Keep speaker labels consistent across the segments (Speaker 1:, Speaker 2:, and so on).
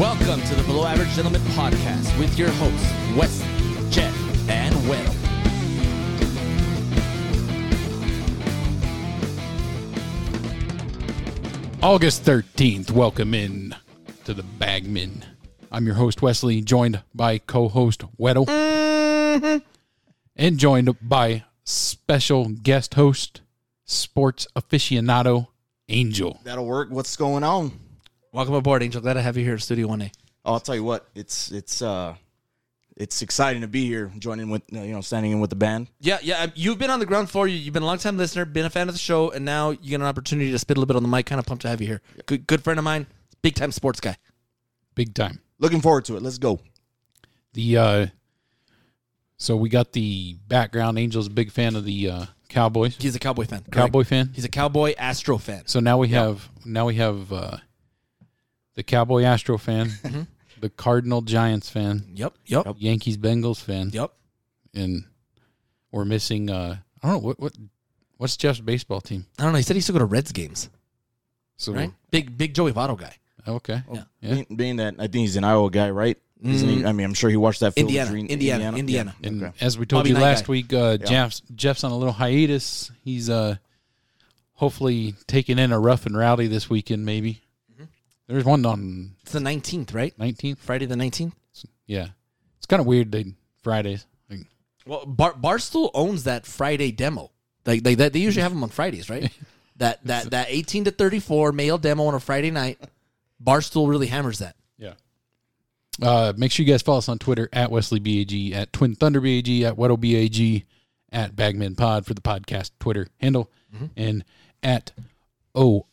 Speaker 1: Welcome to the Below Average Gentleman podcast with your hosts, Wesley, Jeff, and Will.
Speaker 2: August 13th, welcome in to the Bagmen. I'm your host, Wesley, joined by co host Weddle, and joined by special guest host, sports aficionado Angel.
Speaker 3: That'll work. What's going on?
Speaker 4: Welcome aboard, Angel. Glad to have you here at Studio 1A.
Speaker 3: Oh, I'll tell you what. It's it's uh, it's exciting to be here, joining with you know, standing in with the band.
Speaker 4: Yeah, yeah. I- You've been on the ground floor. You- You've been a longtime listener, been a fan of the show, and now you get an opportunity to spit a little bit on the mic. Kind of pumped to have you here. Good, good friend of mine, big time sports guy.
Speaker 2: Big time.
Speaker 3: Looking forward to it. Let's go.
Speaker 2: The, uh, so we got the background. Angel's a big fan of the uh, Cowboys.
Speaker 4: He's a Cowboy fan.
Speaker 2: Cowboy fan.
Speaker 4: He's a Cowboy Astro fan.
Speaker 2: So now we have now we have uh, the Cowboy Astro fan, the Cardinal Giants fan,
Speaker 4: Yep, yep, yep.
Speaker 2: Yankees Bengals fan. and we're missing uh I don't know what what what's Jeff's baseball team.
Speaker 4: I don't know. He said he used to go to Reds games,
Speaker 2: So
Speaker 4: right? Big, big Joey Votto guy.
Speaker 2: okay.
Speaker 4: Yeah.
Speaker 2: Yeah. Mm-hmm.
Speaker 3: Being, being that I think he's an Iowa guy, right? Isn't he? I mean, I'm sure he watched that. Field of
Speaker 4: Indiana,
Speaker 3: Dream-
Speaker 4: Indiana, Indiana.
Speaker 3: Yeah.
Speaker 2: And
Speaker 3: Okay.
Speaker 2: as we told
Speaker 4: Bobby
Speaker 2: you
Speaker 4: Knight
Speaker 2: last
Speaker 4: guy.
Speaker 2: week, uh Jeff's Jeff's on a little hiatus. He's uh hopefully taking in a rough and rowdy this weekend maybe.
Speaker 4: Mm-hmm.
Speaker 2: There's one on
Speaker 4: It's the nineteenth, right?
Speaker 2: 19th.
Speaker 4: Friday the nineteenth.
Speaker 2: Yeah. It's kind of weird they Fridays. Like,
Speaker 4: Well, Bar- Barstool owns that Friday demo. Like they, they, they usually have them on Fridays, right? that that that eighteen to thirty four male demo on a Friday night. Barstool really hammers that.
Speaker 2: yeah. Uh, make sure you guys follow us on Twitter at Wesley BAG, at Twin Thunder BAG, at Weddle BAG, at Bagman Pod for the podcast Twitter handle,
Speaker 4: Mm-hmm.
Speaker 2: and at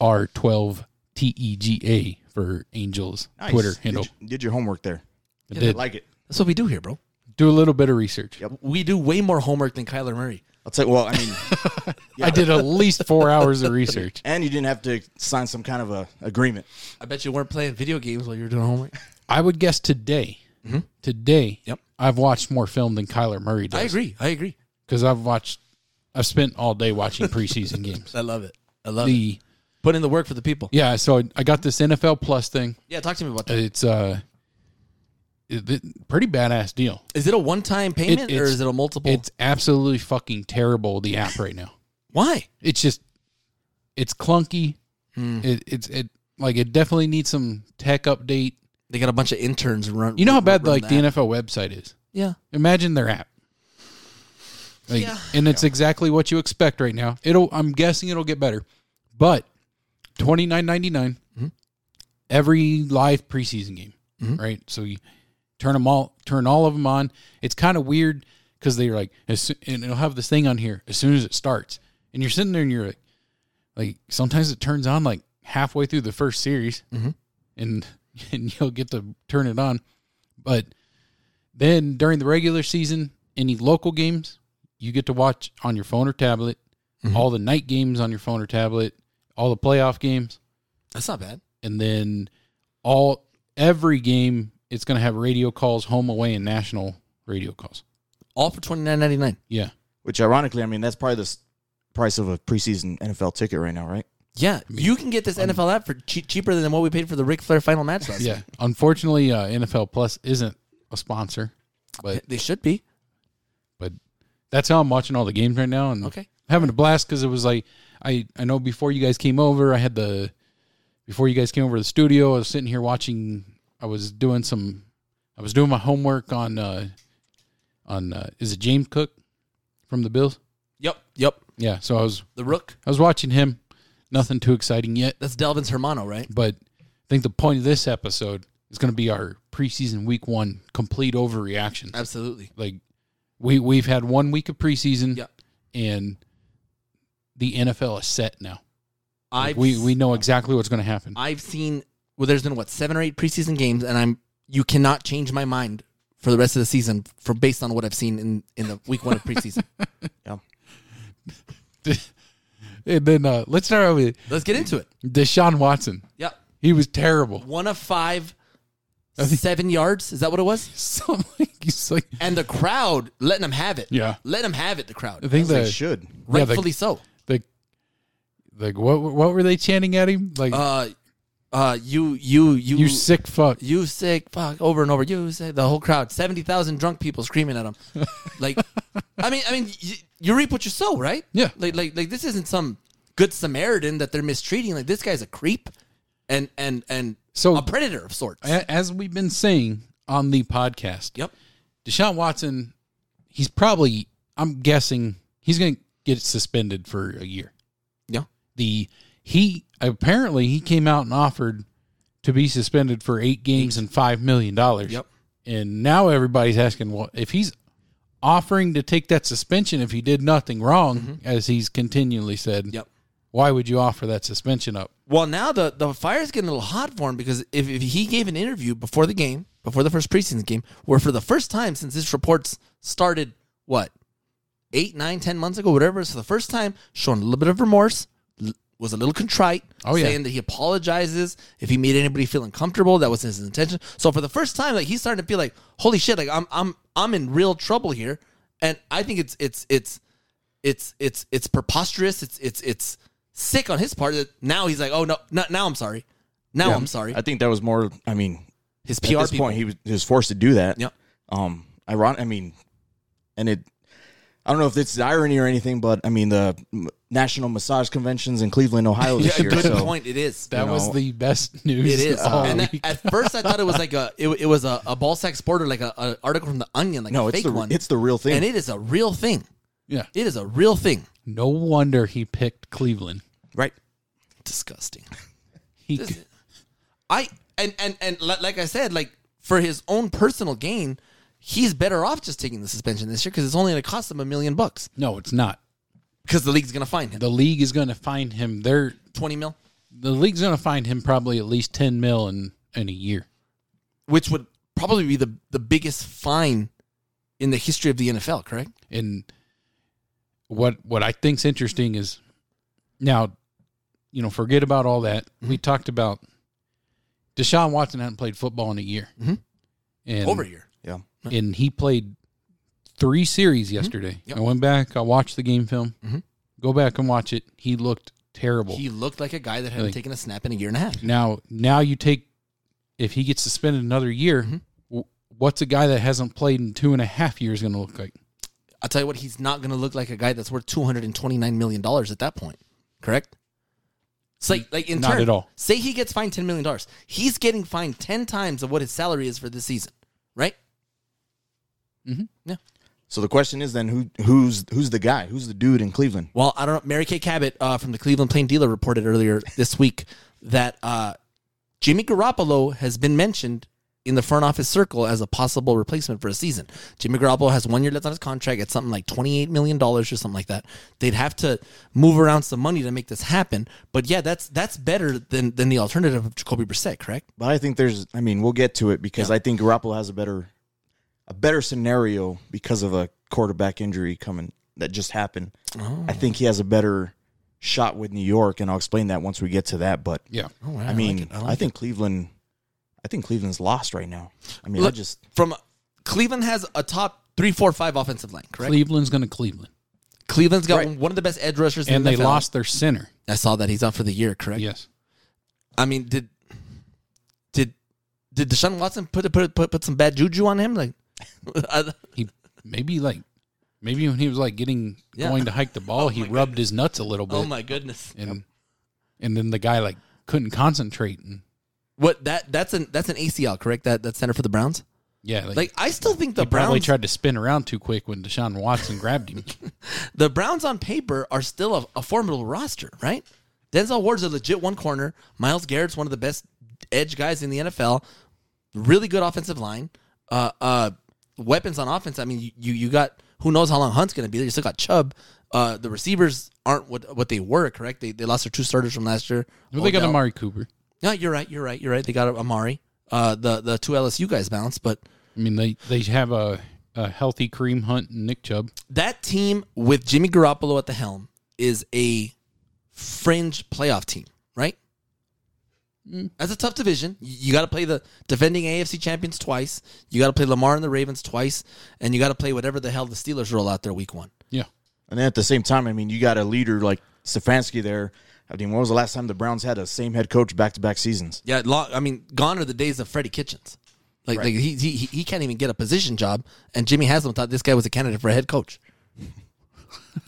Speaker 2: OR12TEGA E for Angels
Speaker 3: Nice.
Speaker 2: Twitter
Speaker 3: Did
Speaker 2: handle.
Speaker 3: you- Did, your homework there.
Speaker 2: I did.
Speaker 3: Like it.
Speaker 4: That's what we do here, bro.
Speaker 2: Do a little bit of research.
Speaker 4: We do way more homework than Kyler Murray.
Speaker 3: I'll tell you. Well, I mean,
Speaker 2: I did at least four hours of research.
Speaker 3: and you didn't have to sign some kind of a agreement.
Speaker 4: I bet you weren't playing video games while you were doing homework.
Speaker 2: I would guess today, today,
Speaker 4: Mm-hmm. Yep.
Speaker 2: I've watched more film than Kyler Murray
Speaker 4: I
Speaker 2: does
Speaker 4: agree. I agree.
Speaker 2: because I've watched, I've spent all day watching preseason games.
Speaker 4: I love it. I love it.
Speaker 2: The
Speaker 4: Put in the work for the people.
Speaker 2: yeah, so I got this NFL Plus thing.
Speaker 4: Yeah, talk to me about that.
Speaker 2: It's uh, it, it- pretty badass deal.
Speaker 4: Is it a one time payment or
Speaker 2: it's-
Speaker 4: is it a multiple?
Speaker 2: It's absolutely fucking terrible. The app right now.
Speaker 4: Why?
Speaker 2: It's just, it's clunky. It, it's it like it definitely needs some tech update.
Speaker 4: They got a bunch of interns run.
Speaker 2: You know how bad
Speaker 4: run
Speaker 2: like the
Speaker 4: app.
Speaker 2: NFL website is.
Speaker 4: Yeah.
Speaker 2: Imagine their app. Like,
Speaker 4: Yeah.
Speaker 2: And it's exactly what you expect right now. It'll. I'm guessing it'll get better, but twenty nine ninety nine every live preseason game, right? So you turn them all, turn all of them on. It's kind of weird because they're like, as soo- and it'll have this thing on here as soon as it starts, and you're sitting there and you're like, like sometimes it turns on like halfway through the first series, and and you'll get to turn it on, but then during the regular season, any local games you get to watch on your phone or tablet, all the night games on your phone or tablet, all the playoff games
Speaker 4: That's not bad.
Speaker 2: and then all every game it's going to have radio calls home away and national radio calls
Speaker 4: All for twenty nine ninety nine.
Speaker 2: yeah
Speaker 3: Which, ironically, I mean, that's probably the s- price of a preseason NFL ticket right now, right?
Speaker 4: Yeah, you can get this NFL app for che- cheaper than what we paid for the Ric Flair final match last.
Speaker 2: Um, yeah unfortunately uh, nfl plus isn't a sponsor
Speaker 4: night.
Speaker 2: but
Speaker 4: they should be.
Speaker 2: but that's how i'm watching all the games right now and
Speaker 4: Okay.
Speaker 2: having a blast because it was like i i know before you guys came over i had the before you guys came over to the studio i was sitting here watching i was doing some i was doing my homework on uh on uh, is it james cook from the bills
Speaker 4: Yep, yep.
Speaker 2: yeah so i was
Speaker 4: The Rook.
Speaker 2: I was watching him. Nothing too exciting yet,
Speaker 4: That's Delvin's Hermano, right?
Speaker 2: but I think the point of this episode is going to be our preseason week one complete overreaction.
Speaker 4: Absolutely.
Speaker 2: Like we we've had one week of preseason,
Speaker 4: Yeah.
Speaker 2: and the NFL is set now.
Speaker 4: I've
Speaker 2: we we know exactly what's going to happen.
Speaker 4: I've seen well. There's been what seven or eight preseason games, and I'm you cannot change my mind for the rest of the season for based on what I've seen in in the week one of preseason.
Speaker 2: and then uh, let's start out with
Speaker 4: Let's get into it.
Speaker 2: Deshaun Watson.
Speaker 4: Yep,
Speaker 2: He was terrible.
Speaker 4: one of five, seven yards. Is that what it was?
Speaker 2: So like, he's like
Speaker 4: And the crowd letting him have it.
Speaker 2: Yeah.
Speaker 4: letting him have it. The crowd,
Speaker 2: I think
Speaker 3: They
Speaker 2: the,
Speaker 3: should.
Speaker 2: yeah, the-
Speaker 4: rightfully so.
Speaker 2: the like what what were they chanting at him? Like
Speaker 4: Uh, uh, you you you
Speaker 2: You sick fuck.
Speaker 4: you sick fuck over and over you sick the whole crowd 70,000 drunk people screaming at him like i mean i mean you, you reap what you sow right
Speaker 2: Yeah.
Speaker 4: like, like like this isn't some good samaritan that they're mistreating like this guy's a creep and and and
Speaker 2: So-
Speaker 4: a predator of sorts
Speaker 2: A- As we've been saying on the podcast,
Speaker 4: yep
Speaker 2: Deshaun Watson, he's probably, I'm guessing, he's going to get suspended for a year.
Speaker 4: yeah
Speaker 2: The he apparently he came out and offered to be suspended for eight games and five million dollars.
Speaker 4: Yep.
Speaker 2: And now everybody's asking, well, if he's offering to take that suspension if he did nothing wrong, as he's continually said,
Speaker 4: Mm-hmm. yep
Speaker 2: why would you offer that suspension up?
Speaker 4: Well, now the the fire's getting a little hot for him because if, if he gave an interview before the game, before the first preseason game, where for the first time since this reports started, what eight, nine, ten months ago, whatever, so the first time showing a little bit of remorse, l- was a little contrite,
Speaker 2: Oh, yeah.
Speaker 4: saying that he apologizes if he made anybody feel uncomfortable. That was his intention. So for the first time, like he's starting to feel like, holy shit, like I'm I'm I'm in real trouble here, and I think it's it's it's it's it's it's preposterous. It's it's it's sick on his part that now he's like, oh no, no now I'm sorry. Now I'm sorry.
Speaker 3: I think that was more. I mean,
Speaker 4: His
Speaker 3: at
Speaker 4: PR
Speaker 3: this
Speaker 4: people.
Speaker 3: point, he was, he was forced to do that.
Speaker 4: Yep.
Speaker 3: Um. Ironic. I mean, and it. I don't know if it's irony or anything, but I mean the m- National Massage Conventions in Cleveland, Ohio this
Speaker 4: yeah,
Speaker 3: year.
Speaker 4: good
Speaker 3: so
Speaker 4: point. It is.
Speaker 2: That
Speaker 3: You
Speaker 2: was
Speaker 3: know,
Speaker 2: the best news.
Speaker 4: it is.
Speaker 2: all
Speaker 4: and that-
Speaker 2: week.
Speaker 4: at first, I thought it was like a it, it was a, a ball sack sport or like a, a article from the Onion, like
Speaker 3: no,
Speaker 4: a
Speaker 3: it's
Speaker 4: fake
Speaker 3: the
Speaker 4: one.
Speaker 3: it's the real thing.
Speaker 4: and it is a real thing.
Speaker 2: yeah.
Speaker 4: It is a real thing.
Speaker 2: No wonder he picked Cleveland.
Speaker 3: right.
Speaker 4: Disgusting.
Speaker 2: He
Speaker 4: This- I and and and li- like I said, like for his own personal gain, he's better off just taking the suspension this year because it's only going to cost him a million bucks
Speaker 2: no, it's not.
Speaker 4: because the league's going to find him
Speaker 2: The league is going to find him. They're
Speaker 4: twenty mil.
Speaker 2: the league's going to find him probably at least ten mil in in a year.
Speaker 4: which would probably be the, the biggest fine in the history of the NFL, correct?
Speaker 2: And what what I think's interesting is now, you know, forget about all that.
Speaker 4: Mm-hmm.
Speaker 2: We talked about Deshaun Watson hadn't played football in a year,
Speaker 4: Mhm.
Speaker 2: and
Speaker 4: Over here.
Speaker 3: Yeah.
Speaker 2: and he played three series yesterday.
Speaker 4: Mm-hmm. Yep.
Speaker 2: I went back, I watched the game film.
Speaker 4: Mhm.
Speaker 2: Go back and watch it. He looked terrible.
Speaker 4: He looked like a guy that hadn't
Speaker 2: Like-
Speaker 4: taken a snap in a year and a half.
Speaker 2: Now, now you take if he gets suspended another year,
Speaker 4: Mm-hmm.
Speaker 2: w what's a guy that hasn't played in two and a half years going to look like?
Speaker 4: I'll tell you what, he's not going to look like a guy that's worth $229 million at that point, correct? It's like, like in
Speaker 2: Not
Speaker 4: turn,
Speaker 2: at all.
Speaker 4: Say he gets fined $10 million. He's getting fined 10 times of what his salary is for this season, right?
Speaker 3: So the question is then who who's who's the guy? Who's the dude in Cleveland?
Speaker 4: Well, I don't know. Mary Kay Cabot uh, from the Cleveland Plain Dealer reported earlier this week that uh, Jimmy Garoppolo has been mentioned in the front office circle as a possible replacement for a season. Jimmy Garoppolo has one year left on his contract. It's something like $28 million or something like that. They'd have to move around some money to make this happen. But yeah, that's that's better than, than the alternative of Jacoby Brissett, correct?
Speaker 3: But I think there's. I mean, we'll get to it because I think Garoppolo has a better, a better scenario because of a quarterback injury coming that just happened.
Speaker 4: Oh.
Speaker 3: I think he has a better shot with New York, and I'll explain that once we get to that. But
Speaker 2: Yeah.
Speaker 3: I mean, I, think Cleveland, I think Cleveland's lost right now. I mean, I
Speaker 4: Look-
Speaker 3: just
Speaker 4: From Cleveland has a top three, four, five offensive line, correct?
Speaker 2: Cleveland's going to Cleveland,
Speaker 4: Cleveland's got
Speaker 3: Right.
Speaker 4: one of the best edge rushers in
Speaker 2: and
Speaker 4: the
Speaker 2: they
Speaker 4: NFL.
Speaker 2: lost their center.
Speaker 4: I saw that he's out for the year, correct?
Speaker 2: Yes,
Speaker 4: I mean, did did did Deshaun Watson put put put, put some bad juju on him? Like, I-
Speaker 2: he maybe like maybe when he was like getting
Speaker 4: Yeah.
Speaker 2: going to hike the ball, he rubbed his nuts a little bit,
Speaker 4: oh my goodness!
Speaker 2: and and then the guy like couldn't concentrate, and
Speaker 4: What that that's an that's an ACL, correct? That that center for the Browns.
Speaker 2: yeah, like,
Speaker 4: Like, I still think the
Speaker 2: he probably
Speaker 4: Browns
Speaker 2: tried to spin around too quick when Deshaun Watson grabbed him.
Speaker 4: the Browns on paper are still a, a formidable roster, right? Denzel Ward's a legit one corner. Miles Garrett's one of the best edge guys in the NFL. Really good offensive line. Uh, uh, weapons on offense. I mean, you, you you got who knows how long Hunt's going to be there. You still got Chubb. Uh, the receivers aren't what what they were, correct? They, they lost their two starters from last year.
Speaker 2: Well, they got
Speaker 4: Odell-
Speaker 2: Amari Cooper.
Speaker 4: No, you're right. You're right. You're right. They got Amari. Uh, the the two LSU guys bounced, but
Speaker 2: I mean, they they have a, a healthy Kareem Hunt and Nick Chubb.
Speaker 4: that team with Jimmy Garoppolo at the helm is a fringe playoff team, right? That's a tough division. You, got to play the defending AFC champions twice. You got to play Lamar and the Ravens twice, and you got to play whatever the hell the Steelers roll out there week one.
Speaker 2: Yeah,
Speaker 3: and then at the same time, I mean, you got a leader like Stefanski there. I mean, when was the last time the Browns had a same head coach back to back seasons?
Speaker 4: Yeah, lo- I mean, gone are the days of Freddie Kitchens. Like, like he, he he- he can't even get a position job, and Jimmy Haslam thought this guy was a candidate for a head coach.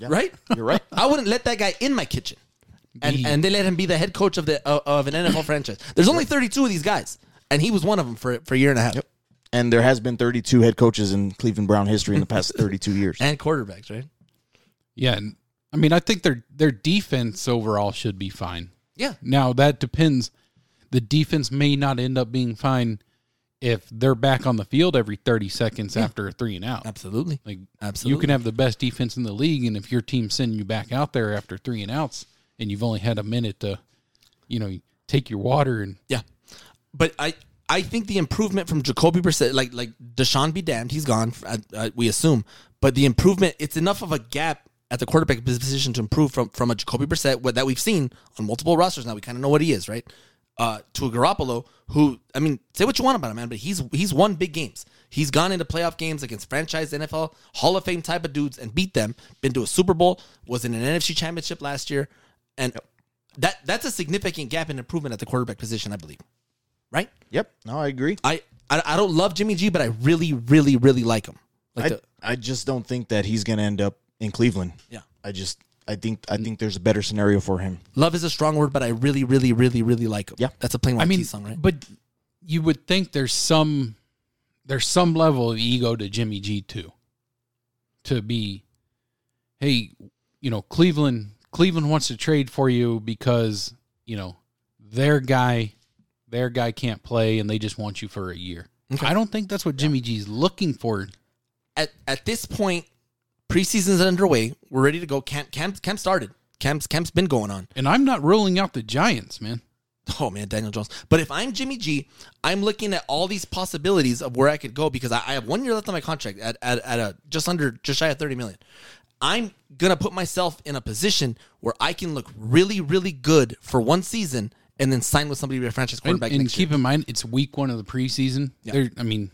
Speaker 4: Right?
Speaker 3: You're right.
Speaker 4: I wouldn't let that guy in my kitchen, and
Speaker 2: Be-
Speaker 4: and they let him be the head coach of the of- of an NFL franchise. There's only 32 of these guys, and he was one of them for for a year and a half.
Speaker 3: And there has been 32 head coaches in Cleveland Brown history in the past 32 years.
Speaker 4: And quarterbacks, right?
Speaker 2: Yeah, and I mean, I think their their defense overall should be fine.
Speaker 4: Yeah,
Speaker 2: Now that depends. The defense may not end up being fine if they're back on the field every 30 seconds after a three and out.
Speaker 4: absolutely.
Speaker 2: Like
Speaker 4: Absolutely.
Speaker 2: you can have the best defense in the league, and if your team's sending you back out there after three and outs, and you've only had a minute to, you know, take your water and
Speaker 4: Yeah, but I I think the improvement from Jacoby Brissett, like like Deshaun be damned, he's gone. I, I, we assume, but the improvement, it's enough of a gap at the quarterback position to improve from from a Jacoby Brissett what, that we've seen on multiple rosters. Now we kind of know what he is, right? Uh, to a Garoppolo, who I mean, say what you want about him, man, but he's he's won big games. He's gone into playoff games against franchise NFL Hall of Fame type of dudes and beat them. Been to a Super Bowl, was in an NFC Championship last year, and that that's a significant gap in improvement at the quarterback position, I believe. Right?
Speaker 3: Yep. No, I agree.
Speaker 4: I I, I don't love Jimmy G, but I really, really, really like him. Like
Speaker 3: I,
Speaker 4: the,
Speaker 3: I just don't think that he's going to end up in Cleveland.
Speaker 4: yeah,
Speaker 3: I just I think I think there's a better scenario for him.
Speaker 4: love is a strong word, but I really, really, really, really like him.
Speaker 3: Yeah.
Speaker 4: that's a plain
Speaker 2: I
Speaker 4: white
Speaker 2: mean,
Speaker 4: Keys song, right?
Speaker 2: but you would think there's some there's some level of ego to Jimmy G too. To be, hey, you know, Cleveland Cleveland wants to trade for you because you know their guy their guy can't play and they just want you for a year. I don't think that's what Jimmy G's looking for.
Speaker 4: at at this point, preseason's underway. We're ready to go. Camp camp camp started. Camp's camp's been going on.
Speaker 2: And I'm not ruling out the Giants, man.
Speaker 4: Oh man, Daniel Jones. But if I'm Jimmy G, I'm looking at all these possibilities of where I could go because I, I have one year left on my contract at, at, at a just under just shy of 30 million. I'm gonna put myself in a position where I can look really, really good for one season and then sign with somebody to be a franchise
Speaker 2: And,
Speaker 4: quarterback.
Speaker 2: and
Speaker 4: next
Speaker 2: keep
Speaker 4: year.
Speaker 2: in mind, it's week one of the preseason. There, I mean,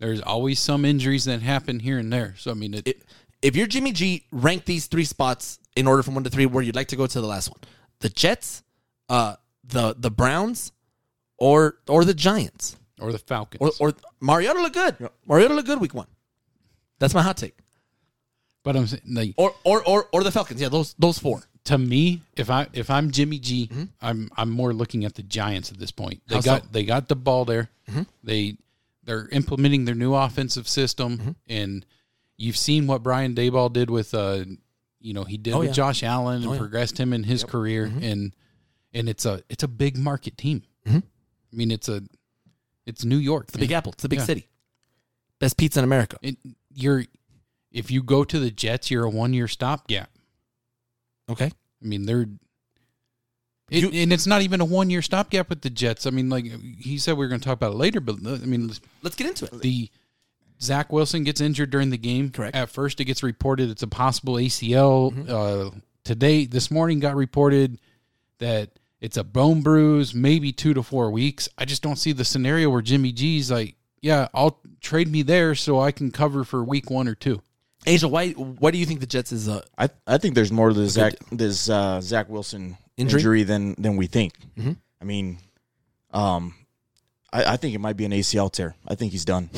Speaker 2: there's always some injuries that happen here and there. So I mean, it,
Speaker 4: If- if you're Jimmy G, rank these three spots in order from one to three where you'd like to go to the last one. The Jets, uh the the Browns, or or the Giants.
Speaker 2: or the Falcons
Speaker 4: Or or Mariota look good. Mariota look good week one. That's my hot take.
Speaker 2: But I'm saying, like,
Speaker 4: or or or, or the Falcons. Yeah, those those four.
Speaker 2: to me, if I if I'm Jimmy G, am I'm more looking at the Giants at this point. They
Speaker 4: Mm-hmm. How so? Mm-hmm.
Speaker 2: got they got the ball there. They they're implementing their new offensive system,
Speaker 4: Mm-hmm.
Speaker 2: and you've seen what Brian Dayball did with uh, you know, he did with
Speaker 4: Oh, yeah. Mm-hmm.
Speaker 2: Josh Allen and progressed him in his career, and and it's a it's a big market team. I mean, it's a it's New York,
Speaker 4: The
Speaker 2: man.
Speaker 4: Big Apple. Mm-hmm. It's the big
Speaker 2: Yeah.
Speaker 4: city. Best pizza in America.
Speaker 2: It, you're if you go to the Jets, you're a one year stopgap.
Speaker 4: Okay.
Speaker 2: I mean, they're. It, and it's not even a one year stopgap with the Jets. I mean, like he said, we were going to talk about it later, but uh, I mean,
Speaker 4: Let's get into it.
Speaker 2: the Zach Wilson gets injured during the game.
Speaker 4: Correct. Mm-hmm.
Speaker 2: At first, it gets reported it's a possible ACL. Uh, today, this morning, got reported that it's a bone bruise, maybe two to four weeks. I just don't see the scenario where Jimmy G's like, yeah, I'll trade me there so I can cover for week one or two.
Speaker 4: Asia, why why do you think the Jets is uh
Speaker 3: I I think there's more to this Zach this uh, Zach Wilson
Speaker 4: Injury? Mm-hmm.
Speaker 3: injury, than than we think. I mean, um, I, I think it might be an ACL tear. I think he's done.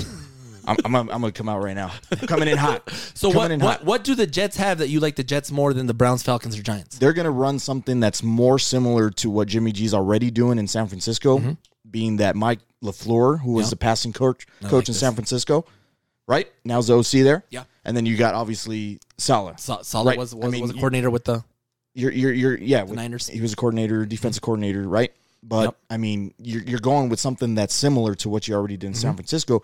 Speaker 3: I'm I'm, I'm gonna come out right now. Coming in hot.
Speaker 4: so
Speaker 3: Coming
Speaker 4: what,
Speaker 3: in
Speaker 4: what
Speaker 3: hot.
Speaker 4: what do the Jets have that you like the Jets more than the Browns, Falcons, or Giants?
Speaker 3: They're gonna run something that's more similar to what Jimmy G's already doing in San Francisco,
Speaker 4: Mm-hmm.
Speaker 3: being that Mike Lefleur, who was the passing coach coach
Speaker 4: like
Speaker 3: in
Speaker 4: this.
Speaker 3: San Francisco, right now's the OC there.
Speaker 4: Yeah.
Speaker 3: and then you got obviously Salah.
Speaker 4: So, Salah
Speaker 3: Right.
Speaker 4: was
Speaker 3: I
Speaker 4: was,
Speaker 3: mean,
Speaker 4: was a
Speaker 3: you-
Speaker 4: coordinator with the
Speaker 3: you're you're you're yeah with-
Speaker 4: Niners.
Speaker 3: He was a coordinator, defensive coordinator, right? But
Speaker 4: Yep.
Speaker 3: I mean, you're you're going with something that's similar to what you already did in
Speaker 4: Mm-hmm.
Speaker 3: San Francisco,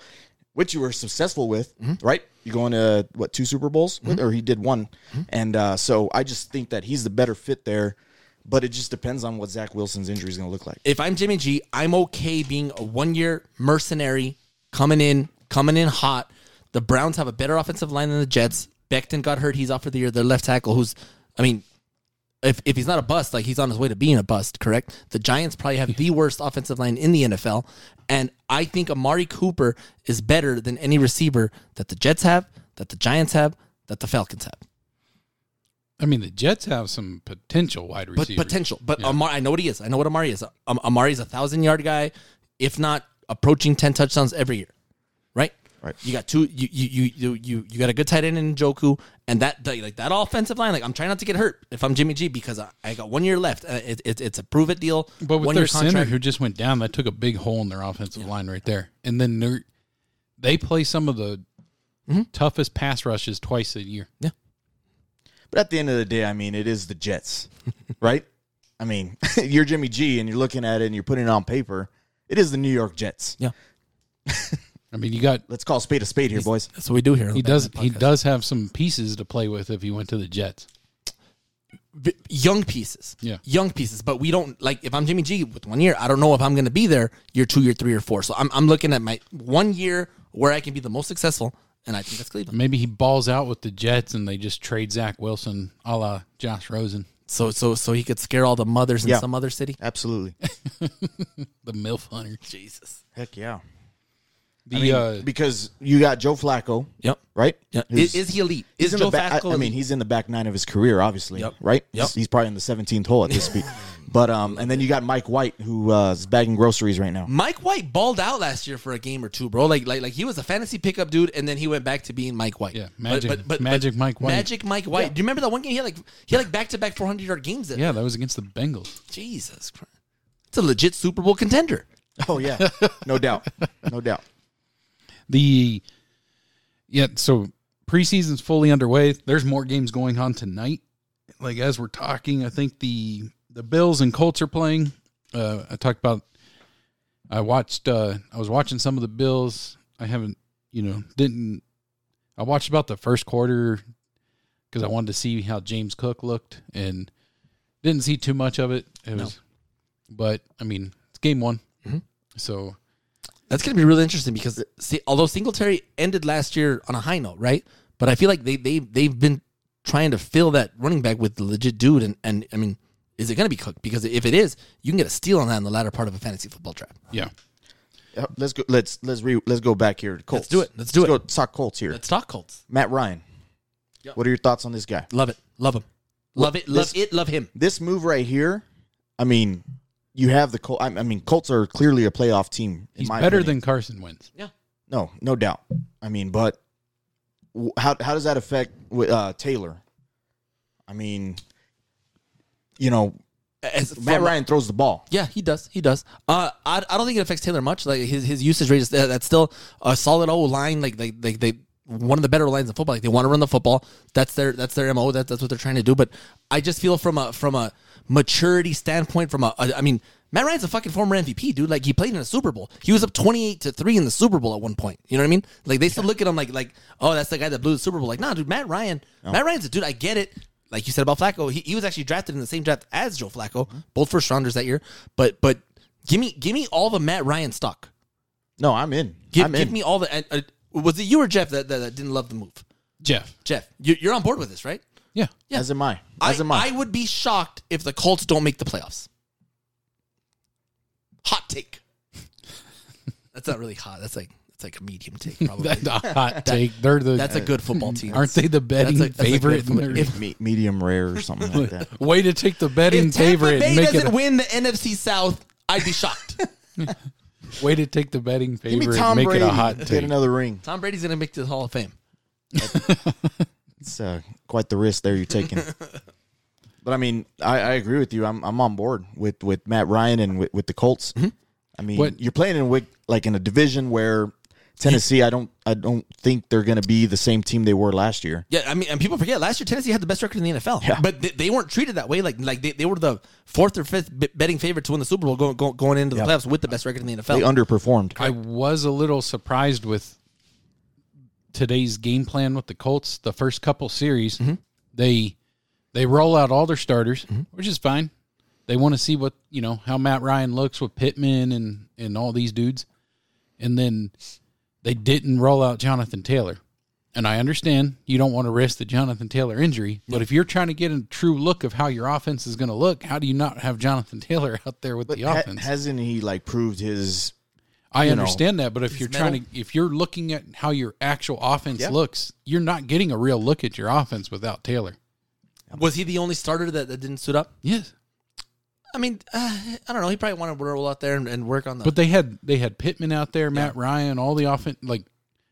Speaker 3: which you were successful with, right? You're going to what two Super Bowls, with,
Speaker 4: Mm-hmm.
Speaker 3: or he did one, and uh, so I just think that he's the better fit there. But it just depends on what Zach Wilson's injury is going to look like.
Speaker 4: if I'm Jimmy G, I'm okay being a one year mercenary coming in, coming in hot. The Browns have a better offensive line than the Jets. Beckton got hurt. He's out for the year. Their left tackle, who's, I mean, if, if he's not a bust, like he's on his way to being a bust, correct? The Giants probably have the worst offensive line in the NFL. And I think Amari Cooper is better than any receiver that the Jets have, that the Giants have, that the Falcons have.
Speaker 2: I mean, the Jets have some potential wide
Speaker 4: but
Speaker 2: receivers.
Speaker 4: potential. But Amari, I know what he is. I know what Amari is. Um, Amari's a thousand yard guy, if not approaching ten touchdowns every year, right?
Speaker 3: Right.
Speaker 4: You got two. You you you you you, you got a good tight end in Joku, and that that- like that offensive line. Like I'm trying not to get hurt if I'm Jimmy G because I, I got one year left. Uh, It, it, it's a prove it deal.
Speaker 2: But with
Speaker 4: one
Speaker 2: their center who just went down, that took a big hole in their offensive line right there. And then they're- they play some of the
Speaker 3: Mm-hmm.
Speaker 2: toughest pass rushes twice a year.
Speaker 3: But at the end of the day, I mean, it is the Jets, right? I mean, you're Jimmy G and you're looking at it and you're putting it on paper. It is the New York Jets.
Speaker 4: yeah,
Speaker 2: I mean, you got
Speaker 3: Let's call a spade a spade here, boys.
Speaker 4: that's what we do here.
Speaker 2: he does he does have some pieces to play with if he went to the Jets.
Speaker 4: v- young pieces.
Speaker 2: Yeah.
Speaker 4: Young pieces. But we don't like if I'm Jimmy G with one year, I don't know if I'm gonna be there year two, year three, or four. So I'm I'm looking at my one year where I can be the most successful, and I think that's Cleveland.
Speaker 2: Maybe he balls out with the Jets and they just trade Zach Wilson, a la Josh Rosen,
Speaker 4: So so so he could scare all the mothers in
Speaker 3: Yeah.
Speaker 4: some other city.
Speaker 3: Absolutely.
Speaker 2: the milf hunter.
Speaker 4: Jesus.
Speaker 3: Heck yeah.
Speaker 2: The
Speaker 3: I mean,
Speaker 2: uh,
Speaker 3: because you got Joe Flacco,
Speaker 4: Yep.
Speaker 3: right?
Speaker 4: Yeah.
Speaker 3: Who's-
Speaker 4: Is, is he elite?
Speaker 3: he's
Speaker 4: Is
Speaker 3: in
Speaker 4: Joe
Speaker 3: the back,
Speaker 4: Flacco
Speaker 3: I, I mean,
Speaker 4: elite?
Speaker 3: he's in the back nine of his career, obviously,
Speaker 4: Yep.
Speaker 3: right?
Speaker 4: Yep.
Speaker 3: He's, he's probably in the 17th hole at this speed. But um, and then you got Mike White who uh, is bagging groceries right now.
Speaker 4: Mike White balled out last year for a game or two, bro. Like, like, like he was a fantasy pickup dude, and then he went back to being Mike White.
Speaker 2: Yeah, Magic- Magic Mike White.
Speaker 4: Magic Mike White. Do you remember that one game? He had like he had like back to back 400 yard games. That,
Speaker 2: yeah, that was against the Bengals.
Speaker 4: Jesus Christ. It's a legit Super Bowl contender.
Speaker 3: Oh yeah, no doubt, no doubt.
Speaker 2: The yeah, so preseason's fully underway. There's more games going on tonight. Like as we're talking, I think the the Bills and Colts are playing. Uh, I talked about. I watched. Uh, I was watching some of the Bills. I haven't, you know, didn't. I watched about the first quarter because I wanted to see how James Cook looked and didn't see too much of it. It was, but I mean, it's game one,
Speaker 3: Mm-hmm.
Speaker 2: so
Speaker 4: That's going to be really interesting because see, although Singletary ended last year on a high note, right? But I feel like they they they've been trying to fill that running back with the legit dude, and and I mean, is it going to be Cook? Because if it is, you can get a steal on that in the latter part of a fantasy football draft.
Speaker 2: yeah.
Speaker 3: Uh, Let's go. Let's let's re, let's go back here. to Colts.
Speaker 4: do it. Let's do
Speaker 3: go talk Colts here.
Speaker 4: Let's talk Colts.
Speaker 3: Matt Ryan. What are your thoughts on this guy?
Speaker 4: Love it, love him, love it, love
Speaker 3: this-
Speaker 4: it, love him.
Speaker 3: This move right here. I mean, you have the Col- I, I mean, Colts are clearly a playoff team. in
Speaker 2: He's
Speaker 3: my
Speaker 2: better
Speaker 3: opinion.
Speaker 2: than Carson Wentz.
Speaker 4: Yeah,
Speaker 3: no, no doubt. I mean, but w- how how does that affect wi- uh, Taylor? I mean, you know,
Speaker 4: As
Speaker 3: Matt
Speaker 4: from-
Speaker 3: Ryan throws the ball.
Speaker 4: Yeah, he does. He does. Uh, I, I don't think it affects Taylor much. Like his, his usage rate is that- that's still a solid O line. Like like like they one of the better lines in football. Like they want to run the football. That's their that's their mo. That, that's what they're trying to do. But I just feel from a from a maturity standpoint. From a a- I mean Matt Ryan's a fucking former MVP dude. Like he played in a Super Bowl. He was up twenty eight to three in the Super Bowl at one point. You know what I mean? Like they still look at him like like oh that's the guy that blew the Super Bowl. Like nah dude Matt Ryan Matt Ryan's a dude. I get it like you said about Flacco, he, he was actually drafted in the same draft as Joe Flacco, both first rounders that year. But but give me give me all the Matt Ryan stock.
Speaker 3: No, I'm in.
Speaker 4: Give,
Speaker 3: I'm in.
Speaker 4: give me all the. and, Uh, was it you or Jeff that, that, that didn't love the move?
Speaker 2: Jeff.
Speaker 4: Jeff, you, you're on board with this, right?
Speaker 2: Yeah.
Speaker 3: As am I.
Speaker 4: I,
Speaker 3: As am I.
Speaker 4: I would be shocked if the Colts don't make the playoffs. Hot take. That's not really hot. That's like that's like a medium take. Probably.
Speaker 2: That's a hot take. They're the
Speaker 4: that's a good football team.
Speaker 2: aren't they the
Speaker 4: That's a-
Speaker 2: betting
Speaker 4: that's a good
Speaker 2: favorite? in
Speaker 4: football-
Speaker 2: their-
Speaker 4: if-
Speaker 3: Me- medium rare or something like that.
Speaker 2: way to take the betting
Speaker 4: If Tampa
Speaker 2: favorite
Speaker 4: Bay
Speaker 2: and make
Speaker 4: doesn't
Speaker 2: it a,
Speaker 4: win the NFC South, I'd be shocked.
Speaker 2: way to take the betting
Speaker 3: Give me
Speaker 2: favorite
Speaker 3: Tom
Speaker 2: and make
Speaker 3: Brady.
Speaker 2: it a hot
Speaker 3: Get
Speaker 2: take.
Speaker 3: another ring.
Speaker 4: Tom Brady's gonna make the Hall of Fame.
Speaker 3: It's uh, quite the risk there you're taking. but I mean, I, I agree with you. I'm I'm on board with with Matt Ryan and with, with the Colts.
Speaker 4: Mm-hmm.
Speaker 3: I mean,
Speaker 2: What-
Speaker 3: you're playing in Wick, like in a division where Tennessee. I don't I don't think they're going to be the same team they were last year.
Speaker 4: Yeah, I mean, and people forget last year Tennessee had the best record in the NFL,
Speaker 3: Yeah.
Speaker 4: but they, they weren't treated that way. Like, like they, they were the fourth or fifth b- betting favorite to win the Super Bowl going, going, going into the playoffs with the best record in the NFL.
Speaker 3: They underperformed.
Speaker 2: I was a little surprised with today's game plan with the Colts. The first couple series, they they roll out all their starters, which is fine. They want to see what you know how Matt Ryan looks with Pittman and and all these dudes, and then they didn't roll out Jonathan Taylor. And I understand you don't want to risk the Jonathan Taylor injury, but if you're trying to get a true look of how your offense is going to look, how do you not have Jonathan Taylor out there with the
Speaker 3: Ha-
Speaker 2: offense?
Speaker 3: hasn't he like proved his?
Speaker 2: I
Speaker 3: know,
Speaker 2: understand that, but if you're trying to, if you're looking at how your actual offense looks, you're not getting a real look at your offense without Taylor.
Speaker 4: Was he the only starter that, that didn't suit up?
Speaker 2: Yes,
Speaker 4: I mean, uh, I don't know. He probably wanted to roll out there and, and work on the.
Speaker 2: but they had they had Pittman out there, Matt Ryan, all the offense. Like,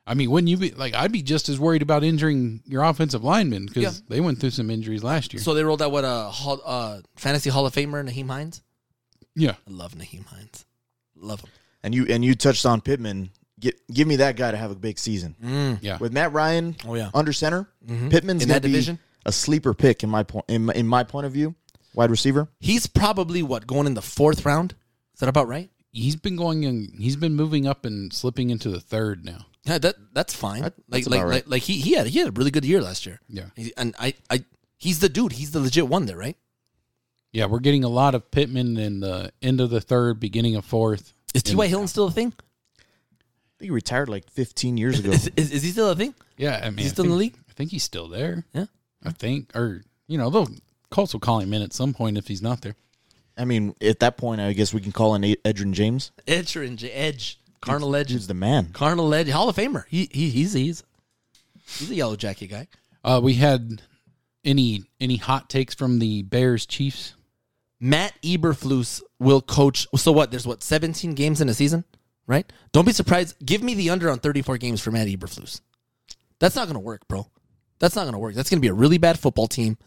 Speaker 2: I mean, wouldn't you be like? I'd be just as worried about injuring your offensive linemen because
Speaker 4: Yeah.
Speaker 2: they went through some injuries last year.
Speaker 4: so they rolled out what a hall, uh, fantasy Hall of Famer Naheem Hines.
Speaker 2: yeah,
Speaker 4: I love Naheem Hines. Love him.
Speaker 3: And you and you touched on Pittman. Get, give me that guy to have a big season
Speaker 2: yeah.
Speaker 3: with Matt Ryan.
Speaker 4: Mm. Oh, yeah. Mm-hmm.
Speaker 3: under center. Pittman's
Speaker 4: In
Speaker 3: gonna
Speaker 4: that division?
Speaker 3: be a sleeper pick in my point in, my- in my point of view. Wide receiver.
Speaker 4: He's probably what going in the fourth round. Is that about right?
Speaker 2: he's been going in. He's been moving up and slipping into the third now.
Speaker 4: Yeah, that that's fine. like
Speaker 3: about
Speaker 4: like,
Speaker 3: right.
Speaker 4: like like he he had he had a really good year last year.
Speaker 2: Yeah.
Speaker 4: He- and I I he's the dude. He's the legit one there, right?
Speaker 2: Yeah, we're getting a lot of Pittman in the end of the third, beginning of fourth.
Speaker 4: Is T.Y. Hilton still a thing?
Speaker 3: I think he retired like 15 years ago.
Speaker 4: Is, is, is he still a thing?
Speaker 2: Yeah, I mean,
Speaker 4: he
Speaker 2: I
Speaker 4: still in the
Speaker 2: think-
Speaker 4: league?
Speaker 2: I think he's still there.
Speaker 4: Yeah.
Speaker 2: I think, or you know, they'll Colts will call him in at some point if he's not there.
Speaker 3: I mean, at that point, I guess we can call in Ed- Edrin James.
Speaker 4: Edge or Edge? Edge. Carnal Edge.
Speaker 3: Dude's the man.
Speaker 4: Carnal Edge. Hall of Famer. He he he's he's he's a yellow jacket guy.
Speaker 2: Uh, we had any any hot takes from the Bears Chiefs?
Speaker 4: Matt Eberflus will coach. So what? There's what 17 games in a season, right? Don't be surprised. Give me the under on 34 games for Matt Eberflus. That's not going to work, bro. That's not going to work. That's going to be a really bad football team.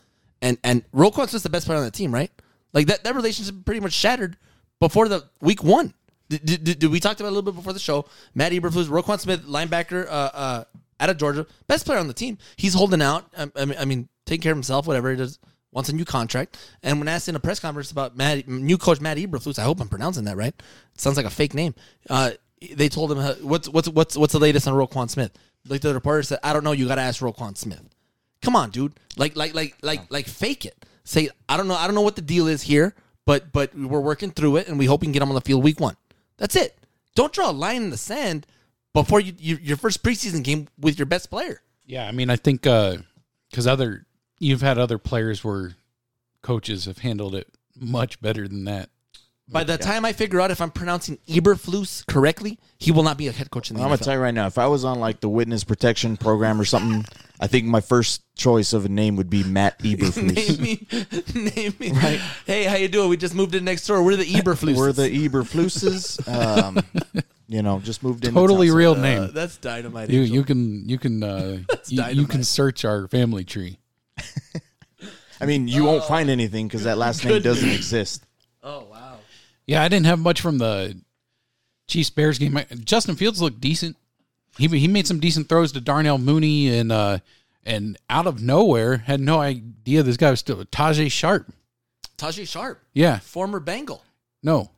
Speaker 4: And and Roquan's just the best player on the team, right? Like that that relationship pretty much shattered before the week one. Did, did, did- we talked about it a little bit before the show? Matt Eberflus, Roquan Smith, linebacker, uh, uh, out of Georgia, best player on the team. He's holding out. I, I mean, I mean, taking care of himself, whatever he does. Wants a new contract. And when asked in a press conference about Matt, new coach Matt Eberflus, I hope I'm pronouncing that right. It sounds like a fake name. Uh, they told him uh, what's what's what's what's the latest on Roquan Smith. Like the reporter said, I don't know. You got to ask Roquan Smith. Come on, dude. Like like like like like fake it. Say I don't know. I don't know what the deal is here, but but we're working through it, and we hope we can get him on the field week one. That's it. Don't draw a line in the sand before you, you your first preseason game with your best player.
Speaker 2: Yeah, I mean, I think because other you've had other players where coaches have handled it much better than that.
Speaker 4: By the time I figure out if I'm pronouncing Eberflus correctly, he will not be a head coach in the
Speaker 3: I'm gonna
Speaker 4: NFL.
Speaker 3: tell you right now, if I was on like the witness protection program or something, I think my first choice of a name would be Matt Eberflus.
Speaker 4: name me, name me. Hey, how you doing? We just moved in next door. We're the Eberflus. Uh,
Speaker 3: We're the Eberfluses. Um, you know, just moved in.
Speaker 2: Totally real
Speaker 4: Uh,
Speaker 2: name.
Speaker 4: that's dynamite.
Speaker 2: You
Speaker 4: Angel.
Speaker 2: you can you can uh, you, you can
Speaker 4: dynamite.
Speaker 2: search our family tree.
Speaker 3: I mean, you won't find anything because that last name doesn't exist.
Speaker 4: oh wow.
Speaker 2: Yeah, I didn't have much from the Chiefs Bears game. I- Justin Fields looked decent. He he made some decent throws to Darnell Mooney and uh and out of nowhere had no idea this guy was still Tajay Sharp.
Speaker 4: Tajay Sharp,
Speaker 2: Yeah,
Speaker 4: former Bengal,
Speaker 2: no,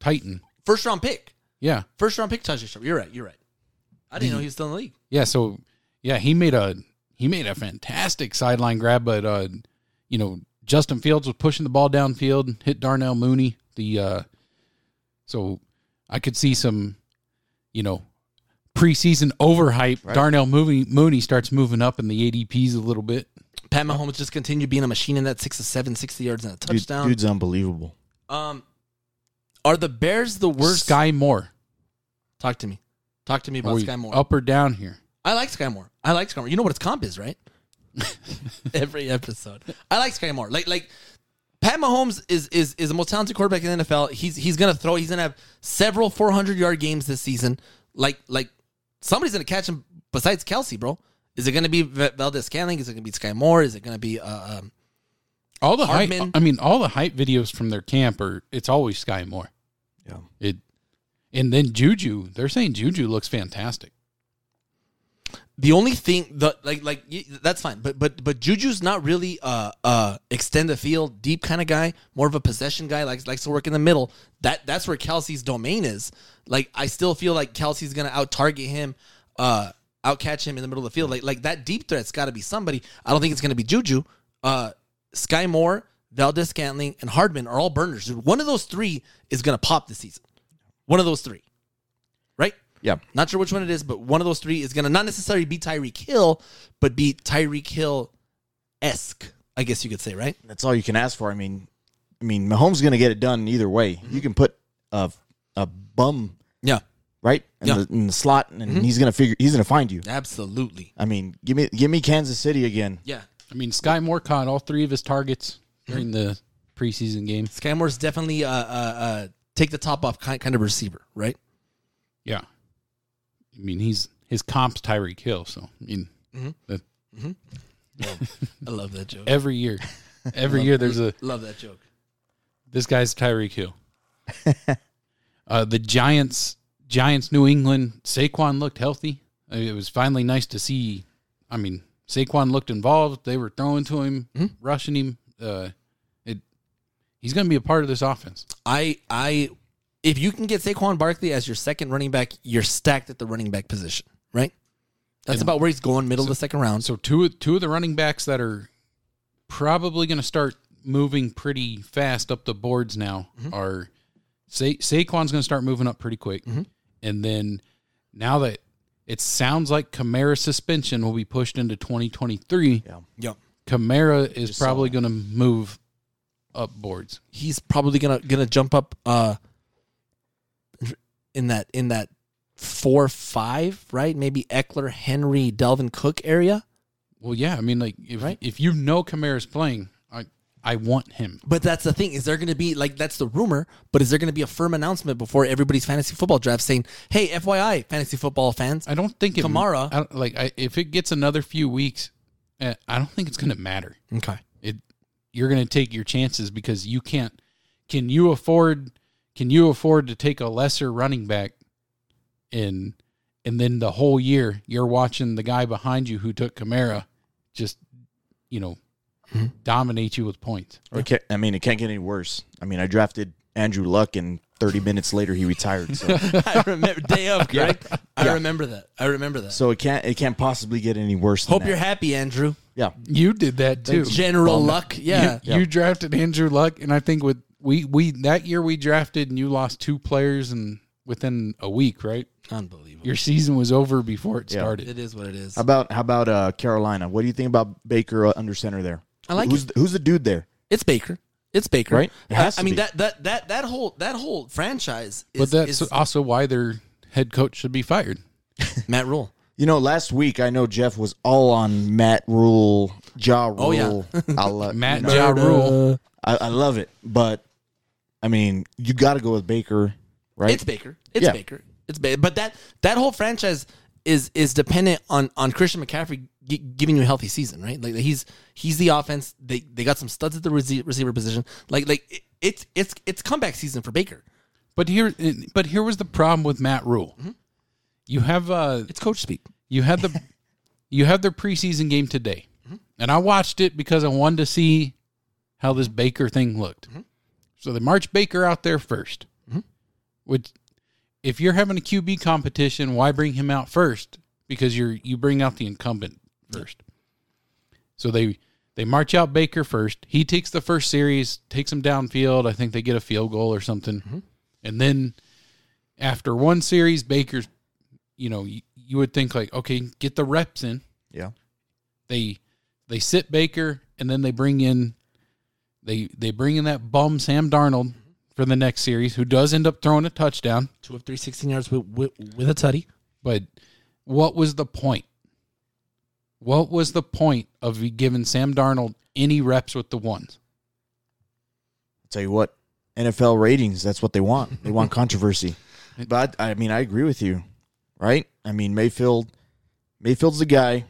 Speaker 2: Titan.
Speaker 4: first round pick,
Speaker 2: Yeah,
Speaker 4: first round pick. Tajay Sharp. You're right. You're right. I didn't know he was still in the league.
Speaker 2: yeah. So yeah, he made a he made a fantastic sideline grab, but uh you know Justin Fields was pushing the ball downfield, hit Darnell Mooney. The uh so I could see some you know preseason overhype. Darnell Mooney, Mooney starts moving up in the ADPs a little bit.
Speaker 4: Pat Mahomes just continued being a machine in that six to seven, 60 yards and a
Speaker 3: Dude,
Speaker 4: touchdown.
Speaker 3: dude's unbelievable.
Speaker 4: Um, are the Bears the worst?
Speaker 2: Sky Moore.
Speaker 4: Talk to me. Talk to me
Speaker 2: Are
Speaker 4: about
Speaker 2: we
Speaker 4: Sky Moore.
Speaker 2: Up or down here?
Speaker 4: I like Sky Moore. I like Sky Moore. You know what his comp is, right? Every episode. I like Sky Moore. Like like Pat Mahomes is is is the most talented quarterback in the NFL. He's he's gonna throw. He's gonna have several 400 yard games this season. Like like somebody's gonna catch him besides Kelsey, bro. Is it gonna be V- Valdez Scanling? Is it gonna be Sky Moore? Is it gonna be uh, um,
Speaker 2: All the hype.
Speaker 4: Hardman.
Speaker 2: I mean, all the hype videos from their camp are. It's always Sky Moore.
Speaker 3: Yeah.
Speaker 2: It, and then Juju. They're saying Juju looks fantastic.
Speaker 4: the only thing the like like y- that's fine but but but juju's not really uh uh extend the field deep kind of guy more of a possession guy likes likes to work in the middle that that's where kelsey's domain is like i still feel like kelsey's gonna out target him uh out catch him in the middle of the field like like that deep threat's gotta be somebody i don't think it's gonna be juju uh sky moore valdez scantling and hardman are all burners dude one of those three is gonna pop this season one of those three right
Speaker 3: Yeah.
Speaker 4: not sure which one it is, but one of those three is going to not necessarily be Tyreek Hill, but be Tyreek Hill esque, I guess you could say, right?
Speaker 3: that's all you can ask for. I mean, I mean, Mahomes going to get it done either way.
Speaker 4: Mm-hmm.
Speaker 3: You can put a a bum
Speaker 4: Yeah,
Speaker 3: right in,
Speaker 4: Yeah. Mm-hmm.
Speaker 3: the, in the slot, and he's going to figure. He's going to find you.
Speaker 4: absolutely.
Speaker 3: I mean, give me give me Kansas City again.
Speaker 4: Yeah.
Speaker 2: I mean, Sky Moore caught all three of his targets during the preseason game.
Speaker 4: Skymore's definitely a, uh uh take the top off kind, kind of receiver, right?
Speaker 2: Yeah. I mean, he's his comp's Tyreek Hill, so I mean, that-
Speaker 4: I love that joke.
Speaker 2: every year, every year there's a
Speaker 4: Love that joke.
Speaker 2: this guy's Tyreek Hill. uh, the Giants, Giants, New England. Saquon looked healthy. I mean, it was finally nice to see. I mean, Saquon looked involved. They were throwing to him, rushing him. Uh, it, he's going to be a part of this offense.
Speaker 4: I I if you can get Saquon Barkley as your second running back, you're stacked at the running back position, right? That's about where he's going, middle of the second round.
Speaker 2: So two of- two of the running backs that are probably going to start moving pretty fast up the boards now
Speaker 3: Mm-hmm.
Speaker 2: are Sa- Saquon's going to start moving up pretty quick,
Speaker 3: Mm-hmm.
Speaker 2: and then now that it sounds like Kamara's suspension will be pushed into 2023,
Speaker 3: Yeah.
Speaker 4: Yep.
Speaker 2: Kamara is
Speaker 3: Just saw
Speaker 2: probably going to move up boards.
Speaker 4: He's probably gonna gonna jump up uh in that in that four five, right? Maybe Eckler, Henry, Delvin Cook area.
Speaker 2: Well, yeah, I mean, like if
Speaker 4: Right.
Speaker 2: if you know Kamara's playing, I I want him.
Speaker 4: But that's the thing. Is there going to be like that's the rumor? But is there going to be a firm announcement before everybody's fantasy football draft saying, "Hey, FYI, fantasy football fans,
Speaker 2: I don't think it,
Speaker 4: Kamara-
Speaker 2: I don't, like I, if it gets another few weeks, eh, I don't think it's going to matter.
Speaker 4: okay,
Speaker 2: it you're going to take your chances because you can't can you afford can you afford to take a lesser running back and and then the whole year you're watching the guy behind you who took Kamara just you know
Speaker 4: Mm-hmm.
Speaker 2: dominate you with points.
Speaker 3: It can't- I mean, it can't get any worse. I mean, I drafted Andrew Luck, and 30 minutes later he retired. So,
Speaker 4: I remember day of, correct? I
Speaker 3: Yeah.
Speaker 4: remember that. I remember that.
Speaker 3: so it can't it can't possibly get any worse. Than
Speaker 4: Hope
Speaker 3: that.
Speaker 4: you're happy, Andrew.
Speaker 3: yeah.
Speaker 2: You did that too.
Speaker 4: General Luck, yeah.
Speaker 2: You, you drafted Andrew Luck and I think with we we that year we drafted and you lost two players and within a week, right?
Speaker 4: Unbelievable.
Speaker 2: Your season was over before it started.
Speaker 4: It is what it is.
Speaker 3: How about how about uh, Carolina? What do you think about Baker uh, under center there?
Speaker 4: I like
Speaker 3: who's
Speaker 4: it.
Speaker 3: The, who's the dude there?
Speaker 4: It's Baker. It's Baker, Uh,
Speaker 3: Right? It has
Speaker 4: I, I
Speaker 3: to
Speaker 4: mean
Speaker 3: be.
Speaker 4: that that that that whole that whole franchise is,
Speaker 2: but that's
Speaker 4: is
Speaker 2: also why their head coach should be fired.
Speaker 4: Matt Rule.
Speaker 3: You know, last week I know Jeff was all on Matt Rule, Ja Rule.
Speaker 4: Oh, yeah.
Speaker 3: I love
Speaker 2: Matt
Speaker 3: Matt.
Speaker 2: Ja Rule.
Speaker 3: I, I love it, but I mean, you got to go with Baker, right?
Speaker 4: It's Baker. It's
Speaker 3: Yeah.
Speaker 4: Baker. It's Baker. But that that whole franchise is is dependent on on Christian McCaffrey gi- giving you a healthy season, right? Like he's he's the offense. They they got some studs at the rece- receiver position. Like like it, it's it's it's comeback season for Baker.
Speaker 2: But here, but here was the problem with Matt Rule.
Speaker 4: Mm-hmm.
Speaker 2: You have uh,
Speaker 4: It's coach speak.
Speaker 2: you had the, you have their preseason game today, and I watched it because I wanted to see how this Baker thing looked. So they marched Baker out there 1st Which, if you're having a QB competition, why bring him out first? Because you're you bring out the incumbent first. So they they march out Baker first. He takes the first series, takes him downfield. I think they get a field goal or something, and then after one series, Baker's. You know, you, you would think like, okay, get the reps in
Speaker 3: yeah.
Speaker 2: they they sit Baker and then they bring in they they bring in that bum Sam Darnold for the next series who does end up throwing a touchdown.
Speaker 4: Two of three, 16 yards with with, with a tutty.
Speaker 2: But what was the point? What was the point of you giving Sam Darnold any reps with the ones?
Speaker 3: I'll tell you what, NFL ratings, that's what they want. They want controversy. But I mean, I agree with you, right? I mean, Mayfield, Mayfield's the guy.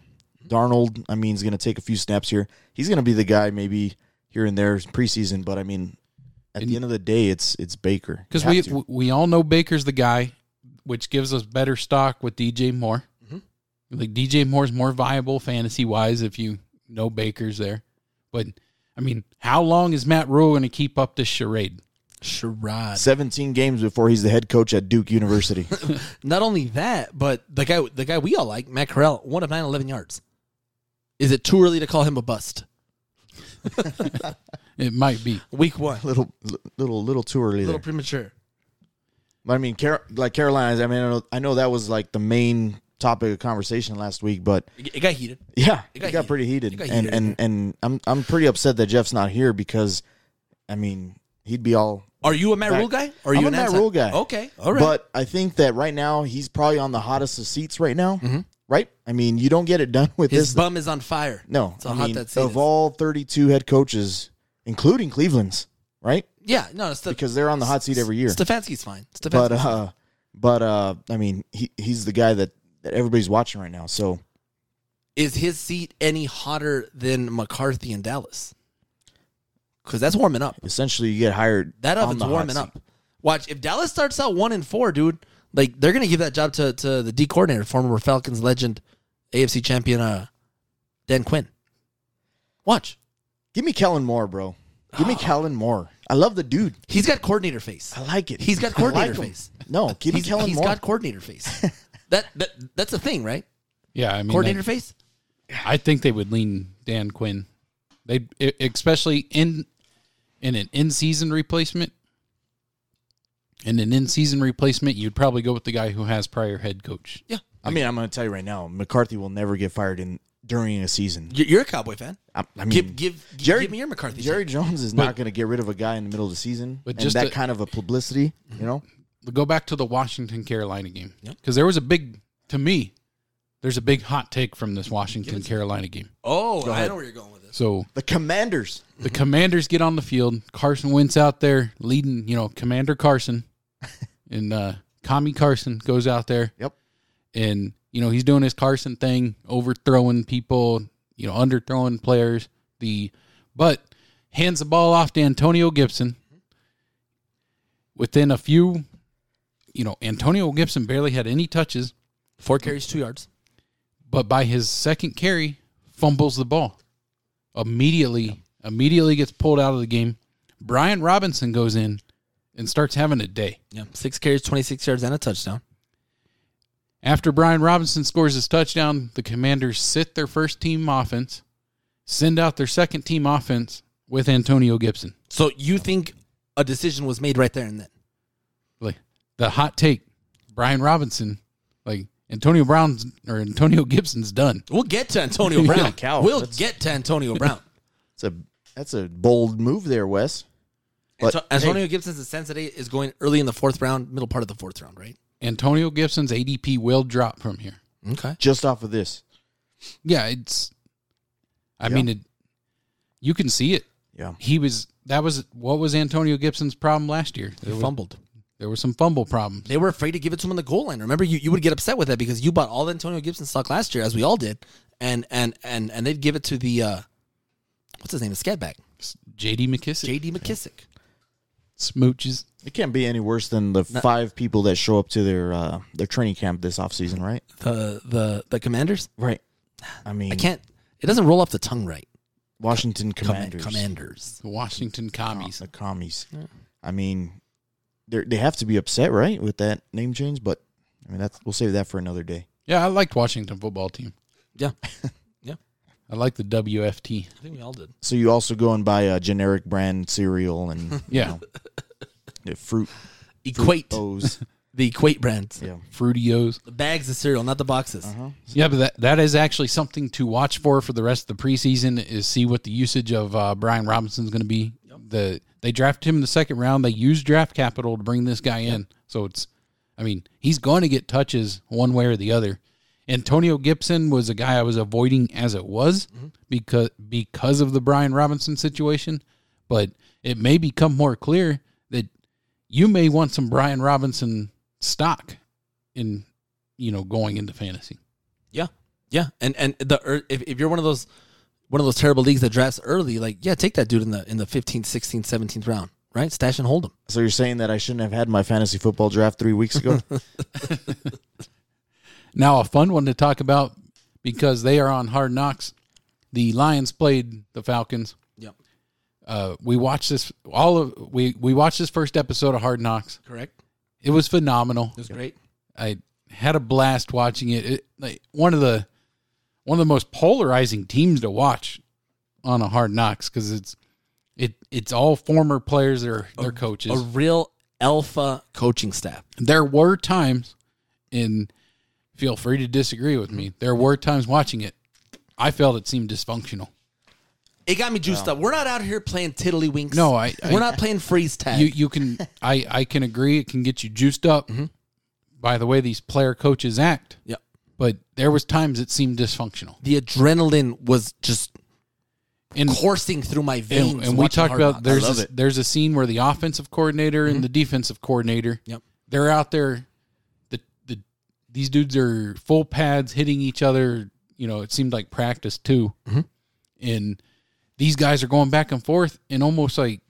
Speaker 3: Darnold, I mean, is going to take a few snaps here. He's going to be the guy maybe here and there preseason, but I mean, at the end of the day, it's it's Baker.
Speaker 2: Because
Speaker 3: You
Speaker 2: we
Speaker 3: have to.
Speaker 2: w- we all know Baker's the guy, which gives us better stock with DJ Moore.
Speaker 3: Mm-hmm.
Speaker 2: Like DJ Moore's more viable fantasy wise if you know Baker's there. But I mean, how long is Matt Rule going to keep up this charade?
Speaker 4: Sherrod.
Speaker 3: 17 games before he's the head coach at Duke University.
Speaker 4: Not only that, but the guy the guy we all like, Matt Corral, one of nine, 11 yards. Is it too early to call him a bust?
Speaker 2: It might be.
Speaker 4: Week one,
Speaker 3: little, little, little too early
Speaker 4: a
Speaker 3: there.
Speaker 4: little premature.
Speaker 3: But I mean, Car- like Carolina's. I mean, I know, I know that was like the main topic of conversation last week, but
Speaker 4: It it got heated.
Speaker 3: Yeah,
Speaker 4: It
Speaker 3: it
Speaker 4: got
Speaker 3: got,
Speaker 4: heated.
Speaker 3: pretty heated,
Speaker 4: It got
Speaker 3: and
Speaker 4: heated.
Speaker 3: and and I'm I'm pretty upset that Jeff's not here because, I mean, he'd be all.
Speaker 4: Are you a Matt
Speaker 3: Back-
Speaker 4: Rule guy? Or are
Speaker 3: I'm
Speaker 4: you
Speaker 3: a
Speaker 4: an
Speaker 3: Matt
Speaker 4: outside-
Speaker 3: Rule guy.
Speaker 4: Okay, all right.
Speaker 3: But I think that right now he's probably on the hottest of seats right now, right? I mean, you don't get it done with
Speaker 4: Mm-hmm. His
Speaker 3: this.
Speaker 4: bum is on fire.
Speaker 3: no,
Speaker 4: it's how
Speaker 3: I
Speaker 4: hot
Speaker 3: mean,
Speaker 4: that seat
Speaker 3: of
Speaker 4: is.
Speaker 3: all 32 head coaches, including Cleveland's, right?
Speaker 4: Yeah, no, it's the,
Speaker 3: Because they're on the hot seat every year.
Speaker 4: Stefanski's fine. Stefanski's
Speaker 3: But uh, but uh, I mean, he he's the guy that, that everybody's watching right now. So
Speaker 4: is his seat any hotter than McCarthy in Dallas? Because that's warming up.
Speaker 3: essentially, you get hired.
Speaker 4: That
Speaker 3: on
Speaker 4: oven's
Speaker 3: the hot
Speaker 4: warming
Speaker 3: seat.
Speaker 4: up. Watch if Dallas starts out one and four, dude. Like they're gonna give that job to to the D coordinator, former Falcons legend, AFC champion, uh, Dan Quinn. Watch,
Speaker 3: Give me Kellen Moore, bro. Give me Kellen Moore. I love the dude.
Speaker 4: he's got coordinator face.
Speaker 3: I like it.
Speaker 4: He's got
Speaker 3: I
Speaker 4: coordinator
Speaker 3: like him.
Speaker 4: face.
Speaker 3: No, give me
Speaker 4: He's,
Speaker 3: Kellen
Speaker 4: he's
Speaker 3: Moore.
Speaker 4: got coordinator face. that that that's a thing, right?
Speaker 2: Yeah, I mean,
Speaker 4: Coordinator face.
Speaker 2: that- I think they would lean Dan Quinn. They e- especially in in an in season replacement. In an in season replacement, you'd probably go with the guy who has prior head coach.
Speaker 4: Yeah,
Speaker 3: I mean, I'm going to tell you right now, McCarthy will never get fired in during a season.
Speaker 4: You- you're a Cowboy fan.
Speaker 3: I, I mean,
Speaker 4: give give
Speaker 3: Jerry-
Speaker 4: give me your McCarthy.
Speaker 3: Jerry Jones is not going to get rid of a guy in the middle of the season.
Speaker 2: But
Speaker 3: But
Speaker 2: just
Speaker 3: just that
Speaker 2: to-
Speaker 3: kind of a publicity, you know?
Speaker 2: Go back to the Washington Carolina game because
Speaker 4: Yep.
Speaker 2: there was a big to me. There's a big hot take from this Washington Carolina game.
Speaker 4: Oh, I know where you're going with this.
Speaker 2: So
Speaker 3: The Commanders.
Speaker 2: the commanders get on the field. Carson Wentz out there leading, you know, Commander Carson. and uh Kami Carson goes out there.
Speaker 3: Yep.
Speaker 2: And, you know, he's doing his Carson thing, overthrowing people, you know, underthrowing players. The but hands the ball off to Antonio Gibson. Within a few, you know, Antonio Gibson barely had any touches,
Speaker 4: Four carries, two yards.
Speaker 2: but by his second carry, fumbles the ball. Immediately, immediately gets pulled out of the game. Brian Robinson goes in and starts having a day.
Speaker 4: Yeah, six carries, twenty six yards, and a touchdown.
Speaker 2: After Brian Robinson scores his touchdown, the Commanders sit their first team offense, send out their second team offense with Antonio Gibson.
Speaker 4: So you think a decision was made right there and then?
Speaker 2: Like the hot take, Brian Robinson, like Antonio Brown's or Antonio Gibson's done.
Speaker 4: We'll get to Antonio Brown.
Speaker 3: cow,
Speaker 4: we'll
Speaker 3: that's-
Speaker 4: get to Antonio Brown.
Speaker 3: It's a that's a bold move there, Wes. But-
Speaker 4: Anto- Antonio Gibson's sense today is going early in the fourth round, middle part of the fourth round, right?
Speaker 2: Antonio Gibson's ADP will drop from here.
Speaker 4: Okay.
Speaker 3: Just off of this.
Speaker 2: Yeah, it's. I
Speaker 3: Yeah.
Speaker 2: mean, it, you can see it.
Speaker 3: Yeah.
Speaker 2: He was. That was what was Antonio Gibson's problem last year. There was,
Speaker 4: fumbled.
Speaker 2: there was some fumble problems.
Speaker 4: They were afraid to give it to him on the goal line. Remember, you, you would get upset with that because you bought all the Antonio Gibson stock last year, as we all did, and and and and they'd give it to the uh, what's his name, the scatback,
Speaker 2: J.D. McKissick
Speaker 4: J.D. McKissick.
Speaker 2: smooches.
Speaker 3: It can't be any worse than the five people that show up to their uh, their training camp this offseason, right?
Speaker 4: The the the Commanders.
Speaker 3: Right. I mean,
Speaker 4: I can't. It doesn't roll off the tongue right.
Speaker 3: Washington
Speaker 4: Command-
Speaker 3: Commanders. Uh,
Speaker 4: Commanders.
Speaker 2: The Washington commies.
Speaker 3: The commies. I mean, they they have to be upset, right, with that name change. But I mean, that's we'll save that for another day.
Speaker 2: Yeah, I liked Washington football team.
Speaker 4: Yeah,
Speaker 2: I like the WFT.
Speaker 4: I think we all did.
Speaker 3: So you also go and buy a generic brand cereal and
Speaker 2: Yeah,
Speaker 3: the fruit
Speaker 4: Equate
Speaker 3: O's.
Speaker 4: the Equate brand,
Speaker 3: Oh. yeah,
Speaker 2: Fruitios.
Speaker 4: the bags of cereal, not the boxes.
Speaker 2: Yeah, but that, that is actually something to watch for for the rest of the preseason is see what the usage of uh, Brian Robinson's going to be. The they drafted him in the second round. They used draft capital to bring this guy in, so it's, I mean, he's going to get touches one way or the other. Antonio Gibson was a guy I was avoiding as it was because because of the Brian Robinson situation, but it may become more clear that you may want some Brian Robinson stock in you know going into fantasy.
Speaker 4: Yeah, yeah, and and the ear- if, if you're one of those one of those terrible leagues that drafts early, like yeah, take that dude in the in the 15th, 16th, 17th round, right? Stash and hold him.
Speaker 3: So you're saying that I shouldn't have had my fantasy football draft three weeks ago?
Speaker 2: Now, a fun one to talk about because they are on hard knocks. The Lions played the Falcons.
Speaker 4: Yep,
Speaker 2: Uh, we watched this all of we we watched this first episode of Hard Knocks.
Speaker 4: correct.
Speaker 2: It was phenomenal.
Speaker 4: was great.
Speaker 2: I had a blast watching it. it like, one of the one of the most polarizing teams to watch on a Hard Knocks because it's it it's all former players or their coaches.
Speaker 4: A real alpha coaching staff.
Speaker 2: there were times and feel free to disagree with
Speaker 4: Mm-hmm.
Speaker 2: me there were times watching it i felt it seemed dysfunctional
Speaker 4: It got me juiced up. We're not out here playing tiddlywinks.
Speaker 2: No, I- I-
Speaker 4: we're not playing freeze tag.
Speaker 2: you you can i
Speaker 4: Mm-hmm.
Speaker 2: i can agree it can get you juiced up by the way these player coaches act
Speaker 4: yep.
Speaker 2: but there was times it seemed dysfunctional.
Speaker 4: The adrenaline was just
Speaker 2: And
Speaker 4: coursing through my veins.
Speaker 2: and, and we
Speaker 4: watching
Speaker 2: talked
Speaker 4: Hard
Speaker 2: about
Speaker 4: Knocks.
Speaker 2: there's
Speaker 3: love
Speaker 2: a,
Speaker 3: it.
Speaker 2: there's a scene where the offensive coordinator
Speaker 4: Mm-hmm.
Speaker 2: and the defensive coordinator
Speaker 4: Yep.
Speaker 2: they're out there the the these dudes are full pads hitting each other you know it seemed like practice too and these guys are going back and forth and almost like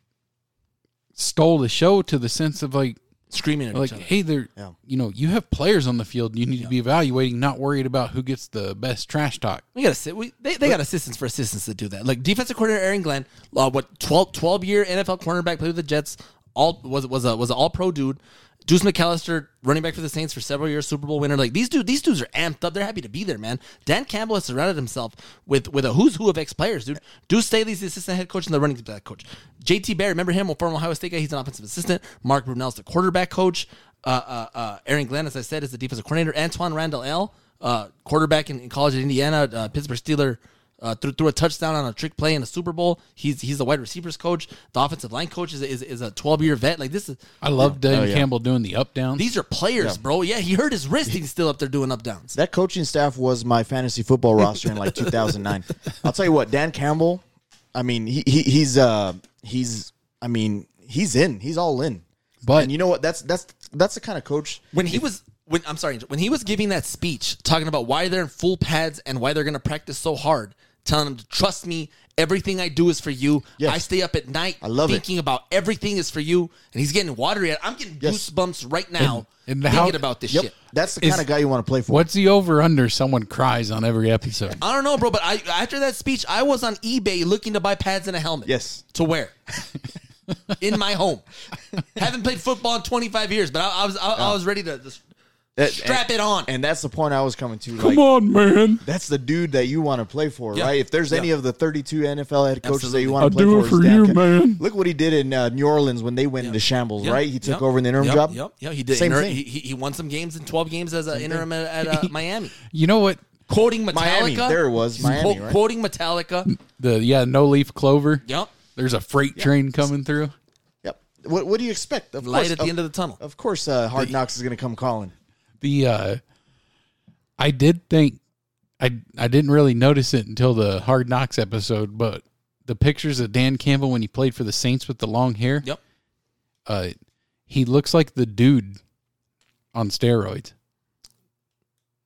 Speaker 2: stole the show to the sense of like
Speaker 4: screaming at
Speaker 2: like
Speaker 4: each other.
Speaker 2: hey they're
Speaker 3: Yeah.
Speaker 2: you know you have players on the field you need to be evaluating not worried about who gets the best trash talk
Speaker 4: We got assi- we, they, they got assistants for assistants to do that. Like defensive coordinator Aaron Glenn, uh, what 12, 12 year NFL cornerback played with the Jets. All was was a was an all pro dude. Deuce McAllister, running back for the Saints for several years, Super Bowl winner. Like these dude, these dudes are amped up. They're happy to be there, man. Dan Campbell has surrounded himself with with a who's who of ex players, dude. Deuce Staley's the assistant head coach and the running back coach. JT Barry, remember him? Well, former Ohio State guy. He's an offensive assistant. Mark Brunell's the quarterback coach. Uh, uh, uh, Aaron Glenn, as I said, is the defensive coordinator. Antoine Randall L uh, quarterback in, in college at Indiana, uh, Pittsburgh Steeler, uh, threw, threw a touchdown on a trick play in a Super Bowl. He's he's the wide receivers coach. The offensive line coach is is, is a 12 year vet. Like this is
Speaker 2: i love dan
Speaker 3: Oh, yeah.
Speaker 2: campbell doing the up downs
Speaker 4: these are players, bro. Yeah, he hurt his wrist. He's still up there doing up downs.
Speaker 3: That coaching staff was my fantasy football roster in like 2009. I'll tell you what, Dan Campbell. I mean, he, he he's uh he's I mean he's in. He's all in.
Speaker 2: But-
Speaker 3: and you know what? That's that's that's the kind of coach.
Speaker 4: When he was when I'm sorry, when he was giving that speech talking about why they're in full pads and why they're going to practice so hard, telling them to trust me. Everything I do is for you.
Speaker 3: Yes.
Speaker 4: I stay up at night
Speaker 3: I love it.
Speaker 4: thinking about everything is for you. And he's getting watery. I'm getting
Speaker 3: Yes.
Speaker 4: goosebumps right now
Speaker 2: And- and
Speaker 4: thinking
Speaker 2: how-
Speaker 4: about this
Speaker 3: Yep,
Speaker 4: shit.
Speaker 3: that's the
Speaker 2: Is-
Speaker 3: kind of guy you want to play for.
Speaker 2: what's the over under someone cries on every episode
Speaker 4: I don't know, bro, but I after that speech, I was on eBay looking to buy pads and a helmet.
Speaker 3: Yes.
Speaker 4: To wear. in my home. Haven't played football in 25 years, but I, I was I, I was ready to just
Speaker 3: That-
Speaker 4: strap
Speaker 3: and-
Speaker 4: it on.
Speaker 3: And that's the point I was coming to. like,
Speaker 2: Come on, man.
Speaker 3: That's the dude that you want to play for,
Speaker 4: Yeah.
Speaker 3: right? If there's any
Speaker 4: Yeah.
Speaker 3: of the 32 NFL head coaches that
Speaker 4: Absolutely.
Speaker 3: you want
Speaker 2: I'll
Speaker 3: to play
Speaker 2: do it
Speaker 3: for,
Speaker 2: for
Speaker 3: it's Dan
Speaker 2: you,
Speaker 3: Ca-
Speaker 2: man.
Speaker 3: Look what he did in uh, New Orleans when they went into shambles,
Speaker 4: Yeah.
Speaker 3: right? He took
Speaker 4: Yeah.
Speaker 3: over in the interim
Speaker 4: Yep,
Speaker 3: job.
Speaker 4: Yep. Yeah, he did.
Speaker 3: Same
Speaker 4: Inter-
Speaker 3: thing.
Speaker 4: He, he, he won some games in 12 games as an interim at, at uh, Miami.
Speaker 2: You know what?
Speaker 4: Quoting Metallica.
Speaker 3: Miami, there it was, Miami,
Speaker 4: Quo-
Speaker 3: right?
Speaker 4: Quoting Metallica.
Speaker 2: The yeah, no leaf clover.
Speaker 4: Yep.
Speaker 2: There's a freight train coming through.
Speaker 3: Yep. What, what do you expect? Of
Speaker 4: Light
Speaker 3: course,
Speaker 4: at the
Speaker 3: of,
Speaker 4: end of the tunnel.
Speaker 3: of course, uh, Hard Knocks is going to come calling.
Speaker 2: The uh I did think I I didn't really notice it until the Hard Knocks episode, but the pictures of Dan Campbell when he played for the Saints with the long hair.
Speaker 4: Yep.
Speaker 2: Uh he looks like the dude on steroids.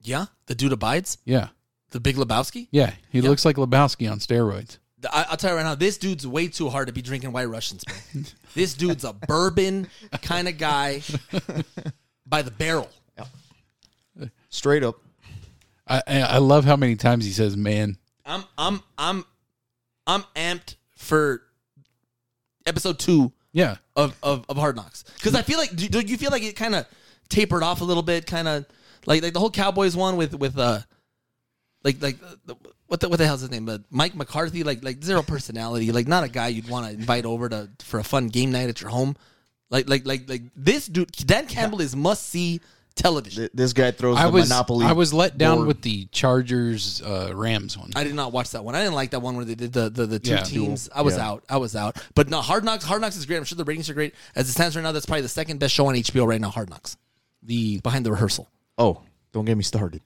Speaker 4: Yeah. The dude abides.
Speaker 2: Yeah.
Speaker 4: The big Lebowski.
Speaker 2: Yeah. He looks like Lebowski on steroids.
Speaker 4: I, I'll tell you right now, this dude's way too hard to be drinking white Russians. Man. this dude's a bourbon kind of guy by the barrel.
Speaker 3: Straight up.
Speaker 2: I I I love how many times he says man.
Speaker 4: I'm I'm I'm I'm amped for episode two
Speaker 2: Yeah.
Speaker 4: of of, of Hard Knocks because I feel like do, do you feel like it kind of tapered off a little bit, kind of like like the whole Cowboys one with with uh like like uh, the, what the what the hell's his name? Uh, Mike McCarthy, like like zero personality, like not a guy you'd want to invite over to for a fun game night at your home. Like like like like this dude, Dan Campbell is must see television.
Speaker 3: Th- This guy throws
Speaker 2: I
Speaker 3: the
Speaker 2: was
Speaker 3: Monopoly.
Speaker 2: I was let down
Speaker 3: board.
Speaker 2: with the Chargers uh, Rams one.
Speaker 4: I did not watch that one. I didn't like that one where they did the the, the two
Speaker 2: Yeah.
Speaker 4: teams. I was
Speaker 3: Yeah.
Speaker 4: out. I was out. But no, Hard Knocks. Hard Knocks is great. I'm sure the ratings are great. As it stands right now, that's probably the second best show on HBO right now. Hard Knocks
Speaker 2: the
Speaker 4: behind the rehearsal.
Speaker 3: Oh, don't get me started.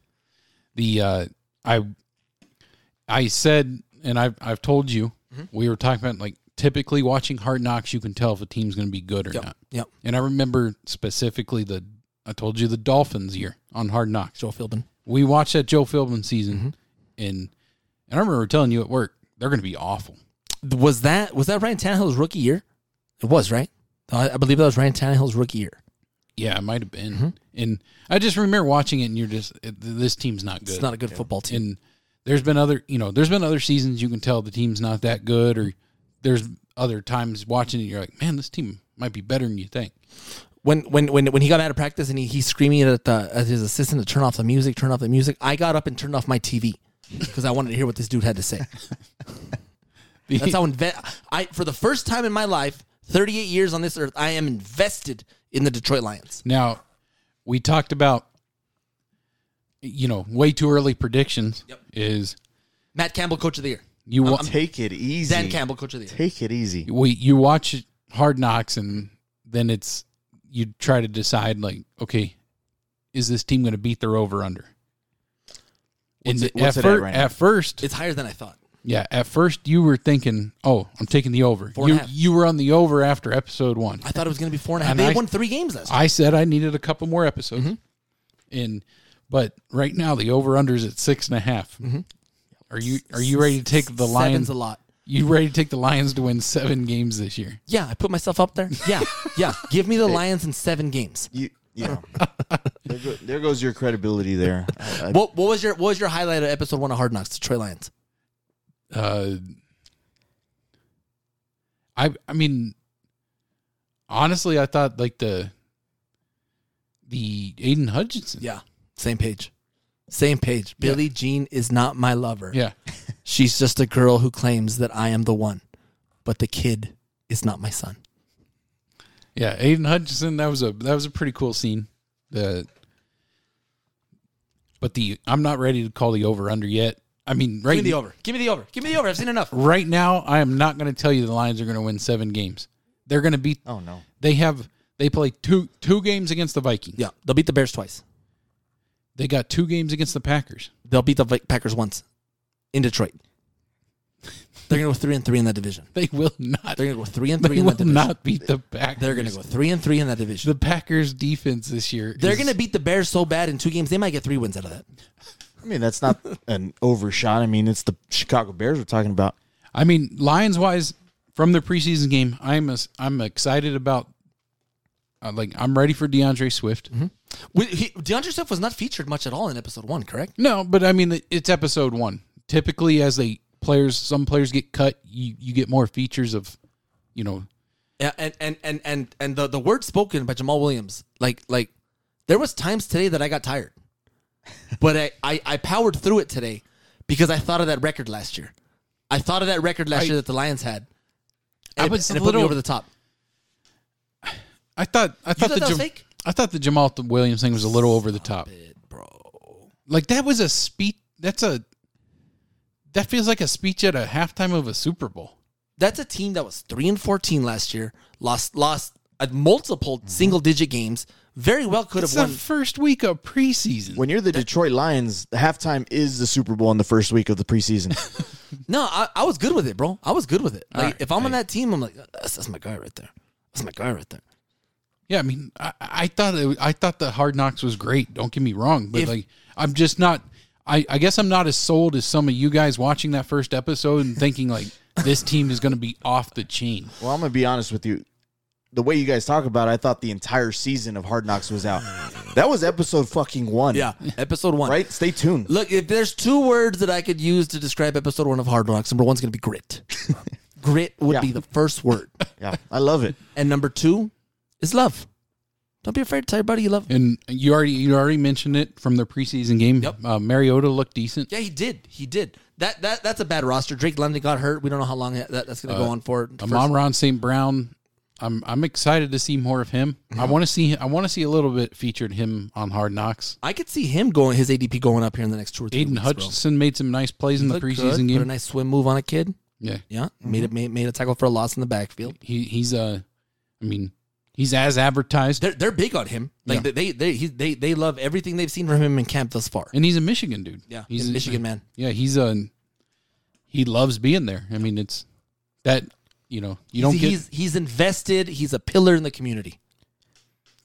Speaker 2: the uh, I I said and I've I've told you
Speaker 4: Mm-hmm.
Speaker 2: we were talking about like typically watching Hard Knocks you can tell if a team's going to be good or
Speaker 4: Yep.
Speaker 2: not.
Speaker 4: Yep.
Speaker 2: And I remember specifically the I told you the Dolphins year on Hard Knocks.
Speaker 4: Joe Mm-hmm. Philbin.
Speaker 2: We watched that Joe Philbin season and and I remember telling you at work they're going to be awful.
Speaker 4: was that was that Ryan Tannehill's rookie year? It was right. I, I believe that was Ryan Tannehill's rookie year.
Speaker 2: Yeah, it might have been.
Speaker 4: Mm-hmm.
Speaker 2: And I just remember watching it and you're just it- this team's not good.
Speaker 4: It's not a good football team.
Speaker 2: and there's been other you know there's been other seasons you can tell the team's not that good or there's other times watching it you're like man this team might be better than you think
Speaker 4: When when when when he got out of practice and he, he's screaming at the at his assistant to turn off the music, turn off the music. I got up and turned off my TV because I wanted to hear what this dude had to say. That's how invest. I for the first time in my life, 38 years on this earth, I am invested in the Detroit Lions.
Speaker 2: now we talked about you know way too early predictions
Speaker 4: Yep.
Speaker 2: is
Speaker 4: Matt Campbell, coach of the year.
Speaker 2: you wa-
Speaker 3: Take it easy.
Speaker 4: Dan Campbell, coach of the year.
Speaker 3: Take it easy.
Speaker 2: we you watch hard knocks and then it's you try to decide like okay is this team going to beat their over under And
Speaker 3: it-
Speaker 2: the-
Speaker 3: what's
Speaker 2: at,
Speaker 3: it at
Speaker 2: fir-
Speaker 3: right now?
Speaker 2: at first,
Speaker 4: It's higher than I thought.
Speaker 2: yeah, at first you were thinking, "Oh, I'm taking the over."
Speaker 4: Four and
Speaker 2: you
Speaker 4: a half.
Speaker 2: you were on the over after episode one.
Speaker 4: I thought it was going to be four and a half.
Speaker 2: And
Speaker 4: they
Speaker 2: I-
Speaker 4: won three games last
Speaker 2: I said I needed a couple more episodes,
Speaker 4: Mm-hmm.
Speaker 2: and but right now the over under is at six and a half. Are you are you ready to take
Speaker 4: Mm-hmm.
Speaker 2: the
Speaker 4: Seven's
Speaker 2: Lions?
Speaker 4: a lot.
Speaker 2: You ready to take the Lions to win seven games this year?
Speaker 4: Yeah, I put myself up there. Yeah, yeah. Give me the Lions in seven games.
Speaker 3: You, yeah.
Speaker 4: Oh.
Speaker 3: there, go, there goes your credibility there. I, I,
Speaker 4: What, what was your what was your highlight of episode one of Hard Knocks? Detroit Lions.
Speaker 2: Uh, I I mean, honestly, I thought like the the Aiden Hutchinson.
Speaker 4: Yeah, same page, same page. Billie Jean is not my lover.
Speaker 2: Yeah.
Speaker 4: She's just a girl who claims that I am the one, but the kid is not my son.
Speaker 2: Yeah, Aiden Hutchinson. That was a that was a pretty cool scene. The but the I'm not ready to call the over under yet. I mean,
Speaker 4: Give
Speaker 2: right
Speaker 4: me the over. Give me the over. Give me the over. I've seen enough.
Speaker 2: right now, I am not going to tell you the Lions are going to win seven games. They're going to beat.
Speaker 3: oh no.
Speaker 2: They have they play two two games against the Vikings.
Speaker 4: Yeah, they'll beat the Bears twice.
Speaker 2: They got two games against the Packers.
Speaker 4: They'll beat the Vi- Packers once in Detroit. They're gonna go three and three in that division.
Speaker 2: They will not.
Speaker 4: They're gonna go three and
Speaker 2: They
Speaker 4: three in
Speaker 2: will
Speaker 4: that division.
Speaker 2: not beat the Packers.
Speaker 4: They're gonna go three and three in that division.
Speaker 2: The Packers defense this year.
Speaker 4: They're
Speaker 2: is-
Speaker 4: gonna beat the Bears so bad in two games, they might get three wins out of that.
Speaker 3: I mean, that's not an overshot. I mean, it's the Chicago Bears we're talking about.
Speaker 2: I mean, Lions wise, from the preseason game, I'm a, I'm excited about. Uh, like I'm ready for DeAndre Swift.
Speaker 4: Mm-hmm. We, he, DeAndre Swift was not featured much at all in episode one, correct?
Speaker 2: No, but I mean it's episode one. Typically, as they players, some players get cut. You you get more features of, you know,
Speaker 4: Yeah, and and and and and the the word spoken by Jamal Williams, like like, there was times today that I got tired, but I I, I powered through it today because I thought of that record last year. I thought of that record last
Speaker 2: I-
Speaker 4: year that the Lions had.
Speaker 2: I
Speaker 4: And it-
Speaker 2: was
Speaker 4: and
Speaker 2: a
Speaker 4: it put me
Speaker 2: little-
Speaker 4: over the top.
Speaker 2: I thought I
Speaker 4: thought
Speaker 2: thought, the
Speaker 4: that was
Speaker 2: Jam-
Speaker 4: fake?
Speaker 2: I thought the Jamal Williams thing was a little over the top.
Speaker 4: bro.
Speaker 2: Like that was a speech. That's a that feels like a speech at a halftime of a Super Bowl.
Speaker 4: That's a team that was three and fourteen last year. Lost lost uh, multiple single digit games. Very well could have
Speaker 2: Mm-hmm. It's the
Speaker 4: won.
Speaker 2: first week of preseason.
Speaker 3: When you're the Detroit Lions, the halftime is the Super Bowl in the first week of the preseason.
Speaker 4: No, I, I was good with it, bro. I was good with it. Like
Speaker 2: right,
Speaker 4: if I'm on that team, I'm like, that's, that's my guy right there. That's my guy right there.
Speaker 2: Yeah, I mean, I, I thought it, I thought the Hard Knocks was great. Don't get me wrong, but
Speaker 4: If-
Speaker 2: like, I'm just not. I, I guess I'm not as sold as some of you guys watching that first episode and thinking like this team is going to be off the chain.
Speaker 3: Well, I'm gonna be honest with you. The way you guys talk about it, I thought the entire season of Hard Knocks was out. That was episode fucking one.
Speaker 4: Yeah, episode one.
Speaker 3: Right? Stay tuned.
Speaker 4: Look, if there's two words that I could use to describe episode one of Hard Knocks, number one's gonna be grit. grit would
Speaker 3: Yeah.
Speaker 4: be the first word,
Speaker 3: Yeah. I love it.
Speaker 4: and number two is love. Don't be afraid to tell your buddy you love him.
Speaker 2: And you already you already mentioned it from the preseason game.
Speaker 4: Yep.
Speaker 2: Uh, Mariota looked decent.
Speaker 4: Yeah, he did. He did. That that that's a bad roster. Drake London got hurt. We don't know how long that, that's going to
Speaker 2: Uh,
Speaker 4: go on for. The first-
Speaker 2: Amon Ron St. Brown. I'm I'm excited to see more of him. I want to see I want to see a little bit featured him on Hard Knocks.
Speaker 4: I could see him going his ADP going up here in the next two or three.
Speaker 2: Aiden
Speaker 4: weeks,
Speaker 2: Hutchinson made some nice plays in
Speaker 4: bro.
Speaker 2: the
Speaker 4: Looked good,
Speaker 2: preseason game. Mm-hmm.
Speaker 4: Put a nice swim move on a kid.
Speaker 2: yeah,
Speaker 4: Yeah, made it made, made a tackle for a loss in the backfield.
Speaker 2: he he's uh, I mean, he's as advertised.
Speaker 4: They're they're big on him. Like
Speaker 2: Yeah.
Speaker 4: they they he, they they love everything they've seen from him in camp thus far.
Speaker 2: and he's a Michigan dude.
Speaker 4: Yeah,
Speaker 2: he's,
Speaker 4: he's a Michigan man.
Speaker 2: Yeah, he's a he loves being there. I mean, it's that you know you don't
Speaker 4: he's,
Speaker 2: get
Speaker 4: he's he's invested. He's a pillar in the community.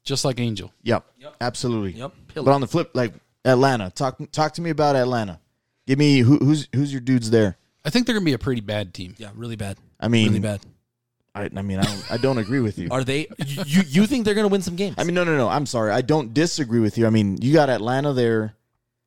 Speaker 2: just like Angel.
Speaker 3: Yep. Absolutely.
Speaker 4: Yep.
Speaker 3: But on the flip, like Atlanta. Talk talk to me about Atlanta. Give me who, who's who's your dudes there?
Speaker 2: I think they're gonna be a pretty bad team.
Speaker 4: Yeah, really bad.
Speaker 3: I mean
Speaker 4: Really bad.
Speaker 3: I, I mean I don't, I don't agree with you.
Speaker 4: Are they? You you, you think they're going to win some games?
Speaker 3: I mean no no no, I'm sorry. I don't disagree with you. I mean, you got Atlanta there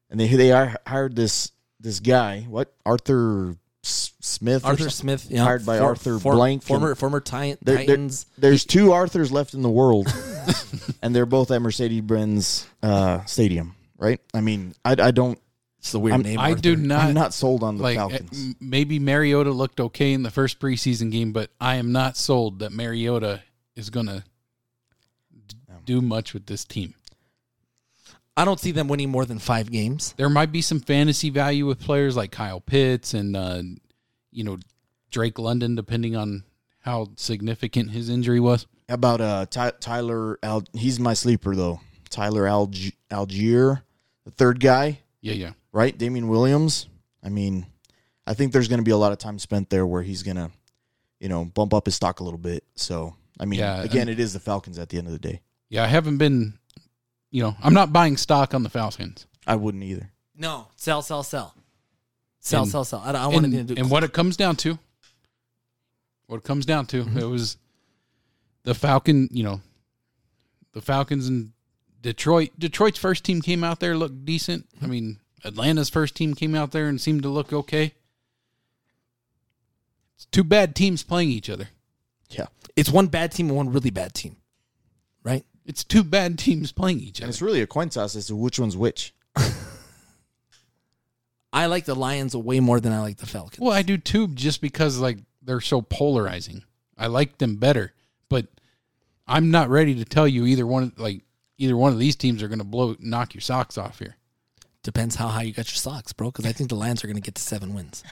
Speaker 3: and they they are, hired this this guy, what? Arthur S- Smith or
Speaker 4: Arthur
Speaker 3: something?
Speaker 4: Smith, yeah,
Speaker 3: hired by Arthur Blank and-
Speaker 4: former former Titan,
Speaker 3: There- there-
Speaker 4: Titans.
Speaker 3: there's two Arthurs left in the world, and they're both at Mercedes-Benz uh, Stadium, right? I mean, I, I don't,
Speaker 4: It's the weird
Speaker 3: I'm-
Speaker 4: name.
Speaker 2: I do not,
Speaker 3: I'm not sold on the
Speaker 2: like. uh,
Speaker 3: Falcons.
Speaker 2: m- Maybe Mariota looked okay in the first preseason game, but I am not sold that Mariota is gonna d- do much with this team.
Speaker 4: I don't see them winning more than five games.
Speaker 2: There might be some fantasy value with players like Kyle Pitts and uh, you know Drake London, depending on how significant his injury was.
Speaker 3: How about uh, Ty- Tyler? Al- he's my sleeper though. Tyler Alg- Algier, the third guy,
Speaker 2: Yeah, yeah.
Speaker 3: right? Damien Williams. I mean, I think there's going to be a lot of time spent there where he's going to, you know, bump up his stock a little bit. So, I mean,
Speaker 2: Yeah,
Speaker 3: again, it is the Falcons at the end of the day.
Speaker 2: Yeah, I haven't been. You know, I'm not buying stock on the Falcons.
Speaker 3: I wouldn't either.
Speaker 4: No, sell, sell, sell, sell,
Speaker 2: And-
Speaker 4: sell, sell. I don't, I want
Speaker 2: and,
Speaker 4: anything to do.
Speaker 2: and what it comes down to what it comes down to
Speaker 4: Mm-hmm.
Speaker 2: it was the falcon you know the falcons and detroit detroit's first team came out there looked decent
Speaker 4: Mm-hmm.
Speaker 2: i mean atlanta's first team came out there and seemed to look okay it's two bad teams playing each other
Speaker 3: Yeah.
Speaker 4: It's one bad team and one really bad team, right?
Speaker 2: it's two bad teams playing each
Speaker 3: And
Speaker 2: other
Speaker 3: it's really a coin toss as to which one's which.
Speaker 4: I like the Lions way more than I like the Falcons.
Speaker 2: well i do too just because like they're so polarizing i like them better but i'm not ready to tell you either one like either one of these teams are going to blow knock your socks off here
Speaker 4: Depends how high you got your socks, bro. Because I think the Lions are going to get to seven wins.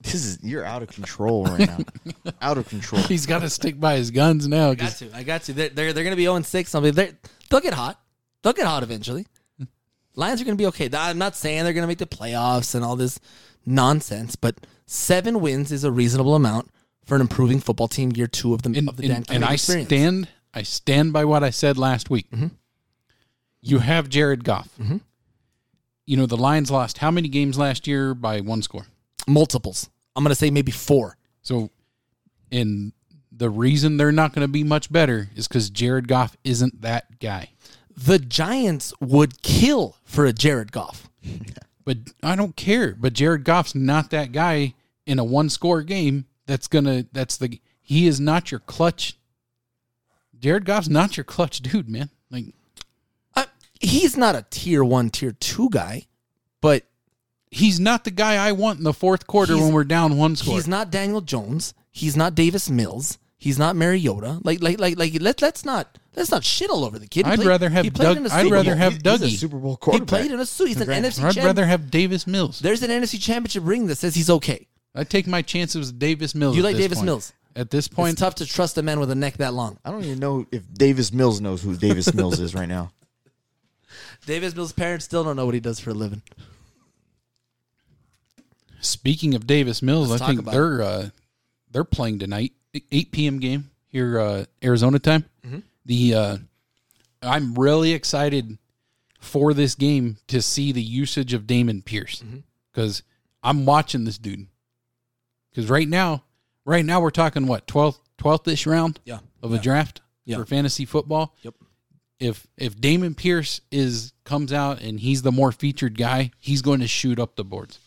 Speaker 3: This is you're out of control right now. out of control.
Speaker 2: he's got to stick by his guns now
Speaker 4: I got
Speaker 2: 'cause
Speaker 4: to. I got to. They're they're, they're going to be 0 and 6. I'll be there. They'll get hot. They'll get hot eventually.
Speaker 2: Hmm.
Speaker 4: Lions are going to be okay. I'm not saying they're going to make the playoffs and all this nonsense, but seven wins is a reasonable amount for an improving football team year two of the,
Speaker 2: and,
Speaker 4: of the Dan
Speaker 2: and, and
Speaker 4: Campbell
Speaker 2: i
Speaker 4: experience. Mm-hmm.
Speaker 2: stand i stand by what i said last week you have jared goff you know the lions lost how many games last year by one score
Speaker 4: multiples. I'm going to say maybe four.
Speaker 2: so and the reason they're not going to be much better is because jared goff isn't that guy
Speaker 4: The Giants would kill for a Jared Goff.
Speaker 2: But I don't care. But Jared Goff's not that guy in a one score game that's gonna that's the he is not your clutch. Jared Goff's not your clutch dude, man. Like
Speaker 4: I, Uh, he's not a tier one, tier two guy, but
Speaker 2: he's not the guy I want in the fourth quarter
Speaker 4: He's-
Speaker 2: when we're down one score.
Speaker 4: He's not Daniel Jones. He's not Davis Mills. He's not Mariota. Like like like like let let's not let's not shit all over the kid. He
Speaker 2: I'd
Speaker 4: played-
Speaker 2: rather have
Speaker 4: he played
Speaker 2: Doug-
Speaker 4: in a
Speaker 2: I'd
Speaker 4: Super
Speaker 2: rather
Speaker 4: Bowl.
Speaker 2: have
Speaker 3: He's- he's a
Speaker 2: Dougie.
Speaker 3: Super Bowl
Speaker 4: He
Speaker 3: quarterback.
Speaker 4: played in a suit. He's an
Speaker 3: Congrats.
Speaker 4: NFC
Speaker 2: I'd
Speaker 4: champ.
Speaker 2: rather have Davis Mills.
Speaker 4: There's an NFC championship ring that says he's okay.
Speaker 2: I take my chances with Davis Mills.
Speaker 4: You
Speaker 2: at
Speaker 4: like
Speaker 2: this
Speaker 4: Davis
Speaker 2: point.
Speaker 4: Mills?
Speaker 2: At this
Speaker 4: It's
Speaker 2: point,
Speaker 4: tough to trust a man with a neck that long.
Speaker 3: I don't even know if Davis Mills knows who Davis Mills is right now.
Speaker 4: Davis Mills' parents still don't know what he does for a living.
Speaker 2: speaking of Davis Mills,
Speaker 4: Let's
Speaker 2: I
Speaker 4: talk
Speaker 2: think
Speaker 4: about
Speaker 2: they're uh, they're playing tonight, eight p.m. game here uh, Arizona time.
Speaker 4: Mm-hmm.
Speaker 2: The uh, I'm really excited for this game to see the usage of Damon Pierce
Speaker 4: Mm-hmm.
Speaker 2: because I'm watching this dude. Because right now, right now we're talking what 12th 12th ish round
Speaker 4: Yeah.
Speaker 2: of a draft
Speaker 4: Yeah.
Speaker 2: for fantasy football.
Speaker 4: Yep.
Speaker 2: If if Damon Pierce is comes out and he's the more featured guy, he's going to shoot up the boards.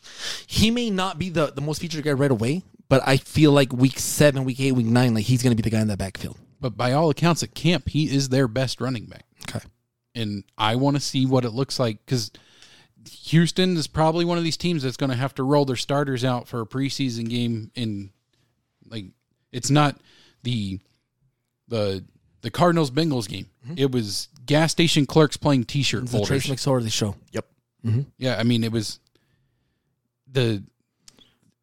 Speaker 4: He may not be the, the most featured guy right away, but I feel like week seven, week eight, week nine, like he's gonna be the guy in that backfield.
Speaker 2: But by all accounts at camp, he is their best running back.
Speaker 4: Okay.
Speaker 2: And I want to see what it looks like because Houston is probably one of these teams that's going to have to roll their starters out for a preseason game. And like, it's not the the the Cardinals Bengals game. It was gas station clerks playing t shirt
Speaker 4: It's Mm-hmm. the Trace
Speaker 2: folders.
Speaker 4: McSorley show.
Speaker 3: Yep.
Speaker 2: yeah, I mean it was the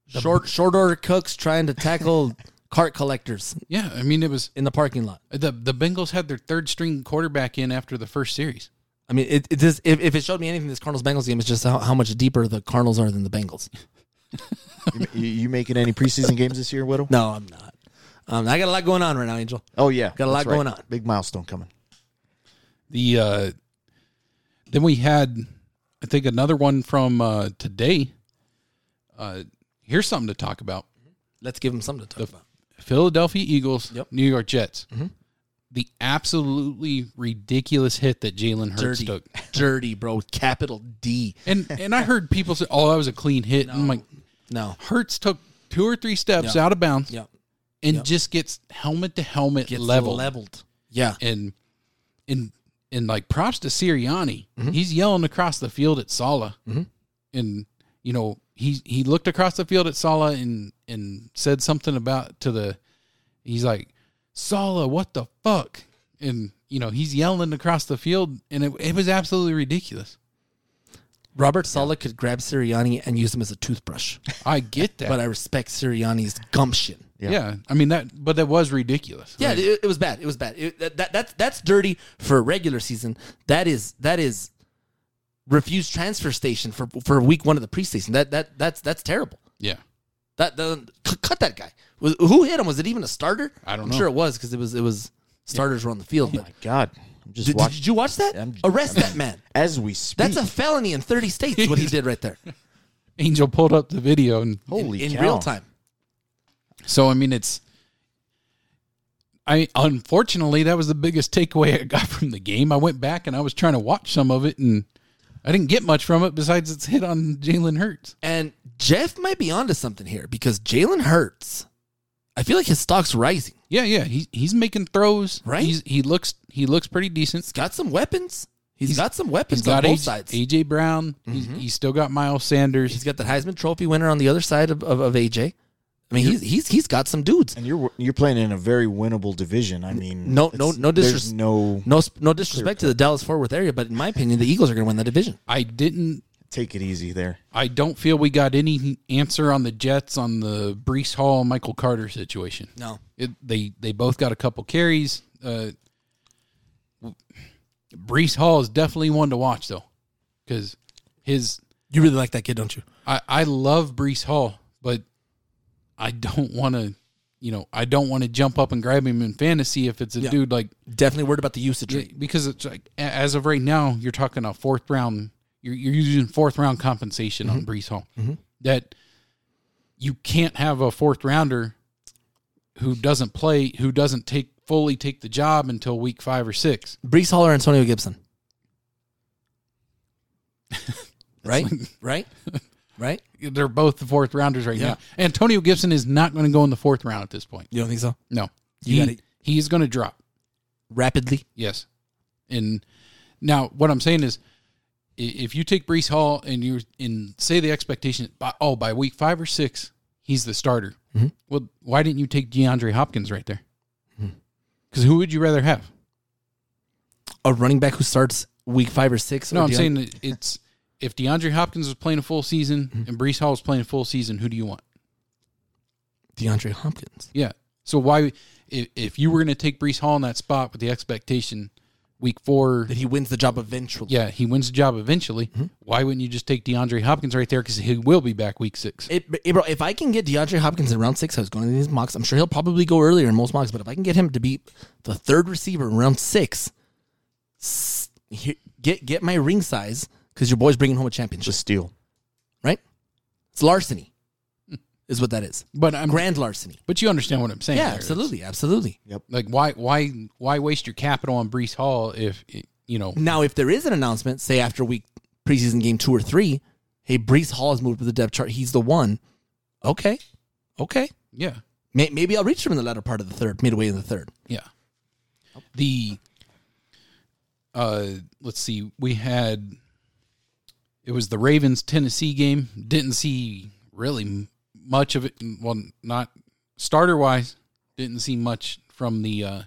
Speaker 4: Short short order cooks trying to tackle cart collectors
Speaker 2: yeah. I mean it was
Speaker 4: in the parking lot.
Speaker 2: the the Bengals had their third string quarterback in after the first series.
Speaker 4: I mean, it, it just, if, if it showed me anything, this Cardinals Bengals game is just how, how much deeper the Cardinals are than the Bengals.
Speaker 3: You, you- you making any preseason games this year, Whittle?
Speaker 4: No, I'm not. Um, I got a lot going on right now, Angel.
Speaker 3: Oh yeah,
Speaker 4: Got a lot
Speaker 3: that's right.
Speaker 4: going on.
Speaker 3: Big milestone coming.
Speaker 2: the uh then we had i think another one from uh today uh here's something to talk about
Speaker 4: Let's give them something to talk about.
Speaker 2: philadelphia eagles
Speaker 4: Yep. Mm-hmm.
Speaker 2: new york jets the absolutely ridiculous hit that jalen hurts
Speaker 4: Dirty,
Speaker 2: took
Speaker 4: dirty, bro. with Capital D.
Speaker 2: and and i heard people say oh that was a clean hit and i'm like
Speaker 4: No.
Speaker 2: hurts took two or three steps
Speaker 4: Yeah.
Speaker 2: out of bounds
Speaker 4: Yeah.
Speaker 2: and just gets helmet to helmet
Speaker 4: Gets
Speaker 2: level
Speaker 4: leveled. Yeah.
Speaker 2: and and and like props to Sirianni.
Speaker 4: Mm-hmm.
Speaker 2: He's yelling across the field at Sala, and you know he he looked across the field at Sala and and said something about to the. He's like, Sala, what the fuck? And you know he's yelling across the field, and it, it was absolutely ridiculous.
Speaker 4: Robert Sala could grab Sirianni and use him as a toothbrush,
Speaker 2: I get that,
Speaker 4: but I respect Sirianni's gumption.
Speaker 2: yeah. I mean that, but that was ridiculous.
Speaker 4: Yeah,
Speaker 2: Like,
Speaker 4: it, it was bad. It was bad. It, that, that that's that's dirty for regular season. That is that is refuse transfer station for for week one of the preseason. That that that's that's terrible.
Speaker 2: Yeah.
Speaker 4: That the, c- cut that guy. Was, who hit him? Was it even a starter?
Speaker 2: I don't
Speaker 4: I'm
Speaker 2: know.
Speaker 4: Sure, it was because it was it was starters were on the field. But
Speaker 3: My God, I'm just
Speaker 4: did,
Speaker 3: watching
Speaker 4: did you watch that?
Speaker 3: I'm-
Speaker 4: Arrest that man.
Speaker 3: as we speak.
Speaker 4: That's a felony in 30 states. What he did right there.
Speaker 2: Angel pulled up the video and
Speaker 3: holy
Speaker 4: in
Speaker 3: cow.
Speaker 4: real time.
Speaker 2: So I mean, it's. I unfortunately that was the biggest takeaway I got from the game. I went back and I was trying to watch some of it, and I didn't get much from it besides its hit on Jalen Hurts.
Speaker 4: And Jeff might be onto something here because Jalen Hurts, I feel like his stock's rising.
Speaker 2: Yeah, yeah, he's he's making throws.
Speaker 4: Right?
Speaker 2: he's, he looks he looks pretty decent.
Speaker 4: He's got some weapons. he's got some
Speaker 2: He's
Speaker 4: weapons
Speaker 2: got
Speaker 4: on both
Speaker 2: AJ
Speaker 4: sides. Mm-hmm.
Speaker 2: AJ Brown. He's, he's still got Miles Sanders.
Speaker 4: He's got the Heisman Trophy winner on the other side of, of, of AJ. I mean, he's he's he's got some dudes.
Speaker 3: And you're you're playing in a very winnable division. I mean,
Speaker 4: No, no,
Speaker 3: it's-
Speaker 4: no
Speaker 3: There's
Speaker 4: disres-
Speaker 3: no
Speaker 4: No, sp- no disrespect to the Dallas Fort Worth area, but in my opinion, the Eagles are going to win that division.
Speaker 2: I didn't.
Speaker 3: take it easy there.
Speaker 2: I don't feel we got any answer on the Jets on the Brees Hall Michael Carter situation.
Speaker 4: No,
Speaker 2: it, they they both got a couple carries. Uh, Brees Hall is definitely one to watch though, because his
Speaker 5: You really like that kid, don't you?
Speaker 2: I I love Brees Hall, but I don't want to, you know, I don't want to jump up and grab him in fantasy if it's a
Speaker 5: Yeah.
Speaker 2: dude like
Speaker 4: definitely worried about the usage rate.
Speaker 2: because it's like a- as of right now you're talking a fourth round you're, you're using fourth round compensation on
Speaker 5: Mm-hmm.
Speaker 2: Brees Hall that you can't have a fourth rounder who doesn't play who doesn't take fully take the job until week five or six
Speaker 4: Brees Hall or Antonio Gibson, right, right, right.
Speaker 2: they're both the fourth rounders right now Antonio Gibson is not going to go in the fourth round at this point
Speaker 5: You don't think so?
Speaker 2: no
Speaker 5: You
Speaker 2: he,
Speaker 5: gotta-
Speaker 2: he's going to drop
Speaker 4: Rapidly,
Speaker 2: Yes. And now what I'm saying is i- if you take Brees Hall and you and say the expectation by oh, by week five or six, he's the starter. Well, why didn't you take DeAndre Hopkins right there? Because who would you rather have?
Speaker 4: a running back who starts week five or six.
Speaker 2: No,
Speaker 4: or
Speaker 2: I'm
Speaker 4: the-
Speaker 2: saying that it's if DeAndre Hopkins was playing a full season and Brees Hall was playing a full season, who do you want?
Speaker 4: DeAndre Hopkins.
Speaker 2: Yeah. So why if, if you were going to take Brees Hall in that spot with the expectation week four
Speaker 4: That he wins the job eventually.
Speaker 2: yeah, he wins the job eventually.
Speaker 4: Mm-hmm.
Speaker 2: Why wouldn't you just take DeAndre Hopkins right there? Because he will be back week six.
Speaker 4: It, it- bro, if I can get DeAndre Hopkins in round six, I was going to these mocks. I'm sure he'll probably go earlier in most mocks, but if I can get him to be the third receiver in round six, s- here- get get my ring size because your boy's bringing home a championship,
Speaker 3: Just steal.
Speaker 4: right? It's larceny, is what that is.
Speaker 2: But I'm
Speaker 4: Grand larceny.
Speaker 2: but you understand what I'm saying.
Speaker 4: Yeah,
Speaker 2: there.
Speaker 4: absolutely, absolutely.
Speaker 2: Like why why why waste your capital on Brees Hall if you know
Speaker 4: Now, if there is an announcement, say after week preseason game two or three, hey, Brees Hall has moved to the depth chart. He's the one. Okay, okay.
Speaker 2: yeah
Speaker 4: May- Maybe I'll reach him in the latter part of the third, midway in the third.
Speaker 2: yeah the uh let's see we had it was the Ravens Tennessee game didn't see really m- much of it well not starter wise didn't see much from the uh,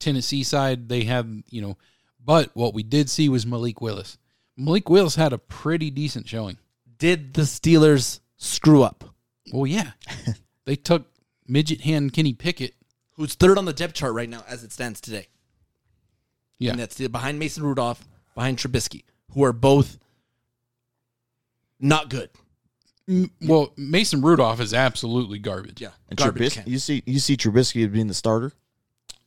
Speaker 2: Tennessee side. They have, you know, but what we did see was Malik Willis. Malik Willis had a pretty decent showing.
Speaker 4: did the Steelers screw up?
Speaker 2: Well, yeah, they took midget hand Kenny Pickett.
Speaker 4: Who's third on the depth chart right now as it stands today?
Speaker 2: Yeah,
Speaker 4: And that's the- behind Mason Rudolph, behind Trubisky, who are both not good.
Speaker 2: M- well, Mason Rudolph is absolutely garbage.
Speaker 3: And
Speaker 4: Garbage can.
Speaker 3: Trubisky, you see, you see Trubisky as being the starter,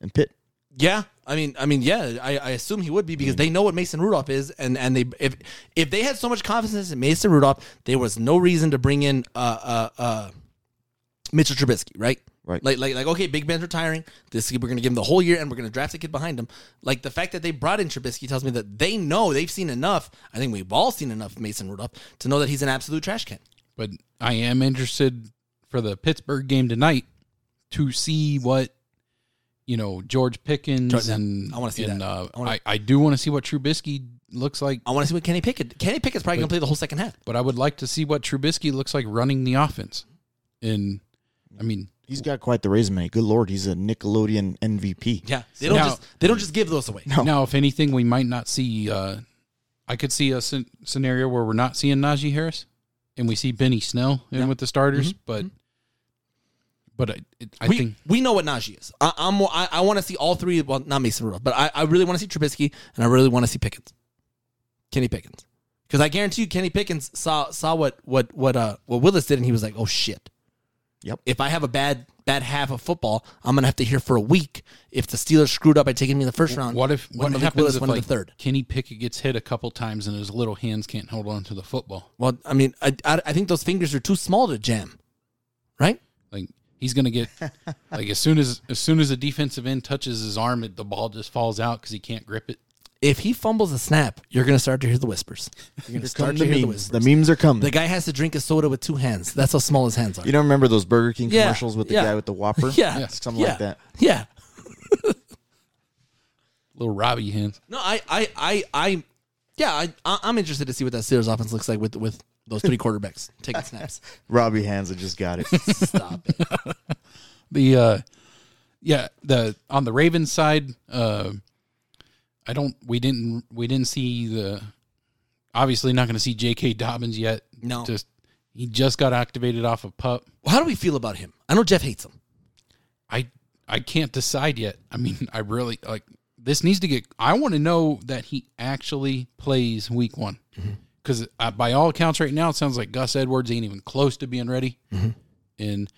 Speaker 3: and Pitt.
Speaker 4: Yeah, I mean, I mean, yeah, I, I assume he would be because they know what Mason Rudolph is, and and they if if they had so much confidence in Mason Rudolph, there was no reason to bring in uh uh uh Mitchell Trubisky, right?
Speaker 3: Right.
Speaker 4: Like like like okay, Big Ben's retiring. This we're gonna give him the whole year, and we're gonna draft a kid behind him. Like the fact that they brought in Trubisky tells me that they know they've seen enough. I think we've all seen enough of Mason Rudolph to know that he's an absolute trash can.
Speaker 2: But I am interested for the Pittsburgh game tonight to see what you know George Pickens
Speaker 4: George-
Speaker 2: and
Speaker 4: I wanna see
Speaker 2: and,
Speaker 4: that.
Speaker 2: Uh,
Speaker 4: I
Speaker 2: I,
Speaker 4: wanna-
Speaker 2: I do want to see what Trubisky looks like
Speaker 4: I want to see what Kenny Pickett. Kenny Pickett's probably gonna play the whole second half.
Speaker 2: but I would like to see what Trubisky looks like running the offense. And I mean,
Speaker 3: He's got quite the resume. Good lord, he's a Nickelodeon MVP.
Speaker 4: Yeah, they don't
Speaker 2: Now-
Speaker 4: just they don't just give those away.
Speaker 2: now if anything, we might not see. Uh, I could see a scen- scenario where we're not seeing Najee Harris, and we see Benny Snell in with the starters. But, but I, it, I
Speaker 4: Mm-hmm. we,
Speaker 2: think
Speaker 4: we know what Najee is. I, I'm I, I want to see all three. Well, not Mason Rudolph, but I, I really want to see Trubisky and I really want to see Pickens, Kenny Pickens, Because I guarantee you, Kenny Pickens saw saw what what what uh what Willis did, and he was like, "Oh shit."
Speaker 3: Yep.
Speaker 4: If I have a bad bad half of football, I'm gonna have to hear for a week. If the Steelers screwed up by taking me in the first round,
Speaker 2: What if
Speaker 4: one
Speaker 2: what
Speaker 4: to Nick
Speaker 2: happens
Speaker 4: Willis,
Speaker 2: if
Speaker 4: one to
Speaker 2: like
Speaker 4: the third?
Speaker 2: Kenny Pickett gets hit a couple times and his little hands can't hold on to the football?
Speaker 4: Well, I mean, I, I I think those fingers are too small to jam, right?
Speaker 2: Like he's gonna get like as soon as as soon as a defensive end touches his arm, it, the ball just falls out because he can't grip it.
Speaker 4: If he fumbles a snap, you're gonna start to hear the whispers. You're gonna
Speaker 3: Come
Speaker 4: start
Speaker 3: the
Speaker 4: to hear the
Speaker 3: memes.
Speaker 4: whispers.
Speaker 3: The memes are coming.
Speaker 4: The guy has to drink a soda with two hands. That's how small his hands are.
Speaker 3: you don't remember those Burger King
Speaker 4: Yeah,
Speaker 3: commercials with the
Speaker 4: yeah.
Speaker 3: guy with the Whopper?
Speaker 4: yeah,
Speaker 3: Something
Speaker 4: yeah,
Speaker 3: like that.
Speaker 4: Yeah.
Speaker 2: Little Robbie hands.
Speaker 4: No, I, I, I, I, yeah, I, I- I'm interested to see what that Steelers offense looks like with with those three quarterbacks taking snaps.
Speaker 3: Robbie Hansa just got it.
Speaker 4: Stop it.
Speaker 2: The uh yeah, the on the Ravens side, uh I don't we didn't we didn't see the obviously not gonna see JK Dobbins yet.
Speaker 4: No.
Speaker 2: Just he just got activated off of pup.
Speaker 4: Well, how do we feel about him? I know Jeff hates him.
Speaker 2: I I can't decide yet. I mean, I really like this needs to get. I want to know that he actually plays week one
Speaker 4: Mm-hmm.
Speaker 2: because by all accounts right now it sounds like Gus Edwards ain't even close to being ready,
Speaker 4: Mm-hmm.
Speaker 2: and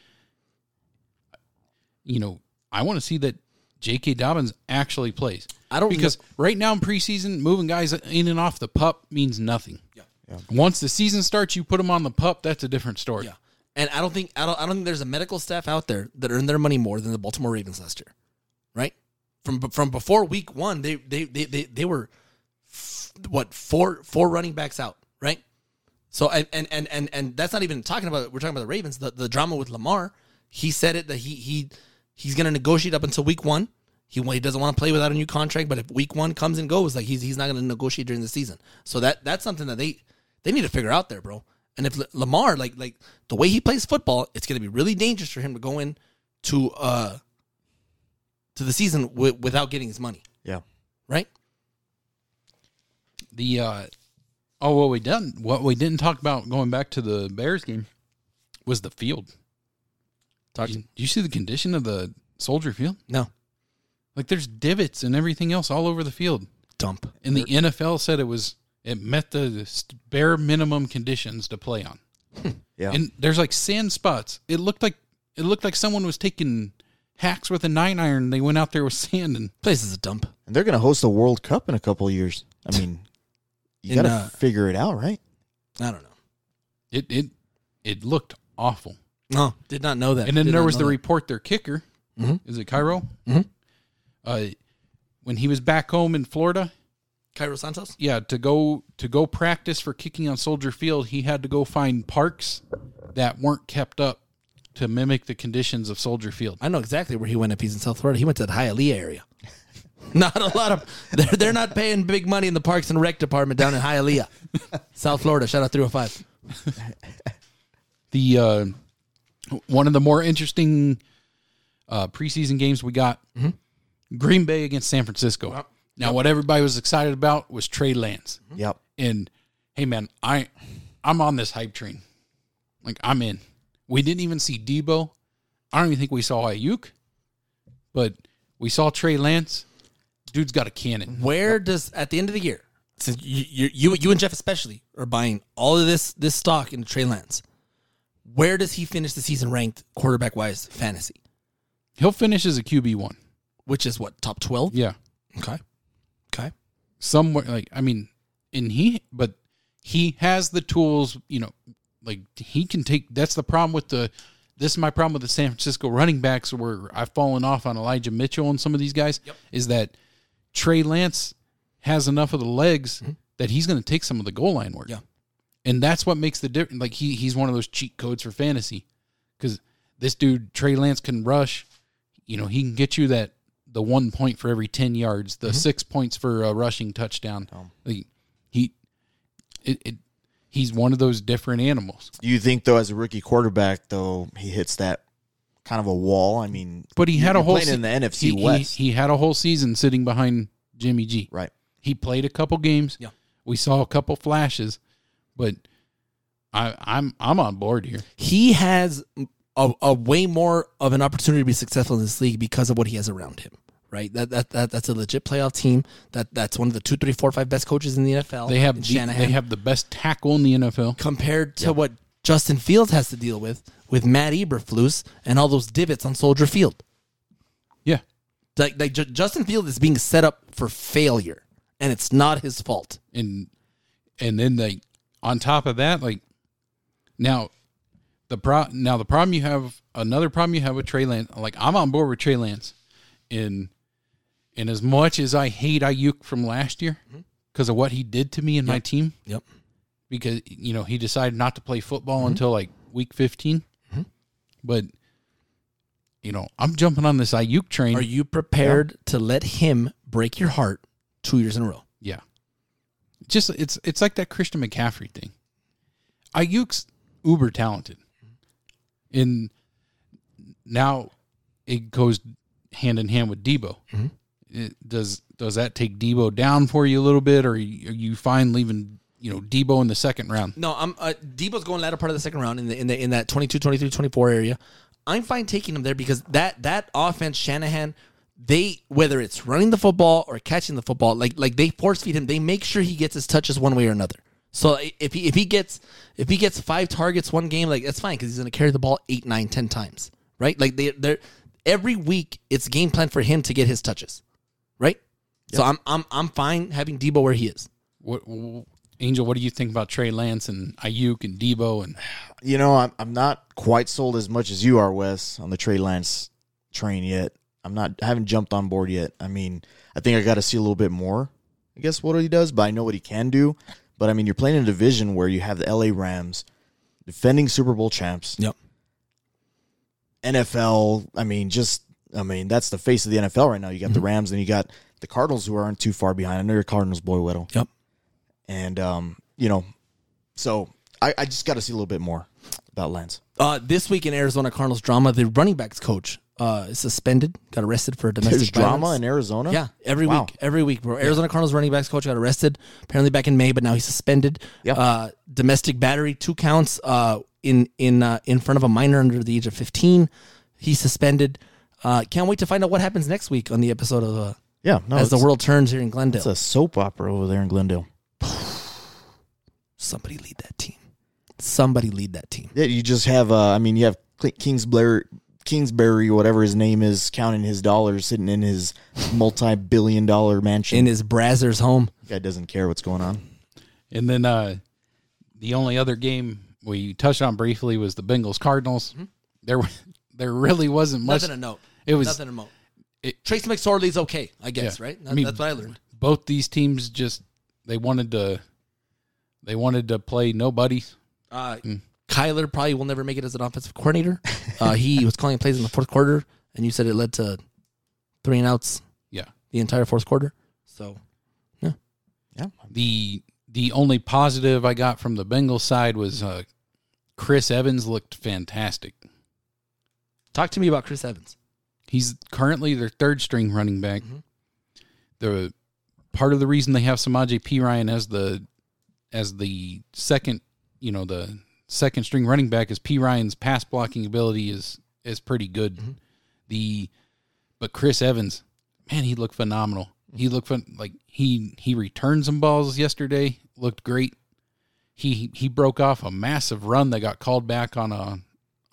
Speaker 2: you know I want to see that J.K. Dobbins actually plays.
Speaker 4: I don't
Speaker 2: because right now in preseason moving guys in and off the pup means nothing. Yeah. Once the season starts, you put them on the pup. That's a different story.
Speaker 4: Yeah, and I don't think I don't I don't think there's a medical staff out there that earned their money more than the Baltimore Ravens last year, right? From from before week one, they they they they, they were f- what four four running backs out, right? So and and and and, and that's not even talking about we're talking about the Ravens. The, the drama with Lamar, he said it that he he he's going to negotiate up until week one. He, he doesn't want to play without a new contract, but if week one comes and goes, like he's he's not going to negotiate during the season. So that that's something that they they need to figure out there, bro. And if L- Lamar like like the way he plays football, it's going to be really dangerous for him to go in to uh to the season wi- without getting his money,
Speaker 3: yeah.
Speaker 4: right?
Speaker 2: the uh oh what we done what we didn't talk about going back to the Bears game was the field.
Speaker 4: Talk
Speaker 2: Do you, you see the condition of the Soldier Field?
Speaker 4: no
Speaker 2: Like there's divots and everything else all over the field.
Speaker 4: dump.
Speaker 2: And the NFL said it was it met the st- bare minimum conditions to play on.
Speaker 3: Yeah.
Speaker 2: And there's like sand spots. It looked like it looked like someone was taking hacks with a nine iron. They went out there with sand and
Speaker 4: Place is a dump.
Speaker 3: And they're going to host a World Cup in a couple of years. I mean, you
Speaker 4: In,
Speaker 3: got to
Speaker 4: uh,
Speaker 3: figure it out, right?
Speaker 4: I don't know.
Speaker 2: it it it looked awful.
Speaker 4: No, did not know that.
Speaker 2: And then
Speaker 4: Did
Speaker 2: there
Speaker 4: not
Speaker 2: was
Speaker 4: know
Speaker 2: the
Speaker 4: that.
Speaker 2: report their kicker.
Speaker 4: Mhm.
Speaker 2: Is it Cairo?
Speaker 4: Mhm.
Speaker 2: Uh, when he was back home in Florida,
Speaker 4: Cairo Santos.
Speaker 2: yeah, to go to go practice for kicking on Soldier Field, he had to go find parks that weren't kept up to mimic the conditions of Soldier Field.
Speaker 4: I know exactly where he went if he's in South Florida. He went to the Hialeah area. not a lot of they're, they're not paying big money in the Parks and Rec department down in Hialeah, South Florida. Shout out 305.
Speaker 2: The uh, one of the more interesting uh, preseason games we got Green Bay against San Francisco. Now, what everybody was excited about was Trey Lance.
Speaker 4: Hmm?
Speaker 3: Yep.
Speaker 2: and hey man i i'm on this hype train like i'm in we didn't even see debo i don't even think we saw ayuk but we saw trey lance dude's got a cannon
Speaker 4: Where does at the end of the year, since you you you, you and Jeff especially are buying all of this this stock in Trey Lance, where does he finish the season ranked quarterback wise fantasy?
Speaker 2: he'll finish as a qb1
Speaker 4: Which is what top twelve?
Speaker 2: yeah
Speaker 4: Okay, okay.
Speaker 2: somewhere like i mean and he but he has the tools you know like he can take that's the problem with the this is my problem with the san francisco running backs where i've fallen off on elijah mitchell and some of these guys is that trey lance has enough of the legs that he's going to take some of the goal line work
Speaker 4: Yeah.
Speaker 2: and that's what makes the difference like he he's one of those cheat codes for fantasy because this dude trey lance can rush you know he can get you that the one point for every 10 yards
Speaker 3: Mm-hmm.
Speaker 2: the six points for a rushing touchdown
Speaker 3: Oh.
Speaker 2: Like, he it, it he's one of those different animals
Speaker 3: Do you think, though, as a rookie quarterback, though, he hits that kind of a wall? I mean,
Speaker 2: but he had
Speaker 3: you're
Speaker 2: a whole
Speaker 3: playing in the NFC
Speaker 2: he- he-
Speaker 3: West.
Speaker 2: he, had a whole season sitting behind jimmy g
Speaker 3: right.
Speaker 2: he played a couple games
Speaker 4: Yeah.
Speaker 2: we saw a couple flashes but i i'm i'm on board here
Speaker 4: he has a, a way more of an opportunity to be successful in this league because of what he has around him, right? That, that that that's a legit playoff team. That that's one of the two, three, four, five best coaches in the NFL.
Speaker 2: They have
Speaker 4: in
Speaker 2: the,
Speaker 4: Shanahan
Speaker 2: they have the best tackle in the NFL.
Speaker 4: compared to what Justin Fields has to deal with with Matt Eberflus and all those divots on Soldier Field.
Speaker 2: Yeah,
Speaker 4: Like, like Ju- Justin Field is being set up for failure, and it's not his fault.
Speaker 2: and and then like on top of that, like now the pro now the problem you have another problem you have with Trey Lance. Like I'm on board with Trey Lance, in and as much as I hate Ayuk from last year because of what he did to me and my team,
Speaker 4: Yep.
Speaker 2: because you know he decided not to play football until like week 15 but you know i'm jumping on this iuk train
Speaker 4: Are you prepared to let him break your heart two years in a row?
Speaker 2: yeah just it's it's like that christian mccaffrey thing iuk's uber talented and now it goes hand in hand with debo It- does does that take debo down for you a little bit or are you, are you fine leaving you know debo in the second round
Speaker 4: No, I'm uh, Debo's going latter part of the second round in the in the in that 22, 23, 24 area. I'm fine taking him there because that that offense Shanahan they whether it's running the football or catching the football like like they force feed him they make sure he gets his touches one way or another. So i- if he if he gets if he gets five targets one game like that's fine because he's going to carry the ball eight nine ten times right like they they're every week it's game plan for him to get his touches right. So I'm I'm I'm fine having Debo where he is.
Speaker 2: What, w- Angel? What do you think about Trey Lance and Ayuk and Debo? And
Speaker 3: You know, I'm I'm not quite sold as much as you are, Wes, on the Trey Lance train yet. I'm not I haven't jumped on board yet. I mean, I think I gotta see a little bit more. I guess what he does, but I know what he can do. But I mean you're playing in a division where you have the LA Rams, defending Super Bowl champs.
Speaker 4: Yep.
Speaker 3: NFL. I mean, just I mean, that's the face of the NFL right now. You got
Speaker 4: Mm-hmm.
Speaker 3: the Rams and you got the Cardinals who aren't too far behind. I know your Cardinals boy Weddle.
Speaker 4: Yep.
Speaker 3: And um, you know, so I, I just gotta see a little bit more about Lance.
Speaker 4: Uh, this week in Arizona Cardinals drama, the running backs coach uh, is suspended, got arrested for domestic
Speaker 3: There's drama
Speaker 4: violence.
Speaker 3: in Arizona?
Speaker 4: Yeah, every
Speaker 3: Wow.
Speaker 4: week, every week, bro. Arizona Cardinals running backs coach got arrested apparently back in May, but now he's suspended.
Speaker 3: Yep.
Speaker 4: Uh, domestic battery, two counts uh, in in uh, in front of a minor under the age of fifteen. He's suspended. Uh, can't wait to find out what happens next week on the episode of uh,
Speaker 3: Yeah. No,
Speaker 4: As the
Speaker 3: Oh, it's-
Speaker 4: World Turns here in Glendale.
Speaker 3: it's a soap opera over there in Glendale.
Speaker 4: Somebody lead that team. Somebody lead that team.
Speaker 3: Yeah, you just have uh I mean you have Cl- Kings Blair Kingsbury, whatever his name is, counting his dollars, sitting in his multi-billion dollar mansion.
Speaker 4: In his Brazzers home.
Speaker 3: guy doesn't care what's going on.
Speaker 2: and then uh, the only other game we touched on briefly was the Bengals Cardinals. There wa- there really wasn't much.
Speaker 4: Mm-hmm. Nothing to note.
Speaker 2: It was-
Speaker 4: nothing to note.
Speaker 2: it-
Speaker 4: Trace McSorley's okay, I guess,
Speaker 2: Yeah.
Speaker 4: right?
Speaker 2: I mean-
Speaker 4: that's what I learned.
Speaker 2: Both these teams just they wanted to they wanted to play nobody.
Speaker 4: Uh,
Speaker 2: mm.
Speaker 4: Kyler probably will never make it as an offensive coordinator. Uh, he was calling plays in the fourth quarter, and you said it led to three and outs
Speaker 2: Yeah.
Speaker 4: the entire fourth quarter. So
Speaker 2: The the only positive I got from the Bengals side was uh, Chris Evans looked fantastic.
Speaker 4: talk to me about Chris Evans.
Speaker 2: He's currently their third string running back. The part of the reason they have Samaje P Ryan as the as the second, you know, the second string running back is P Ryan's pass blocking ability is is pretty good. The but Chris Evans, man, he looked phenomenal. He looked fun, like he he returned some balls yesterday. Looked great. He he broke off a massive run that got called back on a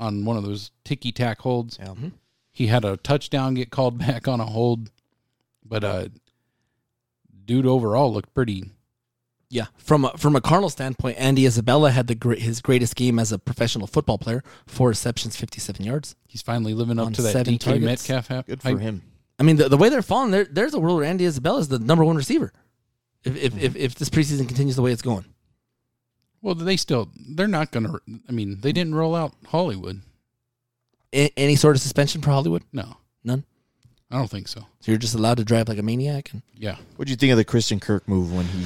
Speaker 2: on one of those ticky tack holds
Speaker 3: Yeah.
Speaker 4: Mm-hmm.
Speaker 2: he had a touchdown get called back on a hold, but uh, dude overall looked pretty.
Speaker 4: Yeah, from a, from a Cardinal standpoint, Andy Isabella had the gre- his greatest game as a professional football player: four receptions, fifty-seven yards.
Speaker 2: He's finally living up
Speaker 4: On
Speaker 2: to that
Speaker 4: seven
Speaker 2: DK
Speaker 4: targets.
Speaker 2: Metcalf. Hap-
Speaker 3: Good for
Speaker 2: hype.
Speaker 3: him.
Speaker 4: I mean, the, the way they're falling, there, there's a world where Andy Isabella is the number one receiver. If if, if if this preseason continues the way it's going,
Speaker 2: Well, they still they're not gonna. I mean, they didn't roll out Hollywood.
Speaker 4: A- any sort of suspension for Hollywood,
Speaker 2: No,
Speaker 4: none.
Speaker 2: I don't think so.
Speaker 4: So you're just allowed to drive like a maniac. And
Speaker 2: Yeah,
Speaker 3: What do you think of the Christian Kirk move when he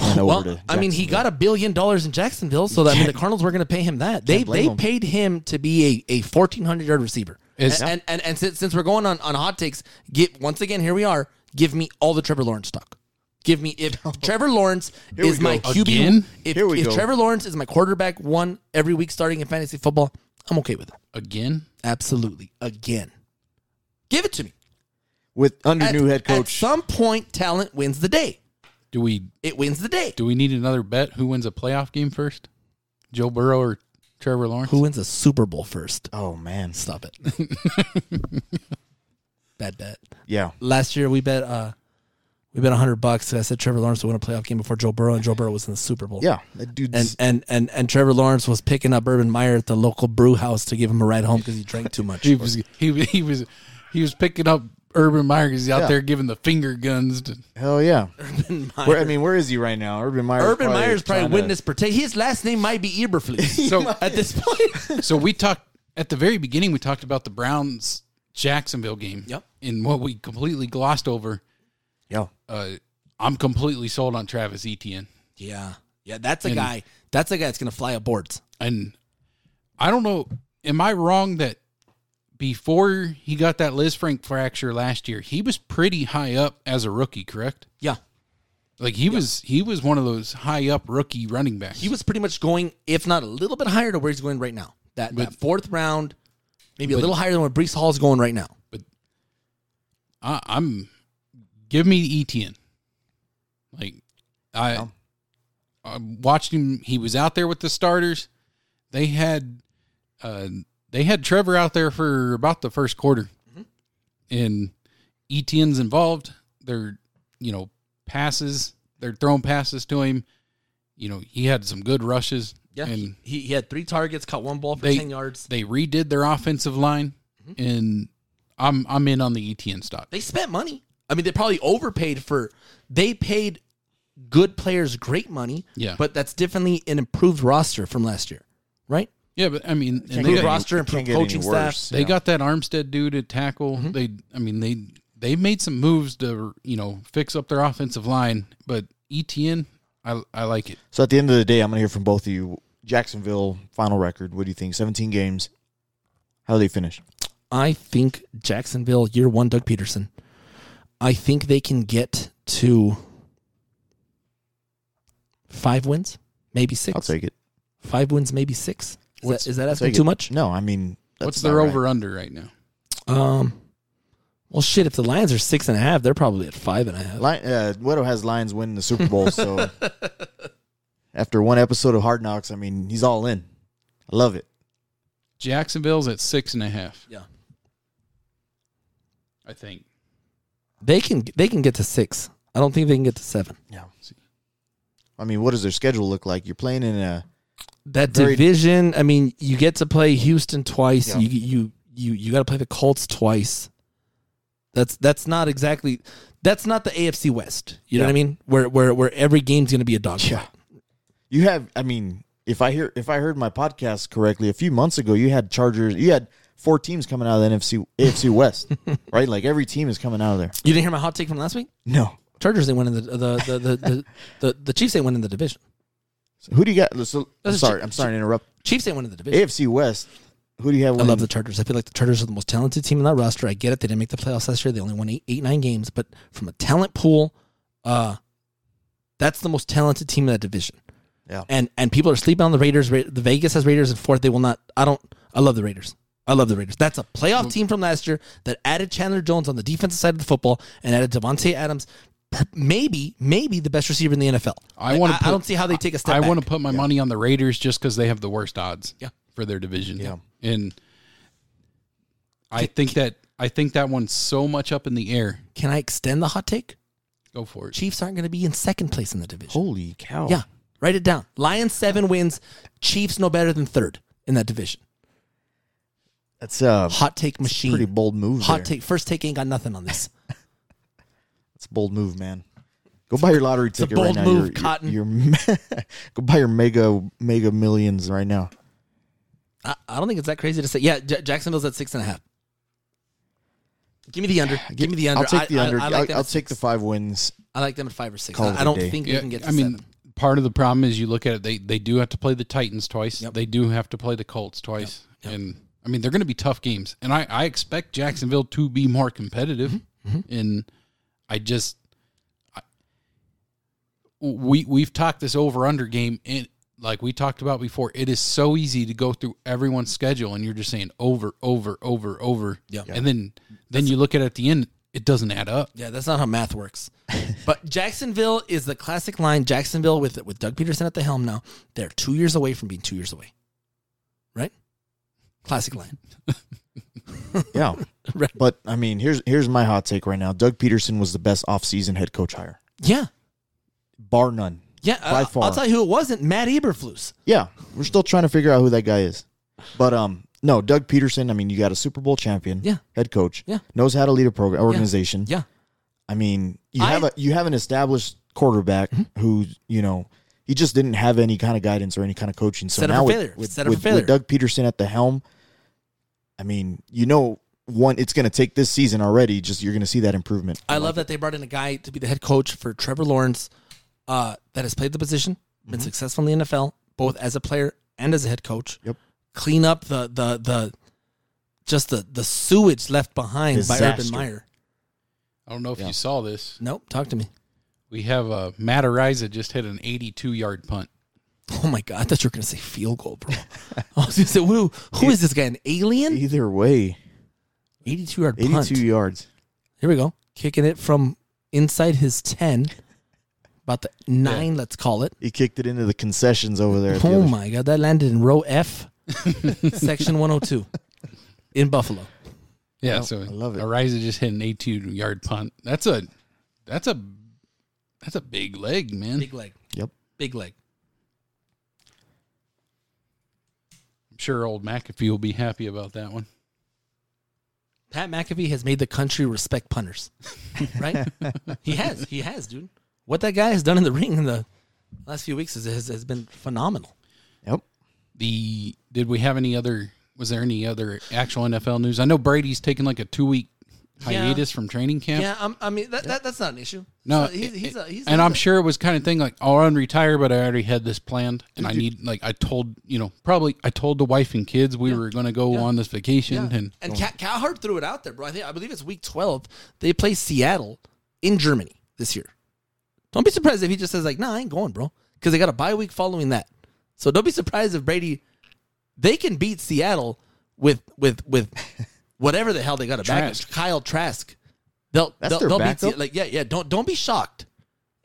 Speaker 3: went over
Speaker 4: well,
Speaker 3: to?
Speaker 4: I mean, he got a billion dollars in Jacksonville, so that, I mean, the Cardinals were going to pay him that. They
Speaker 3: blame
Speaker 4: they
Speaker 3: him.
Speaker 4: paid him to be a, a 1400 yard receiver.
Speaker 2: Is-
Speaker 4: and, and and and since, since we're going on on hot takes, give once again here we are. Give me all the Trevor Lawrence talk. Give me if Trevor Lawrence
Speaker 3: we
Speaker 4: is my
Speaker 3: go.
Speaker 4: QB.
Speaker 2: Again?
Speaker 4: If,
Speaker 3: Here we
Speaker 4: if
Speaker 3: go.
Speaker 4: Trevor Lawrence is my quarterback one every week starting in fantasy football, I'm okay with it.
Speaker 2: again.
Speaker 4: Absolutely. Again. Give it to me.
Speaker 3: with under new head
Speaker 4: At
Speaker 3: coach.
Speaker 4: some point, talent wins the day.
Speaker 2: Do we
Speaker 4: It wins the day.
Speaker 2: do we need another bet? Who wins a playoff game first? Joe Burrow or Trevor Lawrence?
Speaker 4: Who wins a Super Bowl first?
Speaker 3: oh man,
Speaker 4: Stop it. Bad bet.
Speaker 3: yeah,
Speaker 4: Last year we bet uh we bet hundred bucks. and I said Trevor Lawrence would win a playoff game before Joe Burrow, and Joe Burrow was in the Super Bowl.
Speaker 3: yeah. That
Speaker 4: And
Speaker 3: dude's
Speaker 4: and and and Trevor Lawrence was picking up Urban Meyer at the local brew house to give him a ride home because he drank too much.
Speaker 2: He was he, was- he was he was picking up Urban Meyer 'cause he's out
Speaker 3: Yeah.
Speaker 2: there giving the finger guns to
Speaker 3: hell yeah.
Speaker 4: Urban Meyer.
Speaker 3: Where, I mean, where is he right now? Urban Meyer.
Speaker 4: Urban Meyer's probably
Speaker 3: trying to-
Speaker 4: witness protect. His last name might be Eberflus.
Speaker 2: So-
Speaker 4: at this point,
Speaker 2: So we talked at the very beginning. We talked about the Browns Jacksonville game.
Speaker 4: Yep.
Speaker 2: And what we completely glossed over.
Speaker 3: Yeah,
Speaker 2: Uh, I'm completely sold on Travis Etienne,
Speaker 4: yeah, yeah, that's a guy. That's a guy that's gonna fly up boards.
Speaker 2: and I don't know. Am I wrong that before he got that Liz Frank fracture last year, he was pretty high up as a rookie? Correct.
Speaker 4: Yeah,
Speaker 2: Like he was, he was one of those high up rookie running backs.
Speaker 4: he was pretty much going, if not a little bit higher, to where he's going right now. That, that fourth round, maybe a little higher than where Brees Hall's going right now.
Speaker 2: I, I'm give me Etienne. Like I, I watched him. He was out there with the starters. They had, uh, they had Trevor out there for about the first quarter, and Etienne's involved. They're you know passes. They're throwing passes to him. You know he had some good rushes. and
Speaker 4: he, he had three targets, caught one ball for
Speaker 2: They-
Speaker 4: ten yards.
Speaker 2: they redid their offensive line, and I'm I'm in on the E Etienne stock.
Speaker 4: They spent money. I mean, they probably overpaid for. They paid good players great money.
Speaker 2: Yeah.
Speaker 4: but that's definitely an improved roster from last year, right?
Speaker 2: Yeah, but I mean, and
Speaker 3: Can't
Speaker 2: they
Speaker 3: get
Speaker 2: got,
Speaker 3: any-
Speaker 4: roster,
Speaker 3: can't
Speaker 4: improved
Speaker 3: get any
Speaker 4: coaching
Speaker 3: worse.
Speaker 4: staff.
Speaker 2: They got that Armstead dude at tackle.
Speaker 3: Mm-hmm.
Speaker 2: They, I mean, they they made some moves to you know fix up their offensive line, but ETN, I I like it.
Speaker 3: So at the end of the day, I'm gonna hear from both of you. Jacksonville final record. What do you think? 17 games. How do they finish?
Speaker 4: I think Jacksonville, year one, Doug Peterson. I think they can get to five wins, maybe 6
Speaker 3: I'll take it.
Speaker 4: Five wins, maybe six. Is that, is that
Speaker 3: I'll
Speaker 4: asking
Speaker 3: take
Speaker 4: too
Speaker 3: it.
Speaker 4: much?
Speaker 3: No, I mean, that's
Speaker 2: What's
Speaker 3: about
Speaker 2: their
Speaker 3: right.
Speaker 2: over under right now?
Speaker 4: Um, well, shit. If the Lions are six and a half, they're probably at five and a half.
Speaker 3: Lion, uh, Weddle has Lions winning the Super Bowl, so after one episode of Hard Knocks, I mean, he's all in. I love it.
Speaker 2: Jacksonville's at six and a half,
Speaker 4: Yeah,
Speaker 2: I think.
Speaker 4: they can they can get to six. I don't think they can get to seven.
Speaker 3: Yeah. I mean, what does their schedule look like? You're playing in a
Speaker 4: That
Speaker 3: Very-
Speaker 4: division. I mean, you get to play Houston twice. You you you you got to play the Colts twice. That's that's not exactly that's not the AFC West. You know
Speaker 3: Yeah.
Speaker 4: what I mean? Where where where every game's going to be a dog.
Speaker 3: Yeah. you have. I mean, if I hear if I heard my podcast correctly, a few months ago, you had Chargers. You had four teams coming out of the NFC AFC West, right? Like every team is coming out of there.
Speaker 4: You didn't hear my hot take from last week?
Speaker 3: No.
Speaker 4: Chargers they win in the the the the the, the, the Chiefs they win in the division.
Speaker 3: So who do you got? So, I'm
Speaker 4: Let's
Speaker 3: sorry.
Speaker 4: ju-
Speaker 3: I'm sorry to interrupt.
Speaker 4: Chiefs they win in the division.
Speaker 3: AFC West. Who do you have?
Speaker 4: I love
Speaker 3: winning?
Speaker 4: the Chargers. I feel like the Chargers are the most talented team in that roster. I get it. They didn't make the playoffs last year. They only won eight, eight nine games. But from a talent pool, uh, that's the most talented team in that division.
Speaker 3: Yeah.
Speaker 4: And and people are sleeping on the Raiders. Ra- The Vegas has Raiders in fourth. They will not. I don't. I love the Raiders. I love the Raiders. That's a playoff team from last year that added Chandler Jones on the defensive side of the football and added Devontae Adams. per- Maybe, maybe the best receiver in the NFL.
Speaker 2: I wanna
Speaker 4: I
Speaker 2: put-
Speaker 4: don't see how they take a step.
Speaker 2: I want
Speaker 4: want
Speaker 2: to put my money on the Raiders just because they have the worst odds.
Speaker 4: Yeah.
Speaker 2: for their division. Yeah, and I think that I think that one's so much up in the air.
Speaker 4: Can I extend the hot take?
Speaker 2: Go for it.
Speaker 4: Chiefs aren't going to be in second place in the division.
Speaker 3: Holy cow!
Speaker 4: Yeah, write it down. Lions seven wins, Chiefs no better than third in that division.
Speaker 3: that's uh,
Speaker 4: Hot take machine.
Speaker 3: pretty bold move.
Speaker 4: Hot
Speaker 3: there.
Speaker 4: take. First take ain't got nothing on this.
Speaker 3: It's a bold move, man. Go buy your lottery
Speaker 4: a
Speaker 3: ticket
Speaker 4: bold
Speaker 3: right now.
Speaker 4: move,
Speaker 3: You're- you're-
Speaker 4: Cotton.
Speaker 3: you're go buy your mega mega millions right now.
Speaker 4: I, I don't think it's that crazy to say. Yeah, J- Jacksonville's at six and a half. Give me the under. Give me the under.
Speaker 3: I'll take the
Speaker 4: I- I-
Speaker 3: under.
Speaker 4: I,
Speaker 3: I,
Speaker 4: like them
Speaker 3: will
Speaker 4: at
Speaker 3: take the
Speaker 4: six.
Speaker 3: five wins.
Speaker 4: I like them at five or six.
Speaker 3: Call it
Speaker 4: I, I
Speaker 3: a
Speaker 4: don't
Speaker 3: day.
Speaker 4: think they
Speaker 2: Yeah,
Speaker 4: can get. To
Speaker 2: I mean,
Speaker 4: seven.
Speaker 2: part of the problem is you look at it. They they do have to play the Titans twice. They do have to play the Colts twice, and I mean they're going to be tough games. And I I expect Jacksonville to be more competitive.
Speaker 4: Mm-hmm.
Speaker 2: And I just I, we we've talked this over under game and like we talked about before. It is so easy to go through everyone's schedule, and you're just saying over, over, over, over.
Speaker 4: Yeah.
Speaker 2: And then then you look at it at the end. it doesn't add up.
Speaker 4: Yeah, that's not how math works. but Jacksonville is the classic line. Jacksonville with with Doug Peterson at the helm now. They're two years away from being two years away. Right? Classic line.
Speaker 3: Yeah.
Speaker 4: Right.
Speaker 3: But I mean, here's here's my hot take right now. Doug Peterson was the best offseason head coach hire,
Speaker 4: Yeah.
Speaker 3: bar none.
Speaker 4: Yeah.
Speaker 3: By
Speaker 4: I-
Speaker 3: far.
Speaker 4: I'll tell you who it wasn't. Matt Eberflus.
Speaker 3: Yeah, we're still trying to figure out who that guy is. But um, no, Doug Peterson. I mean, you got a Super Bowl champion,
Speaker 4: Yeah.
Speaker 3: head coach,
Speaker 4: Yeah.
Speaker 3: knows how to lead a program organization.
Speaker 4: Yeah.
Speaker 3: I mean, you
Speaker 4: I- Mm-hmm.
Speaker 3: have a you have an established quarterback who you know he just didn't have any kind of guidance or any kind of coaching. So
Speaker 4: Set up
Speaker 3: now
Speaker 4: for
Speaker 3: with-
Speaker 4: failure.
Speaker 3: with,
Speaker 4: Set up for
Speaker 3: with-
Speaker 4: failure.
Speaker 3: with Doug Peterson at the helm, I mean, you know, one it's going to take this season already. Just you're going to see that improvement.
Speaker 4: I love that they brought in a guy to be the head coach for Trevor Lawrence, uh, that has played the position, been successful in the NFL, both as a player and as a head coach.
Speaker 3: Yep.
Speaker 4: Clean up the the the just the the sewage left behind by Urban
Speaker 3: Disaster.
Speaker 4: Meyer.
Speaker 2: I don't know if you saw this.
Speaker 4: Nope. Talk to me.
Speaker 2: We have uh, Matt Ariza just hit an 82 yard punt.
Speaker 4: Oh my god! I thought you were gonna say field goal, bro. I was gonna say, who who is this guy? An alien?
Speaker 3: Either way,
Speaker 4: Eighty-two yard
Speaker 3: 82
Speaker 4: punt.
Speaker 3: yards.
Speaker 4: Here we go, kicking it from inside his ten, about the nine. Let's call it.
Speaker 3: He kicked it into the concessions over there. At the
Speaker 4: Oh
Speaker 3: other-
Speaker 4: my god! That landed in row F, section one hundred two, in Buffalo.
Speaker 2: Yeah, so
Speaker 3: I love it.
Speaker 2: Ariza just hit an 82 yard punt. That's a that's a that's a big leg, man.
Speaker 4: Big leg.
Speaker 3: Yep.
Speaker 4: Big leg.
Speaker 2: I'm sure old McAfee will be happy about that one.
Speaker 4: Pat McAfee has made the country respect punters, right? he has. He has, dude. What that guy has done in the ring in the last few weeks is, has, has been phenomenal.
Speaker 3: Yep.
Speaker 2: The did we have any other was there any other actual NFL news? I know Brady's taking like a two week
Speaker 4: Yeah.
Speaker 2: hiatus from training camp.
Speaker 4: Yeah, I'm, I mean that, that that's not an issue.
Speaker 2: No,
Speaker 4: So he's,
Speaker 2: it-
Speaker 4: he's
Speaker 2: it-
Speaker 4: a, he's
Speaker 2: and
Speaker 4: a,
Speaker 2: I'm sure it was kind of thing like, oh, I'm retired, but I already had this planned, and I need like I told you know probably I told the wife and kids we were going to go on this vacation,
Speaker 4: Yeah.
Speaker 2: and
Speaker 4: And Ca- Cowherd threw it out there, bro. I think I believe it's week twelve. They play Seattle in Germany this year. Don't be surprised if he just says like, "Nah, I ain't going, bro," because they got a bye week following that. So don't be surprised if Brady, they can beat Seattle with with with whatever the hell they got a back
Speaker 2: Trask.
Speaker 4: Kyle Trask. They'll
Speaker 3: That's
Speaker 4: they'll,
Speaker 3: their
Speaker 4: they'll beat
Speaker 3: backup?
Speaker 4: Se- like yeah yeah. Don't don't be shocked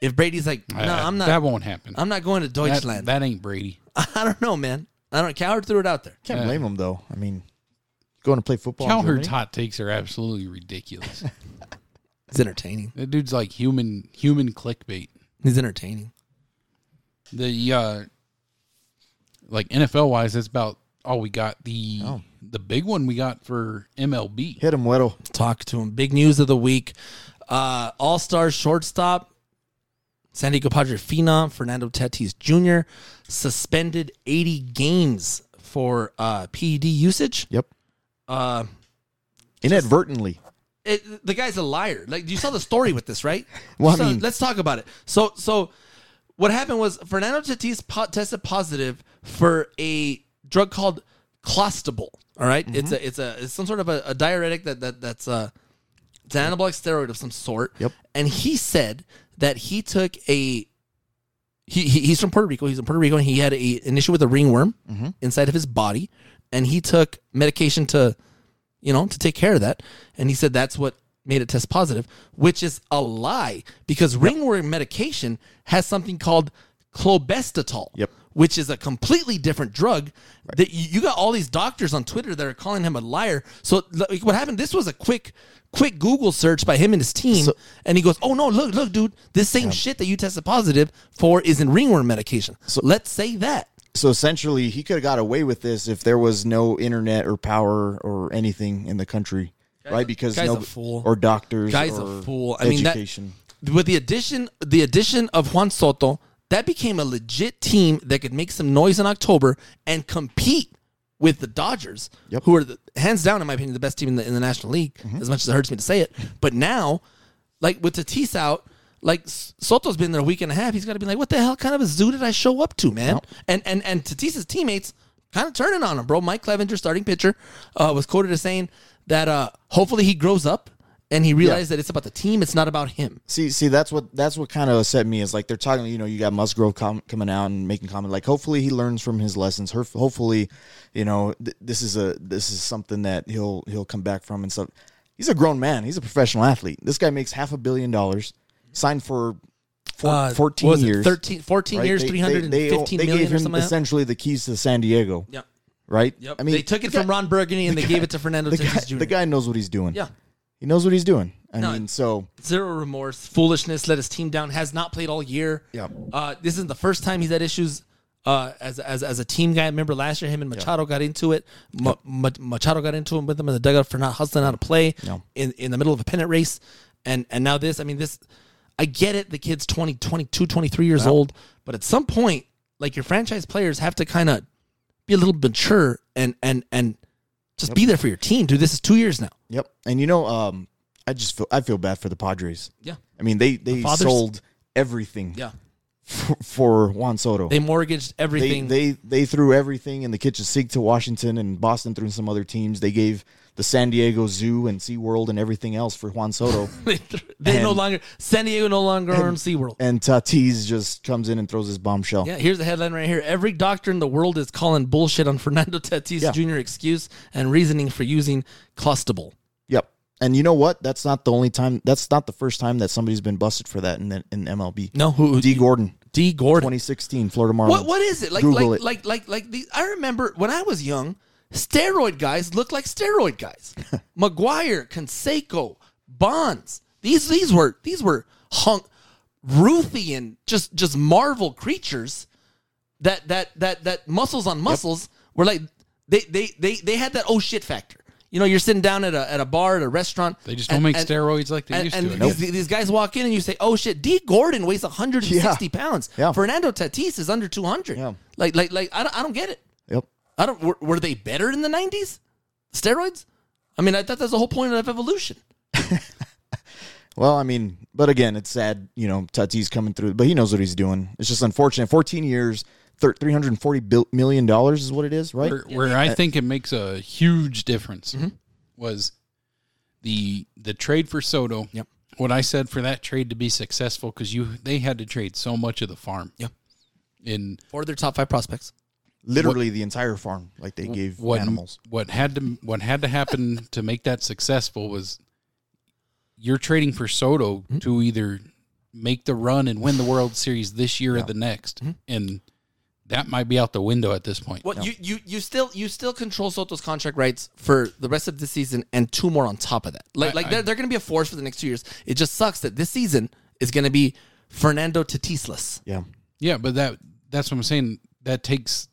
Speaker 4: if Brady's like, "No,
Speaker 2: I- I-
Speaker 4: I'm
Speaker 2: That
Speaker 4: not.
Speaker 2: won't happen.
Speaker 4: I'm not going to
Speaker 2: that,
Speaker 4: Deutschland."
Speaker 2: that ain't Brady.
Speaker 4: I don't know, man. I don't. Cowherd threw it out there.
Speaker 3: Can't
Speaker 2: Yeah.
Speaker 3: blame him though. I mean, going to play football. in
Speaker 2: Cowherd's
Speaker 3: Germany?
Speaker 2: hot takes are absolutely ridiculous.
Speaker 4: It's entertaining.
Speaker 2: that dude's like human human clickbait.
Speaker 4: He's entertaining.
Speaker 2: The uh, like NFL wise, that's about all we got. The
Speaker 3: Oh.
Speaker 2: the big one we got for MLB.
Speaker 3: Hit him, Weddle.
Speaker 4: talk to him. Big news of the week. Uh, All star shortstop, San Diego Padre Phenom, Fernando Tatis Jr., suspended 80 games for uh, PED usage.
Speaker 3: Yep.
Speaker 4: Uh,
Speaker 3: Inadvertently.
Speaker 4: it, the guy's a liar. Like you saw the story with this, right?
Speaker 3: Well, I
Speaker 4: So,
Speaker 3: mean-
Speaker 4: let's talk about it. So, so what happened was Fernando Tatis po- tested positive for a drug called Clostable. All right?
Speaker 3: Mm-hmm.
Speaker 4: it's a it's a it's some sort of a, a diuretic that that that's a it's an anabolic steroid of some sort.
Speaker 3: Yep.
Speaker 4: And he said that he took a he, he he's from Puerto Rico. He's in Puerto Rico, and he had a, an issue with a ringworm
Speaker 3: Mm-hmm.
Speaker 4: inside of his body, and he took medication to, you know, to take care of that. And he said that's what made it test positive, which is a lie because ringworm medication has something called clobestatol,
Speaker 3: Yep.
Speaker 4: which is a completely different drug. That you, you got all these doctors on Twitter that are calling him a liar. So like, what happened? This was a quick. Quick Google search by him and his team,
Speaker 3: So-
Speaker 4: and he goes, "Oh no, look, look, dude, this same shit that you tested positive for is in ringworm medication." So let's say that
Speaker 3: So essentially, he could have got away with this if there was no internet or power or anything in the country, right? Because
Speaker 4: guy's
Speaker 3: no
Speaker 4: a fool.
Speaker 3: or doctors.
Speaker 4: guy's
Speaker 3: or
Speaker 4: a fool. I mean,
Speaker 3: education.
Speaker 4: that with the addition, the addition of Juan Soto, that became a legit team that could make some noise in October and compete with the Dodgers,
Speaker 3: Yep.
Speaker 4: who are the, hands down, in my opinion, the best team in the in the National League. As much as it hurts me to say it, but now, like with Tatis out. Like S- Soto's been there a week and a half, he's got to be like, "What the hell kind of a zoo did I show up to, man?" And and and Tatis's teammates kind of turning on him, bro. Mike Clevenger, starting pitcher, uh, was quoted as saying that uh, hopefully he grows up and he realized that it's about the team, it's not about him.
Speaker 3: See, see, that's what that's what kind of upset me is like they're talking. You know, you got Musgrove com- coming out and making comment like, hopefully he learns from his lessons. Her- hopefully, you know, th- this is a this is something that he'll he'll come back from and stuff. He's a grown man. He's a professional athlete. This guy makes half a billion dollars, signed for four,
Speaker 4: Uh,
Speaker 3: 14
Speaker 4: what was it,
Speaker 3: years.
Speaker 4: 13, 14
Speaker 3: right?
Speaker 4: years,
Speaker 3: They-
Speaker 4: three
Speaker 3: they-
Speaker 4: hundred and
Speaker 3: they-
Speaker 4: fifteen
Speaker 3: They
Speaker 4: million
Speaker 3: gave
Speaker 4: or
Speaker 3: him
Speaker 4: something like that.
Speaker 3: essentially the keys to San Diego,
Speaker 4: Yep.
Speaker 3: right?
Speaker 4: Yep.
Speaker 3: I mean,
Speaker 4: they took it
Speaker 3: the guy-
Speaker 4: from Ron Burgundy and they gave it to Fernando
Speaker 3: the
Speaker 4: Tatis
Speaker 3: guy,
Speaker 4: Jr.
Speaker 3: the guy knows what he's doing.
Speaker 4: Yeah.
Speaker 3: He knows what he's doing. I
Speaker 4: No,
Speaker 3: mean, so
Speaker 4: Zero remorse, foolishness, let his team down, has not played all year.
Speaker 3: Yep.
Speaker 4: Uh, this isn't the first time he's had issues uh, as, as, as a team guy. Remember last year, him and Machado got into it. Ma- Ma- Machado got into him with them in the dugout for not hustling out of play
Speaker 3: No.
Speaker 4: in, in the middle of a pennant race. And, and now this, I mean, this, I get it. The kid's 20, 22, 23 years old. But at some point, like your franchise players have to kind of be a little mature and, and, and just be there for your team, dude. This is two years now.
Speaker 3: yep. And you know, um, I just feel I feel bad for the Padres.
Speaker 4: Yeah.
Speaker 3: I mean, they they
Speaker 4: Fathers-
Speaker 3: sold everything
Speaker 4: Yeah.
Speaker 3: for, for Juan Soto.
Speaker 4: They mortgaged
Speaker 3: they,
Speaker 4: everything.
Speaker 3: they they threw everything in the kitchen sink to Washington and Boston threw in some other teams. They gave the San Diego Zoo and SeaWorld and everything else for Juan Soto.
Speaker 4: they they no
Speaker 3: And-
Speaker 4: longer San Diego no longer owns SeaWorld.
Speaker 3: and Tatis just comes in and throws his bombshell.
Speaker 4: Yeah, here's the headline right here. Every doctor in the world is calling bullshit on Fernando Tatis
Speaker 3: Yeah.
Speaker 4: Jr. excuse and reasoning for using clustable.
Speaker 3: Yep. And you know what? That's not the only time that's not the first time that somebody's been busted for that in the, in MLB.
Speaker 4: No, who
Speaker 3: D Gordon,
Speaker 4: D Gordon.
Speaker 3: 2016 Florida Marlins.
Speaker 4: What what is it? Like
Speaker 3: Google
Speaker 4: like,
Speaker 3: it.
Speaker 4: like like like these I remember when I was young, steroid guys looked like steroid guys. Maguire, Conseco, Bonds. These these were these were hunk Ruthian just just Marvel creatures that that that that muscles on muscles were like they they they they had that oh shit factor. You know, you're sitting down at a at a bar at a restaurant.
Speaker 2: They just don't make steroids like they
Speaker 4: and,
Speaker 2: used
Speaker 4: and
Speaker 2: to.
Speaker 4: These, these guys walk in and you say, "Oh shit, D Gordon weighs 160 pounds.
Speaker 3: Yeah.
Speaker 4: Fernando Tatis is under 200.
Speaker 3: Yeah.
Speaker 4: Like like like I don't, I don't get it.
Speaker 3: Yep.
Speaker 4: I don't were, were they better in the 90s? Steroids? I mean, I thought that's the whole point of evolution.
Speaker 3: Well, I mean, but again, it's sad, you know, Tatis coming through, but he knows what he's doing. It's just unfortunate. 14 years, thir- 340 bil- million dollars is what it is, right?
Speaker 2: where, where I think it makes a huge difference
Speaker 4: Mm-hmm.
Speaker 2: was the the trade for Soto.
Speaker 4: Yep.
Speaker 2: What I said for that trade to be successful because you they had to trade so much of the farm.
Speaker 4: Yep.
Speaker 2: And
Speaker 4: Or their top 5 prospects.
Speaker 3: Literally the entire farm like they gave
Speaker 2: what
Speaker 3: animals.
Speaker 2: what had to what had to happen to make that successful was you're trading for Soto
Speaker 3: Mm-hmm.
Speaker 2: to either make the run and win the World Series this year or the next,
Speaker 3: Mm-hmm.
Speaker 2: and that might be out the window at this point.
Speaker 4: What you, you you still you still control Soto's contract rights for the rest of this season and two more on top of that. Like
Speaker 2: I-
Speaker 4: like
Speaker 2: I-
Speaker 4: they're, they're going to be a force for the next 2 years. It just sucks that this season is going to be Fernando Tatisless.
Speaker 3: Yeah.
Speaker 2: Yeah, but that that's what I'm saying. That takes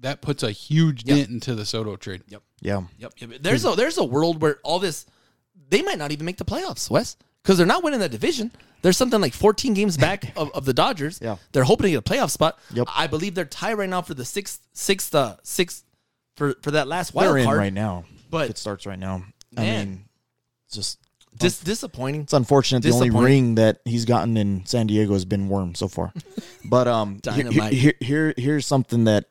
Speaker 2: that puts a huge dent into the Soto trade. Yep.
Speaker 3: Yeah.
Speaker 4: Yep. yep. There's a there's a world where all this they might not even make the playoffs, Wes, because they're not winning that division. There's something like 14 games back of, of the Dodgers.
Speaker 3: Yeah.
Speaker 4: They're hoping to get a playoff spot.
Speaker 3: Yep.
Speaker 4: I believe they're tied right now for the sixth sixth uh sixth for for that last wild
Speaker 3: They're in
Speaker 4: card.
Speaker 3: right now.
Speaker 4: But-
Speaker 3: it starts right now. I
Speaker 4: Man.
Speaker 3: mean, it's just
Speaker 4: Dis- disappointing.
Speaker 3: it's unfortunate the only
Speaker 4: Disappointing.
Speaker 3: ring that he's gotten in San Diego has been worm so far. But um he- he-
Speaker 4: Dynamite.
Speaker 3: here, here here's something that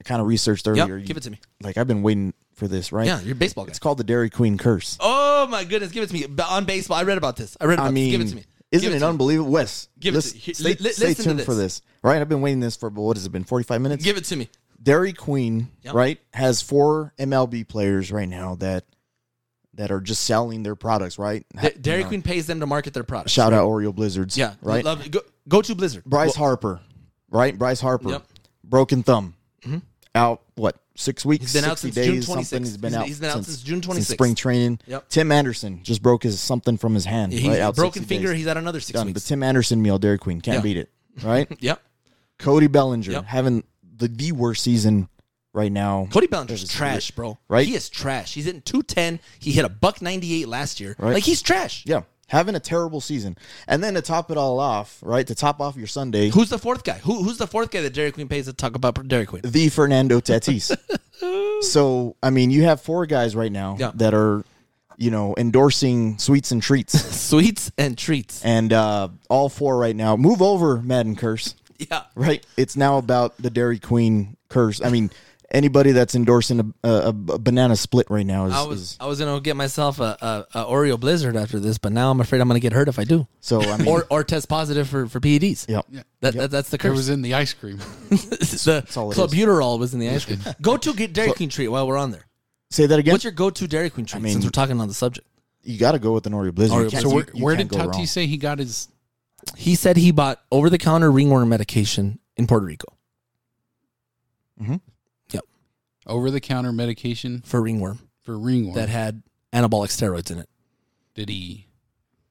Speaker 3: I kind of researched
Speaker 4: Yep.
Speaker 3: earlier. You-
Speaker 4: Give it to me.
Speaker 3: Like I've been waiting for this, right?
Speaker 4: Yeah, you're a baseball guy.
Speaker 3: It's called the Dairy Queen curse.
Speaker 4: Oh my goodness, give it to me. B- On baseball, I read about this. I read about
Speaker 3: I
Speaker 4: this. Oh,
Speaker 3: mean,
Speaker 4: Give it to me.
Speaker 3: Isn't
Speaker 4: Give
Speaker 3: it,
Speaker 4: to me.
Speaker 3: unbelievable? Wes,
Speaker 4: Give it
Speaker 3: listen-
Speaker 4: to- he-
Speaker 3: stay,
Speaker 4: li- li-
Speaker 3: stay
Speaker 4: listen to
Speaker 3: tuned for
Speaker 4: this.
Speaker 3: this. Right? I've been waiting this for, what has it been, 45 minutes?
Speaker 4: Give it to me.
Speaker 3: Dairy Queen,
Speaker 4: Yep.
Speaker 3: right, has four MLB players right now that that are just selling their products, right?
Speaker 4: Da- Dairy Queen pays them to market their products.
Speaker 3: Shout out Oreo Blizzards.
Speaker 4: Yeah,
Speaker 3: Right?
Speaker 4: Love it. Go, go to Blizzard.
Speaker 3: Bryce Harper, right? Bryce Harper,
Speaker 4: Yep. Mm-hmm.
Speaker 3: broken thumb, out what six weeks?
Speaker 4: He's been out
Speaker 3: 60
Speaker 4: since
Speaker 3: days,
Speaker 4: June
Speaker 3: Something.
Speaker 4: 26th.
Speaker 3: He's been
Speaker 4: He's-
Speaker 3: out.
Speaker 4: he's been out since June 26th.
Speaker 3: spring training.
Speaker 4: Yep.
Speaker 3: Tim Anderson just broke his something from his hand.
Speaker 4: He's
Speaker 3: right? Out
Speaker 4: broken
Speaker 3: 60
Speaker 4: finger.
Speaker 3: days.
Speaker 4: He's at another six
Speaker 3: done. The
Speaker 4: weeks.
Speaker 3: Tim Anderson meal, Dairy Queen can't
Speaker 4: Yeah.
Speaker 3: beat it. Right?
Speaker 4: Yep.
Speaker 3: Cody Bellinger
Speaker 4: Yep.
Speaker 3: having the the worst season right now.
Speaker 4: Cody Bellinger's
Speaker 3: There's a
Speaker 4: trash, bro.
Speaker 3: Right?
Speaker 4: He is trash. He's hitting 210. He hit a buck 98 last year.
Speaker 3: Right.
Speaker 4: Like he's trash.
Speaker 3: yeah, having a terrible season, and then to top it all off, right? To top off your Sunday,
Speaker 4: Who's the fourth guy? Who, who's the fourth guy that Dairy Queen pays to talk about Dairy Queen?
Speaker 3: the Fernando Tatis. so I mean, you have four guys right now
Speaker 4: Yeah.
Speaker 3: that are, you know, endorsing sweets and treats,
Speaker 4: Sweets and treats.
Speaker 3: and uh, all four right now. Move over, Madden Curse.
Speaker 4: Yeah.
Speaker 3: Right, it's now about the Dairy Queen curse. I mean, anybody that's endorsing a, a, a banana split right now is,
Speaker 4: I was
Speaker 3: is
Speaker 4: I was gonna get myself a, a, a Oreo Blizzard after this, but now I'm afraid I'm gonna get hurt if I do,
Speaker 3: so. I mean,
Speaker 4: or or test positive for, for PEDs.
Speaker 3: yeah,
Speaker 4: That, that that's the
Speaker 2: It
Speaker 4: curse.
Speaker 2: was in the ice cream.
Speaker 4: the
Speaker 3: all it is.
Speaker 4: clobuterol was in the ice cream. go to get Dairy Queen treat while we're on there.
Speaker 3: Say that again.
Speaker 4: What's your go to Dairy Queen treat?
Speaker 3: mean-
Speaker 4: since we're talking on the subject,
Speaker 3: you got to go with an Oreo Blizzard. You
Speaker 4: Oreo
Speaker 3: can't-
Speaker 2: So
Speaker 3: you-
Speaker 2: where,
Speaker 3: you
Speaker 2: where did
Speaker 3: can't go
Speaker 2: Tati
Speaker 3: wrong.
Speaker 2: say he got his?
Speaker 4: He said he bought over the counter ringworm medication in Puerto Rico
Speaker 2: over the counter medication
Speaker 4: for ringworm
Speaker 2: for ringworm.
Speaker 4: that had anabolic steroids in it.
Speaker 2: Did he?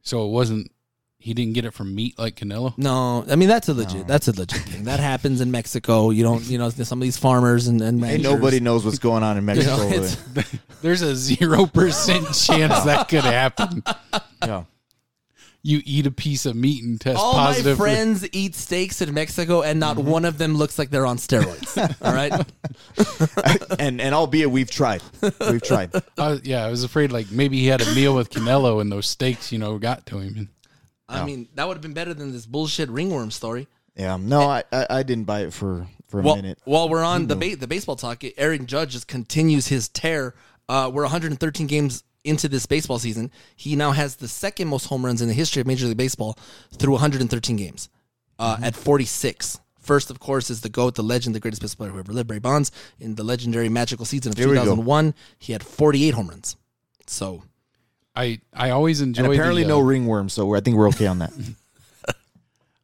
Speaker 2: So it wasn't. He didn't get it from meat like Canelo.
Speaker 4: No, I mean that's a legit. That's a legit thing. That happens in Mexico. You don't, you know, some of these farmers and, and
Speaker 3: Ain't
Speaker 4: ranchers.
Speaker 3: nobody knows what's going on in
Speaker 4: You
Speaker 3: Mexico.
Speaker 4: know,
Speaker 3: over
Speaker 4: it's-
Speaker 3: there.
Speaker 2: There's a zero percent chance that could happen.
Speaker 3: yeah.
Speaker 2: You eat a piece of meat and test
Speaker 4: all
Speaker 2: positive.
Speaker 4: my
Speaker 2: for-
Speaker 4: friends eat steaks in Mexico, and not one of them looks like they're on steroids. all right,
Speaker 3: and and albeit we've tried, we've tried.
Speaker 2: I was- uh, yeah, I was afraid like maybe he had a meal with Canelo and those steaks, you know, got to him. And
Speaker 4: I mean that would have been better than this bullshit ringworm story.
Speaker 3: Yeah, no, I, I, I didn't buy it for for a
Speaker 4: Well,
Speaker 3: minute.
Speaker 4: while we're on the ba- the baseball talk, Aaron Judge just continues his tear. Uh, we're 113 games into this baseball season. He now has the second most home runs in the history of Major League Baseball through 113 games uh,
Speaker 3: Mm-hmm.
Speaker 4: at 46. First, of course, is the GOAT, the legend, the greatest baseball player who ever lived, Barry Bonds. In the legendary magical season of
Speaker 3: we go.
Speaker 4: 2001, he had 48 home runs. So
Speaker 2: I I always enjoy.
Speaker 3: And apparently
Speaker 2: the,
Speaker 3: no
Speaker 2: uh,
Speaker 3: ringworm, so we're, I think we're okay on that.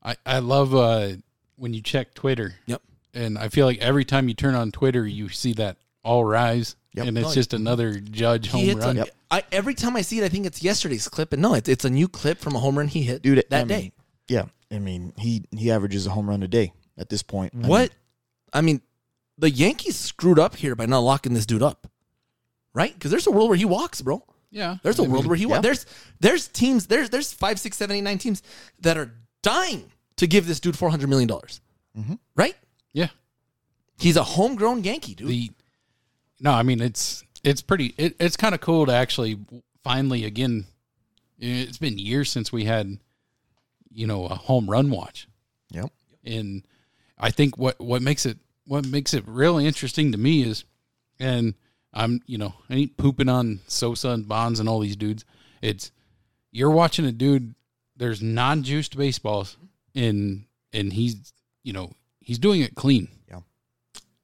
Speaker 2: I I love uh, when you check Twitter.
Speaker 4: Yep.
Speaker 2: And I feel like every time you turn on Twitter, you see that all rise,
Speaker 3: Yep.
Speaker 2: and
Speaker 4: Oh,
Speaker 2: it's just another Judge
Speaker 4: he
Speaker 2: home
Speaker 4: hits.
Speaker 2: run.
Speaker 4: a- I, every time I see it, I think it's yesterday's clip, and no, it's, it's a new clip from a home run he hit
Speaker 3: Dude,
Speaker 4: that
Speaker 3: I mean,
Speaker 4: day.
Speaker 3: Yeah, I mean he he averages a home run a day at this point. I mean,
Speaker 4: What? I mean, the Yankees screwed up here by not locking this dude up, right? Because there's a world where he walks, bro.
Speaker 2: Yeah.
Speaker 4: There's a world where he
Speaker 3: yeah.
Speaker 4: walks. There's there's teams. There's there's five, six, seven, eight, nine teams that are dying to give this dude four hundred million dollars, right?
Speaker 2: Yeah.
Speaker 4: He's a homegrown Yankee, dude.
Speaker 2: the no i mean it's it's pretty it, it's kind of cool to actually finally again it's been years since we had you know a home run watch
Speaker 3: Yep.
Speaker 2: and i think what what makes it what makes it really interesting to me is and i'm you know i ain't pooping on sosa and bonds and all these dudes it's you're watching a dude there's non-juiced baseballs and and he's you know he's doing it clean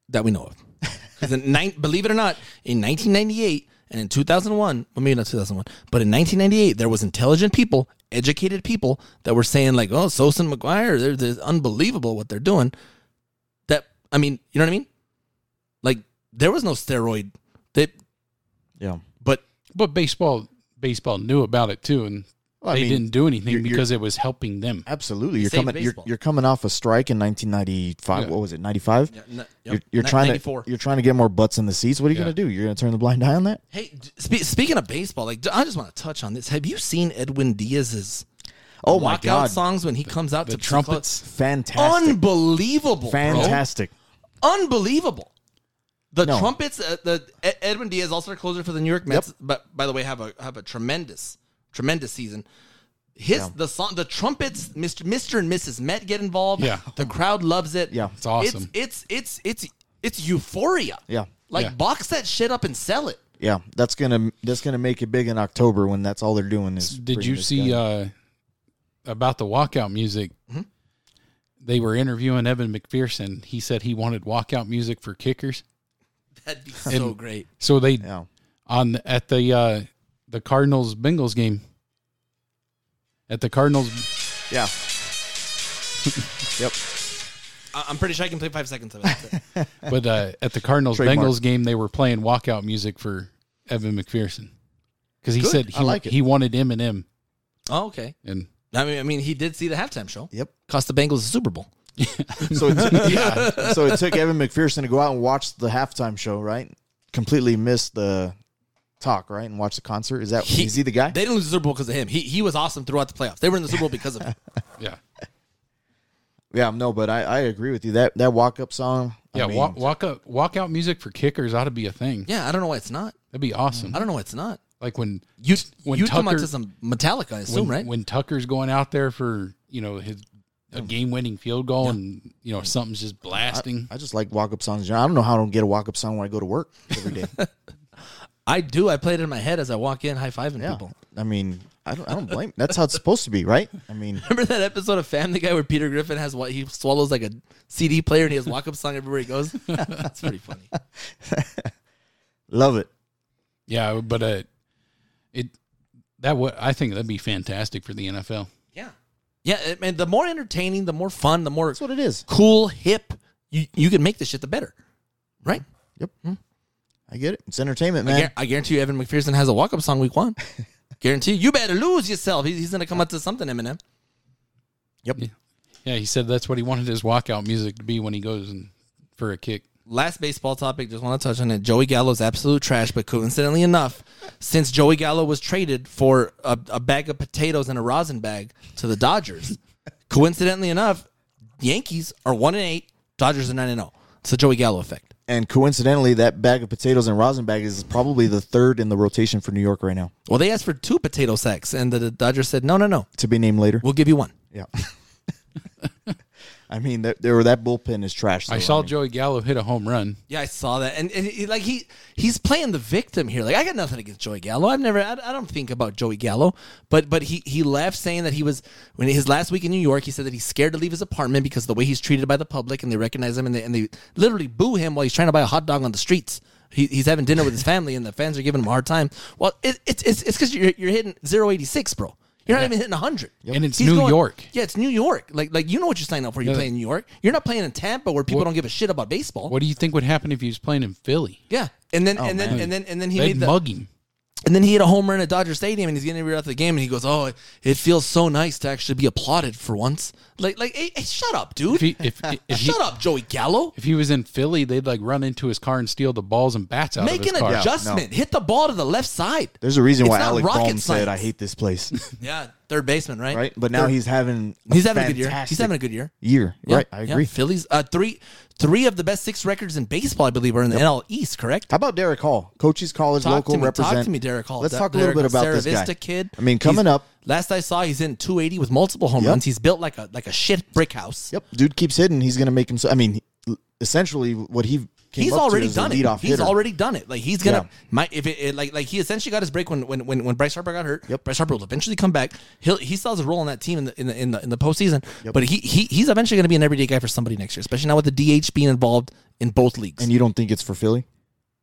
Speaker 4: that we know of. Because believe it or not, in 1998 and in 2001, well, maybe not 2001, but in 1998, there was intelligent people, educated people that were saying like, "Oh, Sosa and McGuire, they're, they're unbelievable what they're doing." That I mean, you know what I mean? Like there was no steroid. That
Speaker 3: Yeah.
Speaker 4: but
Speaker 2: But baseball baseball knew about it too, and
Speaker 3: Well, I
Speaker 2: they
Speaker 3: mean,
Speaker 2: didn't do anything
Speaker 3: you're- you're-
Speaker 2: because it was helping them.
Speaker 3: Absolutely, you're
Speaker 4: saved
Speaker 3: coming. You're,
Speaker 4: baseball.
Speaker 3: you're coming off a strike in 1995.
Speaker 2: Yeah.
Speaker 3: What was it? 95.
Speaker 4: n-
Speaker 3: You're,
Speaker 4: yep,
Speaker 3: you're
Speaker 4: ni-
Speaker 3: trying
Speaker 4: 94.
Speaker 3: to you're trying to get more butts in the seats. What are you
Speaker 2: Yeah.
Speaker 3: gonna do? You're gonna turn the blind eye on that?
Speaker 4: Hey, d- spe- speaking of baseball, like I just want to touch on this. Have you seen Edwin Diaz's
Speaker 3: Oh my
Speaker 4: walkout
Speaker 3: god!
Speaker 4: songs when he comes out
Speaker 2: The
Speaker 4: to
Speaker 2: trumpets.
Speaker 3: Fantastic!
Speaker 4: Unbelievable, bro.
Speaker 3: Fantastic!
Speaker 4: unbelievable. The
Speaker 3: No.
Speaker 4: trumpets, uh, the Ed- Edwin Diaz, all-star closer for the New York Mets. But by the way, have a have a tremendous, tremendous season. His the song, the trumpets, Mr. Mr. and Mrs. Met get involved.
Speaker 2: Yeah.
Speaker 4: the crowd loves it.
Speaker 3: Yeah.
Speaker 2: It's awesome.
Speaker 4: It's it's it's it's, it's euphoria.
Speaker 3: Yeah.
Speaker 4: like
Speaker 2: Yeah.
Speaker 4: box that shit up and sell it.
Speaker 3: Yeah, that's gonna that's gonna make it big in October when that's all they're doing is.
Speaker 2: Did
Speaker 3: bringing
Speaker 2: you
Speaker 3: this
Speaker 2: see
Speaker 3: guy.
Speaker 2: uh, about the walkout music?
Speaker 3: Mm-hmm.
Speaker 2: They were interviewing Evan McPherson. He said he wanted walkout music for kickers.
Speaker 4: That'd be so great.
Speaker 2: So they
Speaker 3: yeah.
Speaker 2: on at the uh, the Cardinals Bengals game. At the Cardinals,
Speaker 3: Yeah. yep.
Speaker 4: I- I'm pretty sure I can play five seconds of it.
Speaker 2: but uh, at the Cardinals
Speaker 3: Trademark.
Speaker 2: Bengals game, they were playing walkout music for Evan McPherson because he
Speaker 4: Good.
Speaker 2: said
Speaker 3: I
Speaker 2: he
Speaker 3: like it.
Speaker 2: he wanted Eminem
Speaker 4: oh, okay.
Speaker 2: and
Speaker 4: I mean, I mean, he did see the halftime show.
Speaker 3: Yep.
Speaker 4: Cost the Bengals the Super Bowl.
Speaker 3: So it took, yeah. So it took Evan McPherson to go out and watch the halftime show, right? Completely missed the talk, right? And watch the concert. Is that is he the guy?
Speaker 4: They didn't lose the Super Bowl because of him. He he was awesome throughout the playoffs. They were in the Super Bowl because of him.
Speaker 2: yeah.
Speaker 3: yeah, no, but I, I agree with you. That that walk up song. I
Speaker 2: Yeah,
Speaker 3: mean,
Speaker 2: walk walk up walk out music for kickers ought to be a thing.
Speaker 4: Yeah, I don't know why it's not.
Speaker 2: That'd be awesome.
Speaker 4: I don't know why it's not.
Speaker 2: Like when
Speaker 4: You
Speaker 2: when
Speaker 4: you come
Speaker 2: Tucker
Speaker 4: out to some Metallica, I assume,
Speaker 2: when,
Speaker 4: right?
Speaker 2: when Tucker's going out there for you know his a game winning field goal and you know something's just blasting.
Speaker 3: I just like walk up songs. I don't know how I don't get a walk up song when I go to work every day.
Speaker 4: I do. I play it in my head as I walk in, high fiving
Speaker 3: Yeah.
Speaker 4: people.
Speaker 3: I mean, I don't I don't blame. That's how it's supposed to be, right? I mean,
Speaker 4: Remember that episode of Family Guy where Peter Griffin has what he swallows like a CD player and he has walk up song everywhere he goes? That's pretty funny.
Speaker 3: love it.
Speaker 2: yeah, but uh, it That would I think that'd be fantastic for the NFL.
Speaker 4: Yeah. Yeah, I mean, the more entertaining, the more fun, the more
Speaker 3: That's what it is.
Speaker 4: cool, hip you, you can make this shit, the better. Right?
Speaker 3: Yep. Hmm. I get it. It's entertainment,
Speaker 4: I,
Speaker 3: man.
Speaker 4: guar- I guarantee you Evan McPherson has a walk-up song week one. guarantee you, you better lose yourself. He's, he's going to come up to something, Eminem.
Speaker 3: Yep.
Speaker 2: Yeah, he said that's what he wanted his walkout music to be when he goes and for a kick.
Speaker 4: Last baseball topic, just want to touch on it. Joey Gallo's absolute trash, but coincidentally enough, since Joey Gallo was traded for a, a bag of potatoes and a rosin bag to the Dodgers, coincidentally enough, Yankees are one and eight, Dodgers are nine and zero. It's the Joey Gallo effect.
Speaker 3: And coincidentally, that bag of potatoes and rosin bag is probably the third in the rotation for New York right now.
Speaker 4: Well, they asked for two potato sacks, and the, the Dodgers said, "No, no, no,
Speaker 3: To be named later.
Speaker 4: we'll give you one."
Speaker 3: Yeah. I mean, that, there, that bullpen is trash.
Speaker 2: I
Speaker 4: Oh,
Speaker 3: though.
Speaker 2: saw
Speaker 3: mean,
Speaker 2: Joey Gallo hit a home run.
Speaker 4: Yeah, I saw that, and, and he, like he he's playing the victim here. Like I got nothing against Joey Gallo. I've never I, I don't think about Joey Gallo, but but he he left saying that he was when his last week in New York, he said that he's scared to leave his apartment because of the way he's treated by the public, and they recognize him, and they and they literally boo him while he's trying to buy a hot dog on the streets. He, he's having dinner with his family, and the fans are giving him a hard time. Well, it, it's it's it's because you're you're hitting 086, bro. You're not even hitting 100.
Speaker 2: And it's New York.
Speaker 4: Yeah, it's New York. Like, like you know what you're signing up for. You're
Speaker 2: Yeah.
Speaker 4: playing in New York. You're not playing in Tampa where people don't give a shit about baseball.
Speaker 2: What do you think would happen if he was playing in Philly?
Speaker 4: Yeah, and
Speaker 3: Oh,
Speaker 4: then and then
Speaker 2: man.
Speaker 4: and then and then he
Speaker 2: They'd
Speaker 4: made the,
Speaker 2: mug him.
Speaker 4: and then he hit a home run at Dodger Stadium, and he's getting ready after the game, and he goes, "Oh, it, it feels so nice to actually be applauded for once." Like like, hey, hey, shut up, dude!
Speaker 2: If he if, if he,
Speaker 4: shut up, Joey Gallo!
Speaker 2: if he was in Philly, they'd like run into his car and steal the balls and bats out of
Speaker 4: Make
Speaker 2: his
Speaker 4: an
Speaker 2: car.
Speaker 4: adjustment. Hit the ball to the left side.
Speaker 3: There's a reason
Speaker 4: It's
Speaker 3: why
Speaker 4: not
Speaker 3: Alec
Speaker 4: rocket
Speaker 3: Baum said, I
Speaker 4: science.
Speaker 3: hate this place.
Speaker 4: Yeah, third baseman, right?
Speaker 3: right? But now
Speaker 4: Third-
Speaker 3: he's having a
Speaker 4: he's having a good year. He's
Speaker 3: fantastic
Speaker 4: having a good year.
Speaker 3: year.
Speaker 4: Yeah,
Speaker 3: Right. I
Speaker 4: yeah.
Speaker 3: agree.
Speaker 4: Phillies uh, three three of the best six records in baseball, I believe, are in the NL East. Correct.
Speaker 3: How about Derek Hall? Coaches College
Speaker 4: Talk
Speaker 3: local
Speaker 4: to me,
Speaker 3: represent.
Speaker 4: Talk to me, Derek Hall.
Speaker 3: Let's
Speaker 4: Da-
Speaker 3: talk a
Speaker 4: Derek
Speaker 3: little bit
Speaker 4: Hall,
Speaker 3: about
Speaker 4: Sierra
Speaker 3: this guy.
Speaker 4: Vista kid.
Speaker 3: I mean, coming
Speaker 4: He's-
Speaker 3: up.
Speaker 4: Last I saw, he's in 280 with multiple home
Speaker 3: Yep.
Speaker 4: runs. He's built like a like a shit brick house.
Speaker 3: Yep, dude keeps hitting. He's gonna make him. So, I mean, essentially, what he came
Speaker 4: He's
Speaker 3: up to
Speaker 4: already
Speaker 3: is a
Speaker 4: done it.
Speaker 3: leadoff
Speaker 4: He's
Speaker 3: hitter.
Speaker 4: already done it. Like he's gonna
Speaker 3: Yeah.
Speaker 4: my if it, it- like like he essentially got his break when when when, when Bryce Harper got hurt.
Speaker 3: Yep.
Speaker 4: Bryce Harper will eventually come back. He'll he still has a role in that team in the in the in the, in the postseason. But he, he he's eventually gonna be an everyday guy for somebody next year, especially now with the DH being involved in both leagues.
Speaker 3: and you don't think it's for Philly?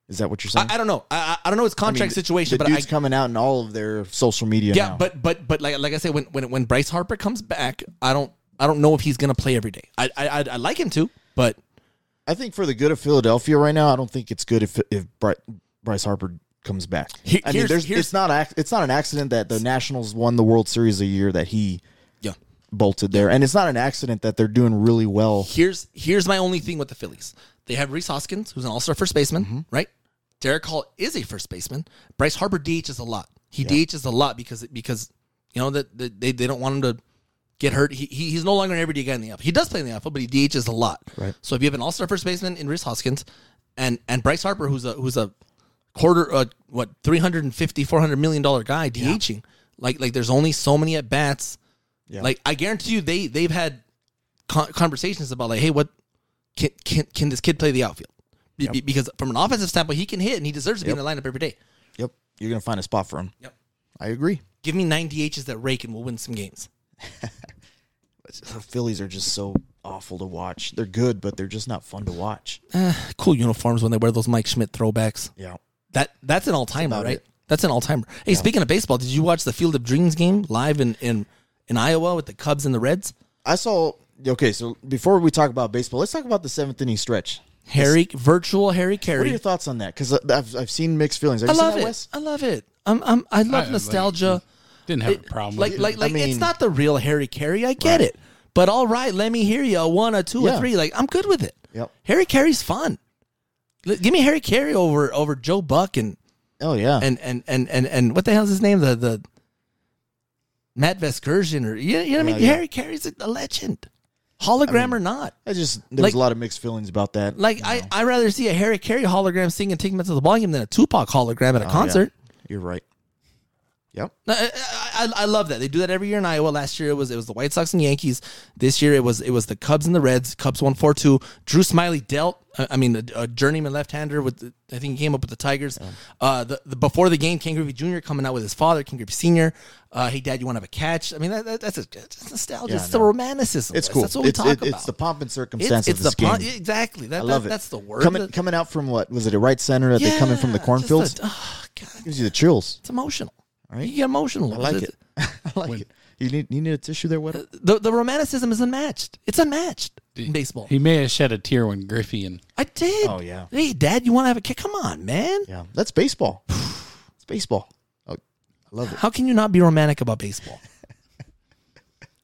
Speaker 3: Is that what you're saying?
Speaker 4: I, I don't know. I, I I don't know his contract situation,
Speaker 3: the
Speaker 4: but I
Speaker 3: dude's coming out in all of their social media.
Speaker 4: Yeah,
Speaker 3: now.
Speaker 4: but but but like like I said, when when when Bryce Harper comes back, I don't I don't know if he's gonna play every day. I I I'd- I like him to, but
Speaker 3: I think for the good of Philadelphia right now, I don't think it's good if if Bry- Bryce Harper comes back.
Speaker 4: Here-
Speaker 3: I mean,
Speaker 4: here's-
Speaker 3: there's
Speaker 4: here's-
Speaker 3: it's not ac- it's not an accident that the Nationals won the World Series a year that he
Speaker 4: yeah.
Speaker 3: bolted there, and it's not an accident that they're doing really well.
Speaker 4: Here's here's my only thing with the Phillies. They have Reese Hoskins, who's an all-star first baseman, right? Derek Hall is a first baseman. Bryce Harper DHs a lot. He DHs a lot because because you know that that they, they don't want him to get hurt. He, he he's no longer an everyday guy in the outfield. He does play in the outfield, but he DHs a lot. Right. So if you have an all-star first baseman in Reese Hoskins and and Bryce Harper, who's a who's a quarter uh, what 350 400 million dollar guy DHing, like like there's only so many at bats.
Speaker 3: Yeah.
Speaker 4: Like I guarantee you, they they've had con- conversations about like, hey, what can can, can this kid play the outfield? Be- be- Because from an offensive standpoint, he can hit and he deserves to be in the lineup every day.
Speaker 3: Yep, you're gonna find a spot for him.
Speaker 4: Yep.
Speaker 3: I agree.
Speaker 4: Give me nine DHs that rake and we'll win some games.
Speaker 3: The Phillies are just so awful to watch. They're good, but they're just not fun to watch.
Speaker 4: Cool uniforms when they wear those Mike Schmidt throwbacks.
Speaker 3: Yeah.
Speaker 4: That that's an all timer,
Speaker 3: about
Speaker 4: right?
Speaker 3: it.
Speaker 4: That's an all timer. Hey, speaking of baseball, did you watch the Field of Dreams game live in in, in Iowa with the Cubs and the Reds?
Speaker 3: I saw. Okay, so before we talk about baseball, let's talk about the seventh inning stretch.
Speaker 4: Harry virtual Harry
Speaker 3: What are
Speaker 4: Carey.
Speaker 3: your thoughts on that? Because I've, I've seen mixed feelings. Have
Speaker 4: I
Speaker 3: you seen
Speaker 4: love
Speaker 3: that,
Speaker 4: it.
Speaker 3: Wes?
Speaker 4: I love it. I'm, I'm I
Speaker 2: I-
Speaker 4: love
Speaker 2: like,
Speaker 4: nostalgia.
Speaker 2: Didn't have a problem.
Speaker 4: like,
Speaker 2: with it.
Speaker 4: like, like,
Speaker 3: I mean-
Speaker 4: it's not the real Harry Carey. I get it, but all right, let me hear you. A one, a two, a
Speaker 3: Yeah.
Speaker 4: three. Like, I'm good with it.
Speaker 3: Yep.
Speaker 4: Harry Carey's fun. L- Give me Harry Carey over over Joe Buck and
Speaker 3: Oh yeah.
Speaker 4: and and and and, and what the hell's his name? The the Matt Vescursion or you, you know what I mean?
Speaker 3: Yeah, yeah.
Speaker 4: Harry Carey's a, a legend, hologram or not.
Speaker 3: I just there
Speaker 4: like-
Speaker 3: was a lot of mixed feelings about that.
Speaker 4: Like I I rather see a Harry Carey hologram sing and take him to the ball game than a Tupac hologram
Speaker 3: Oh,
Speaker 4: at a concert.
Speaker 3: You're right. Yep.
Speaker 4: No, I, I, I- I love that they do that every year in Iowa. Last year it was it was the White Sox and Yankees. This year it was it was the Cubs and the Reds. Cubs won four two. Drew Smiley dealt. uh, I I mean, a, a journeyman left hander with the, I think he came up with the Tigers. Uh, the, the before the game, Ken Griffey Jr. coming out with his father, Ken Griffey Sr. Uh, hey dad, you want to have a catch? I mean, that, that, that's a that's nostalgia.
Speaker 3: Yeah,
Speaker 4: it's the
Speaker 3: no.
Speaker 4: romanticism.
Speaker 3: It's
Speaker 4: Wes.
Speaker 3: cool.
Speaker 4: That's what we
Speaker 3: it's,
Speaker 4: talk
Speaker 3: it-
Speaker 4: about.
Speaker 3: it's the pomp and
Speaker 4: It's-
Speaker 3: circumstance
Speaker 4: it's
Speaker 3: of this
Speaker 4: the pun-
Speaker 3: game.
Speaker 4: exactly. That,
Speaker 3: I love
Speaker 4: that-
Speaker 3: it.
Speaker 4: That's the word.
Speaker 3: Coming
Speaker 4: That-
Speaker 3: coming out from what was it? A right center that they come in from
Speaker 4: Yeah,
Speaker 3: the
Speaker 4: just
Speaker 3: cornfields
Speaker 4: the- oh, God,
Speaker 3: gives you the chills.
Speaker 4: it's emotional.
Speaker 3: right.
Speaker 4: You get emotional.
Speaker 3: I like it.
Speaker 4: The-
Speaker 3: I like
Speaker 2: When-
Speaker 3: it. You need you need a tissue there, Weddle?
Speaker 4: The, the romanticism is unmatched. It's unmatched in baseball.
Speaker 2: He may have shed a tear when Griffey and
Speaker 4: I did.
Speaker 3: Oh, yeah.
Speaker 4: Hey, Dad, you want to have a kid? Come on, man.
Speaker 3: Yeah, that's baseball. it's baseball. Oh, I love it.
Speaker 4: How can you not be romantic about baseball?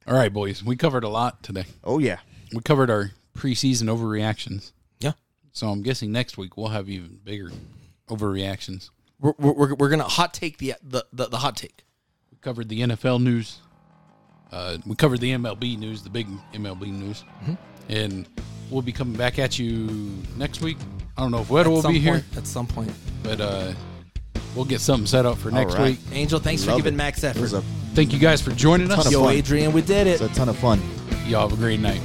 Speaker 2: all right, boys. We covered a lot today.
Speaker 3: Oh yeah,
Speaker 2: We covered our preseason overreactions.
Speaker 4: Yeah.
Speaker 2: So I'm guessing next week we'll have even bigger overreactions.
Speaker 4: We're, we're, we're, we're going to hot take the, the, the, the hot take.
Speaker 2: We covered the NFL news. Uh, we covered the MLB news, the big MLB news,
Speaker 4: Mm-hmm.
Speaker 2: and we'll be coming back at you next week. I don't know if Weta
Speaker 4: At
Speaker 2: will
Speaker 4: some
Speaker 2: be here,
Speaker 4: point- At some point.
Speaker 2: but uh, we'll get something set up for next
Speaker 3: right.
Speaker 2: week.
Speaker 4: Angel, thanks
Speaker 3: Love
Speaker 4: for giving
Speaker 3: it.
Speaker 4: Max
Speaker 3: it was
Speaker 4: effort.
Speaker 3: a
Speaker 2: Thank you guys for joining
Speaker 3: Ton
Speaker 2: us.
Speaker 3: of
Speaker 4: Yo,
Speaker 3: fun.
Speaker 4: Adrian, we did it.
Speaker 3: it's a ton of fun.
Speaker 2: Y'all have a great night.